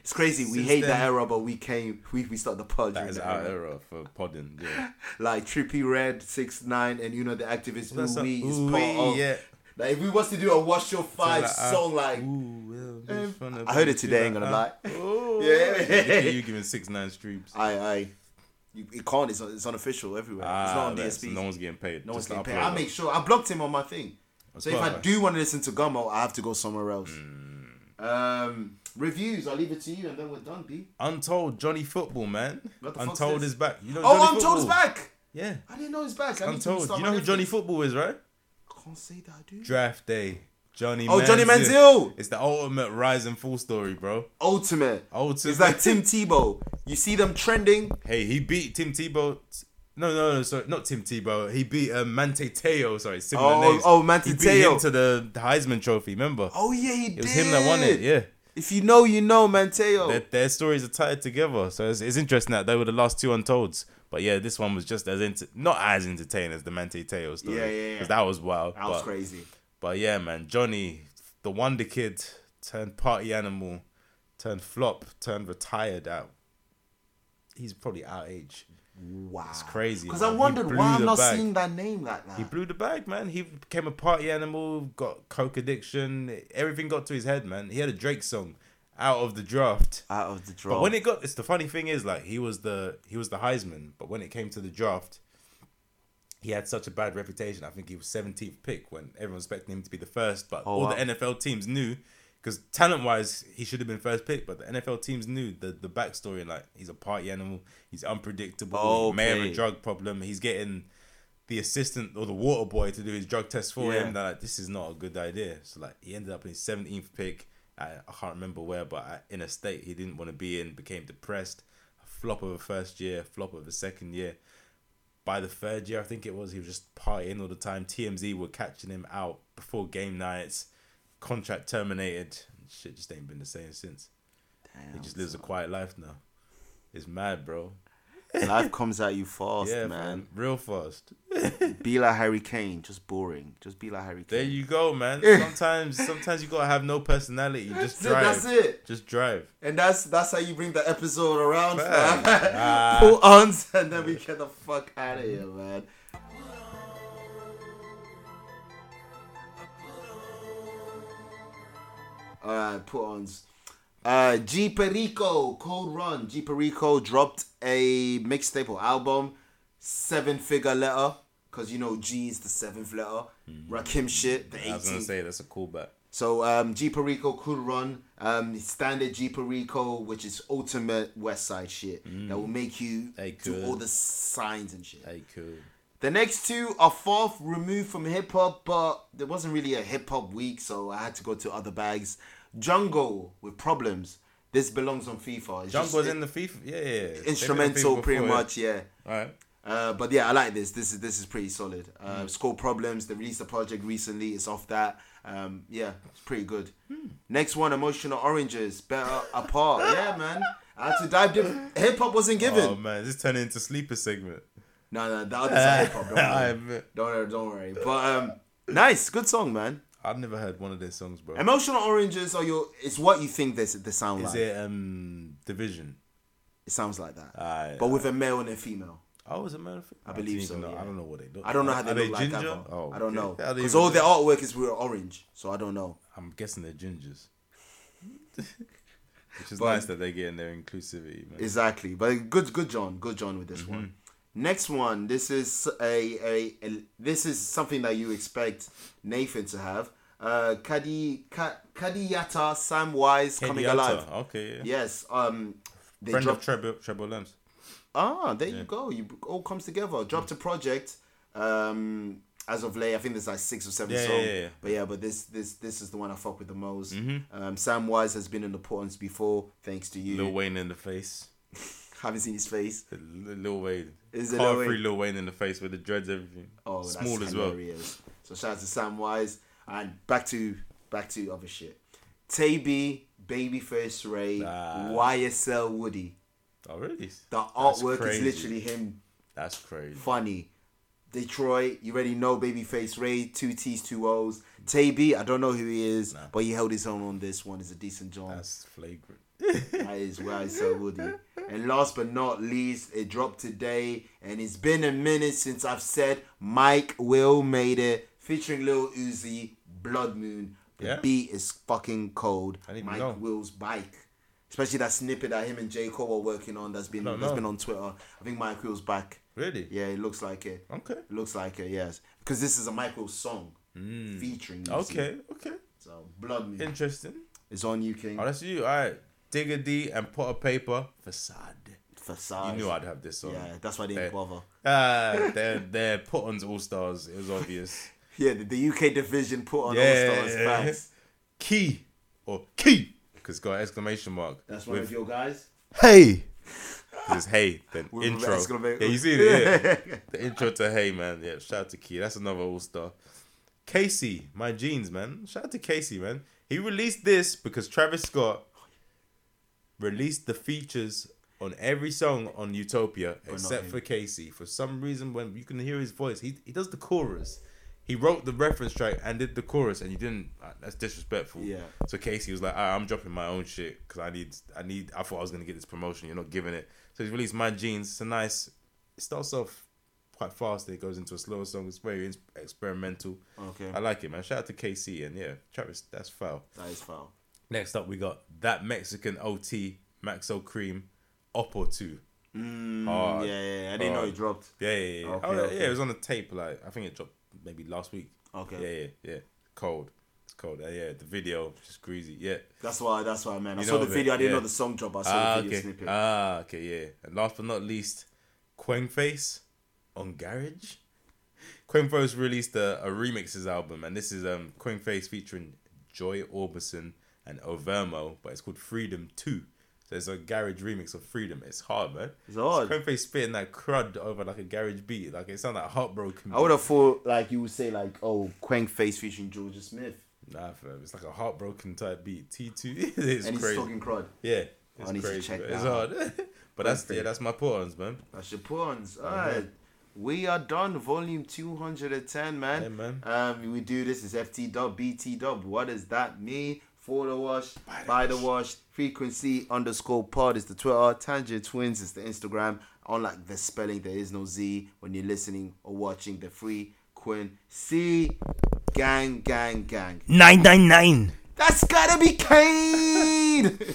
It's crazy. We Since hate that then- era, but we came. We, we started the pod. That during is that our era. era for podding. Yeah. Like Trippy Red, Six Nine, and you know the activist That's Ooh a- Wee is Ooh part Wee, of. yeah. Like if we was to do a Watch Your Five Like, uh, song, like ooh, well, um, just wanna I heard be it today, ain't like, gonna uh, lie. ooh. Yeah. you giving six nine streams. I I, you, you can't. It's, it's unofficial everywhere. it's not Ah, on right, DSP. so no one's getting paid. No one's Just getting paid. upload I it. make sure I blocked him on my thing. So if I Spotify. do want to listen to Gummo, I have to go somewhere else. Hmm. Um, reviews, I'll leave it to you, and then we're done, B. Untold Johnny Football, man. What the fuck's Untold this? is back. You know Oh, Johnny I'm told is Football? back. Yeah. I didn't know he's back. I need to Untold. start You my know who Netflix. Johnny Football is, right? Can't say that, dude. Draft Day. Johnny Oh, Manziel. Johnny Manziel! It's the ultimate rise and fall story, bro. Ultimate. Ultimate. It's like Tim Tebow. You see them trending. Hey, he beat Tim Tebow. No, no, no, sorry, not Tim Tebow. He beat uh, Mante Teo. Sorry, similar Oh, names. oh, Mante he beat Te'o. him to the Heisman Trophy. Remember? Oh yeah, he did. it was him that won it. Yeah, If you know, you know, Manteo. their, their stories are tied together. So it's, it's interesting that they were the last two Untolds. But yeah, this one was just as enter- not as entertaining as the Mante Teo story. Yeah, yeah, yeah. 'Cause that was wild. that was but- crazy. But yeah, man, Johnny, the Wonder Kid, turned party animal, turned flop, turned retired out. He's probably our age. Wow. It's crazy, Because man. I He wondered blew why I'm the not bag. seeing that name like that. He blew the bag, man. He became a party animal, got coke addiction, everything got to his head, man. He had a Drake song out of the draft. Out of the draw. But when it got it's the funny thing is like he was the he was the Heisman, but when it came to the draft, he had such a bad reputation. I think he was 17th pick when everyone was expecting him to be the first, but all Oh, wow. the NFL teams knew because talent wise he should have been first pick, but the NFL teams knew the the backstory like he's a party animal, he's unpredictable, he may have Oh, Okay. a drug problem, he's getting the assistant or the water boy to do his drug test for Yeah. him. They're like, this is not a good idea. So like, he ended up in his seventeenth pick. I, I can't remember where, but I, in a state he didn't want to be in. Became depressed. A flop of a first year, flop of a second year. By the third year, I think it was, he was just partying all the time. TMZ were catching him out before game nights. Contract terminated. Shit just ain't been the same since. He Damn. just lives a quiet life now. It's mad, bro. Life comes at you fast, Yeah, man. man. Real fast. Be like Harry Kane, just boring. Just be like Harry There Kane. you go, man. Sometimes, sometimes you gotta have no personality. You just drive. That's it. Just drive. And that's that's how you bring the episode around, fam. Ah. Pull ons, and then we get the fuck out of here, man. All right, put ons. Uh, G Perico, Cold Run. G Perico dropped a mixtape or album, seven figure letter, because you know G is the seventh letter. Rakim shit, the Mm-hmm. I was gonna 18th. say that's a cool bet. So um, G Perico, Cool Run, um, standard G Perico, which is ultimate West Side shit Mm. that will make you Hey, do good. all the signs and shit. Hey, cool. The next two are fourth removed from hip hop, but there wasn't really a hip hop week, so I had to go to other bags. Jungle with problems. This belongs on FIFA. It's Jungle's just in the FIFA. Yeah, yeah. yeah. They've been in instrumental, FIFA pretty before, yeah. much. Yeah. All right. Uh, but yeah, I like this. This is this is pretty solid. Uh, Mm. It's called Problems. They released a project recently. It's off that. Um, yeah, it's pretty good. Hmm. Next one, Emotional Oranges. Better apart. yeah, man. I had to dive deep. Hip hop wasn't given. Oh man, this turned into sleeper segment. no, no, the other side hip hop. Oh, Don't I worry. admit, Don't worry, don't worry. But um, nice, good song, man. I've never heard one of their songs, bro. Emotional Oranges are your. It's what you think they s- they sound Is like. It? it um division? sounds like that, Aye, but with a male and a female. Oh, is it man? I believe don't even so, Know. yeah. I don't know what they look. I don't know how Are they, look ginger? like. Ever. Oh, I don't know okay. How they because even all their look? artwork is real orange, so I don't know. I'm guessing they're gingers. Which is But- nice that they're getting their inclusivity, man. Exactly, but good, good John, good John with this one. Mm-hmm. Next one, this is a, a, a- this is something that you expect Nathan to have. Uh, Kadi Ka, Kadiyata Samwise coming Kenyatta. alive. Okay, yeah. Yes, um, they Friend dropped. of Treble Treble Lems. ah, there you go. You all comes together. Mm. Dropped a project. Um, as of late, I think there's like six or seven Yeah, songs. yeah, Mm-hmm. yeah. But yeah, but this this this is the one I fuck with the most. Um, Samwise has been in the portents before, thanks to you. Lil Wayne in the face. Haven't seen his face. L- Lil Wayne. Is it Car Lil free Wayne? Lil Wayne in the face with the dreads, everything. Oh, Small that's as well. hilarious. So shout out to Samwise and back to back to other shit. Taby, Babyface Ray, Ah. YSL Woody. Oh, really? The That's artwork is crazy. literally him That's crazy. funny. Detroit, you already know Babyface Ray, two T's, two O's. Taby, I don't know who he is, but he held his own on this one. It's a decent job. That's flagrant. That is why it's so Woody. And last but not least, it dropped today, and it's been a minute since I've said Mike Will made it featuring Lil Uzi, Blood Moon. The Yeah. beat is fucking cold. didn't even Mike know. Will's bike. Especially that snippet that him and J. Cole were working on that's been don't that's know. been on Twitter. I think Mike Will's back. Really? Yeah, it looks like it. Okay. It looks like it, yes. Because this is a Mike Will song featuring Uzi. Hmm. Okay. Okay. So Blood Moon Interesting. is on you, King. Oh, that's you. All right. Dig a D and put a paper facade. Facade. You knew I'd have this on. Yeah, that's why they didn't Fair. bother. Ah, they're they're put on's all stars. It was obvious. Yeah, the, the UK division put on Yeah. All Stars facts. Key or key because got an exclamation mark. That's one of your guys. hey. 'Cause It's hey then With intro. exclamation- Yeah, you see it. Yeah. the intro to hey man. Yeah, shout out to Key. That's another all star. Casey, my jeans man. Shout out to Casey man. He released this because Travis Scott released the features on every song on Utopia except him. for Casey. For some reason, when you can hear his voice, he he does the chorus. He wrote the reference track and did the chorus, and you didn't. uh, That's disrespectful. Yeah. So Casey was like, "Alright, "I'm dropping my own shit because I need, I need. I thought I was gonna get this promotion. You're not giving it." So he's released my jeans. It's a nice. It starts off quite fast. Then it goes into a slower song. It's very ins- experimental. Okay. I like it, man. Shout out to KC and yeah, Travis. That's foul. That is foul. Next up, we got that Mexican OT Maxo Cream Up or Two. Yeah, Hard. Mm, yeah, yeah. I didn't know Hard. it dropped. Yeah, yeah, yeah. Okay, oh, yeah, okay. yeah, it was on the tape. Like I think it dropped maybe last week. Okay. Yeah, yeah, yeah. Cold. It's cold. Uh, yeah, the video just greasy. Yeah. That's why. That's why, man. I You saw know the of it, video. I didn't yeah. know the song drop. I saw Ah, the video okay. snippet. Ah, okay, yeah. And last but not least, Quengface on Garage. Quengface released a, a remixes album, and this is um Quengface featuring Joy Orbison and Overmo, but it's called Freedom Two. So it's a garage remix of Freedom. It's hard, man. It's hard. Quengface spitting that crud over like a garage beat, like it sounded like heartbroken. I would have thought like you would say like, oh, Quang face featuring Georgia Smith, Nah, fam, it's like a heartbroken type beat. T two, it's and crazy. he's talking crud. Yeah, I need to it's crazy. check man. that It's out. hard, but that's yeah, that's my put-ons, man. That's your pawns. All right. We are done. Volume 210, man. Yeah, man. Um, we do this is FT dub, BT dub. What does that mean? For the wash, by the, wash. frequency underscore pod is the Twitter. Tangent Twins is the Instagram. Unlike the spelling, there is no Z when you're listening or watching the free Quinn C. Gang, gang, gang. 999. That's gotta be Cade!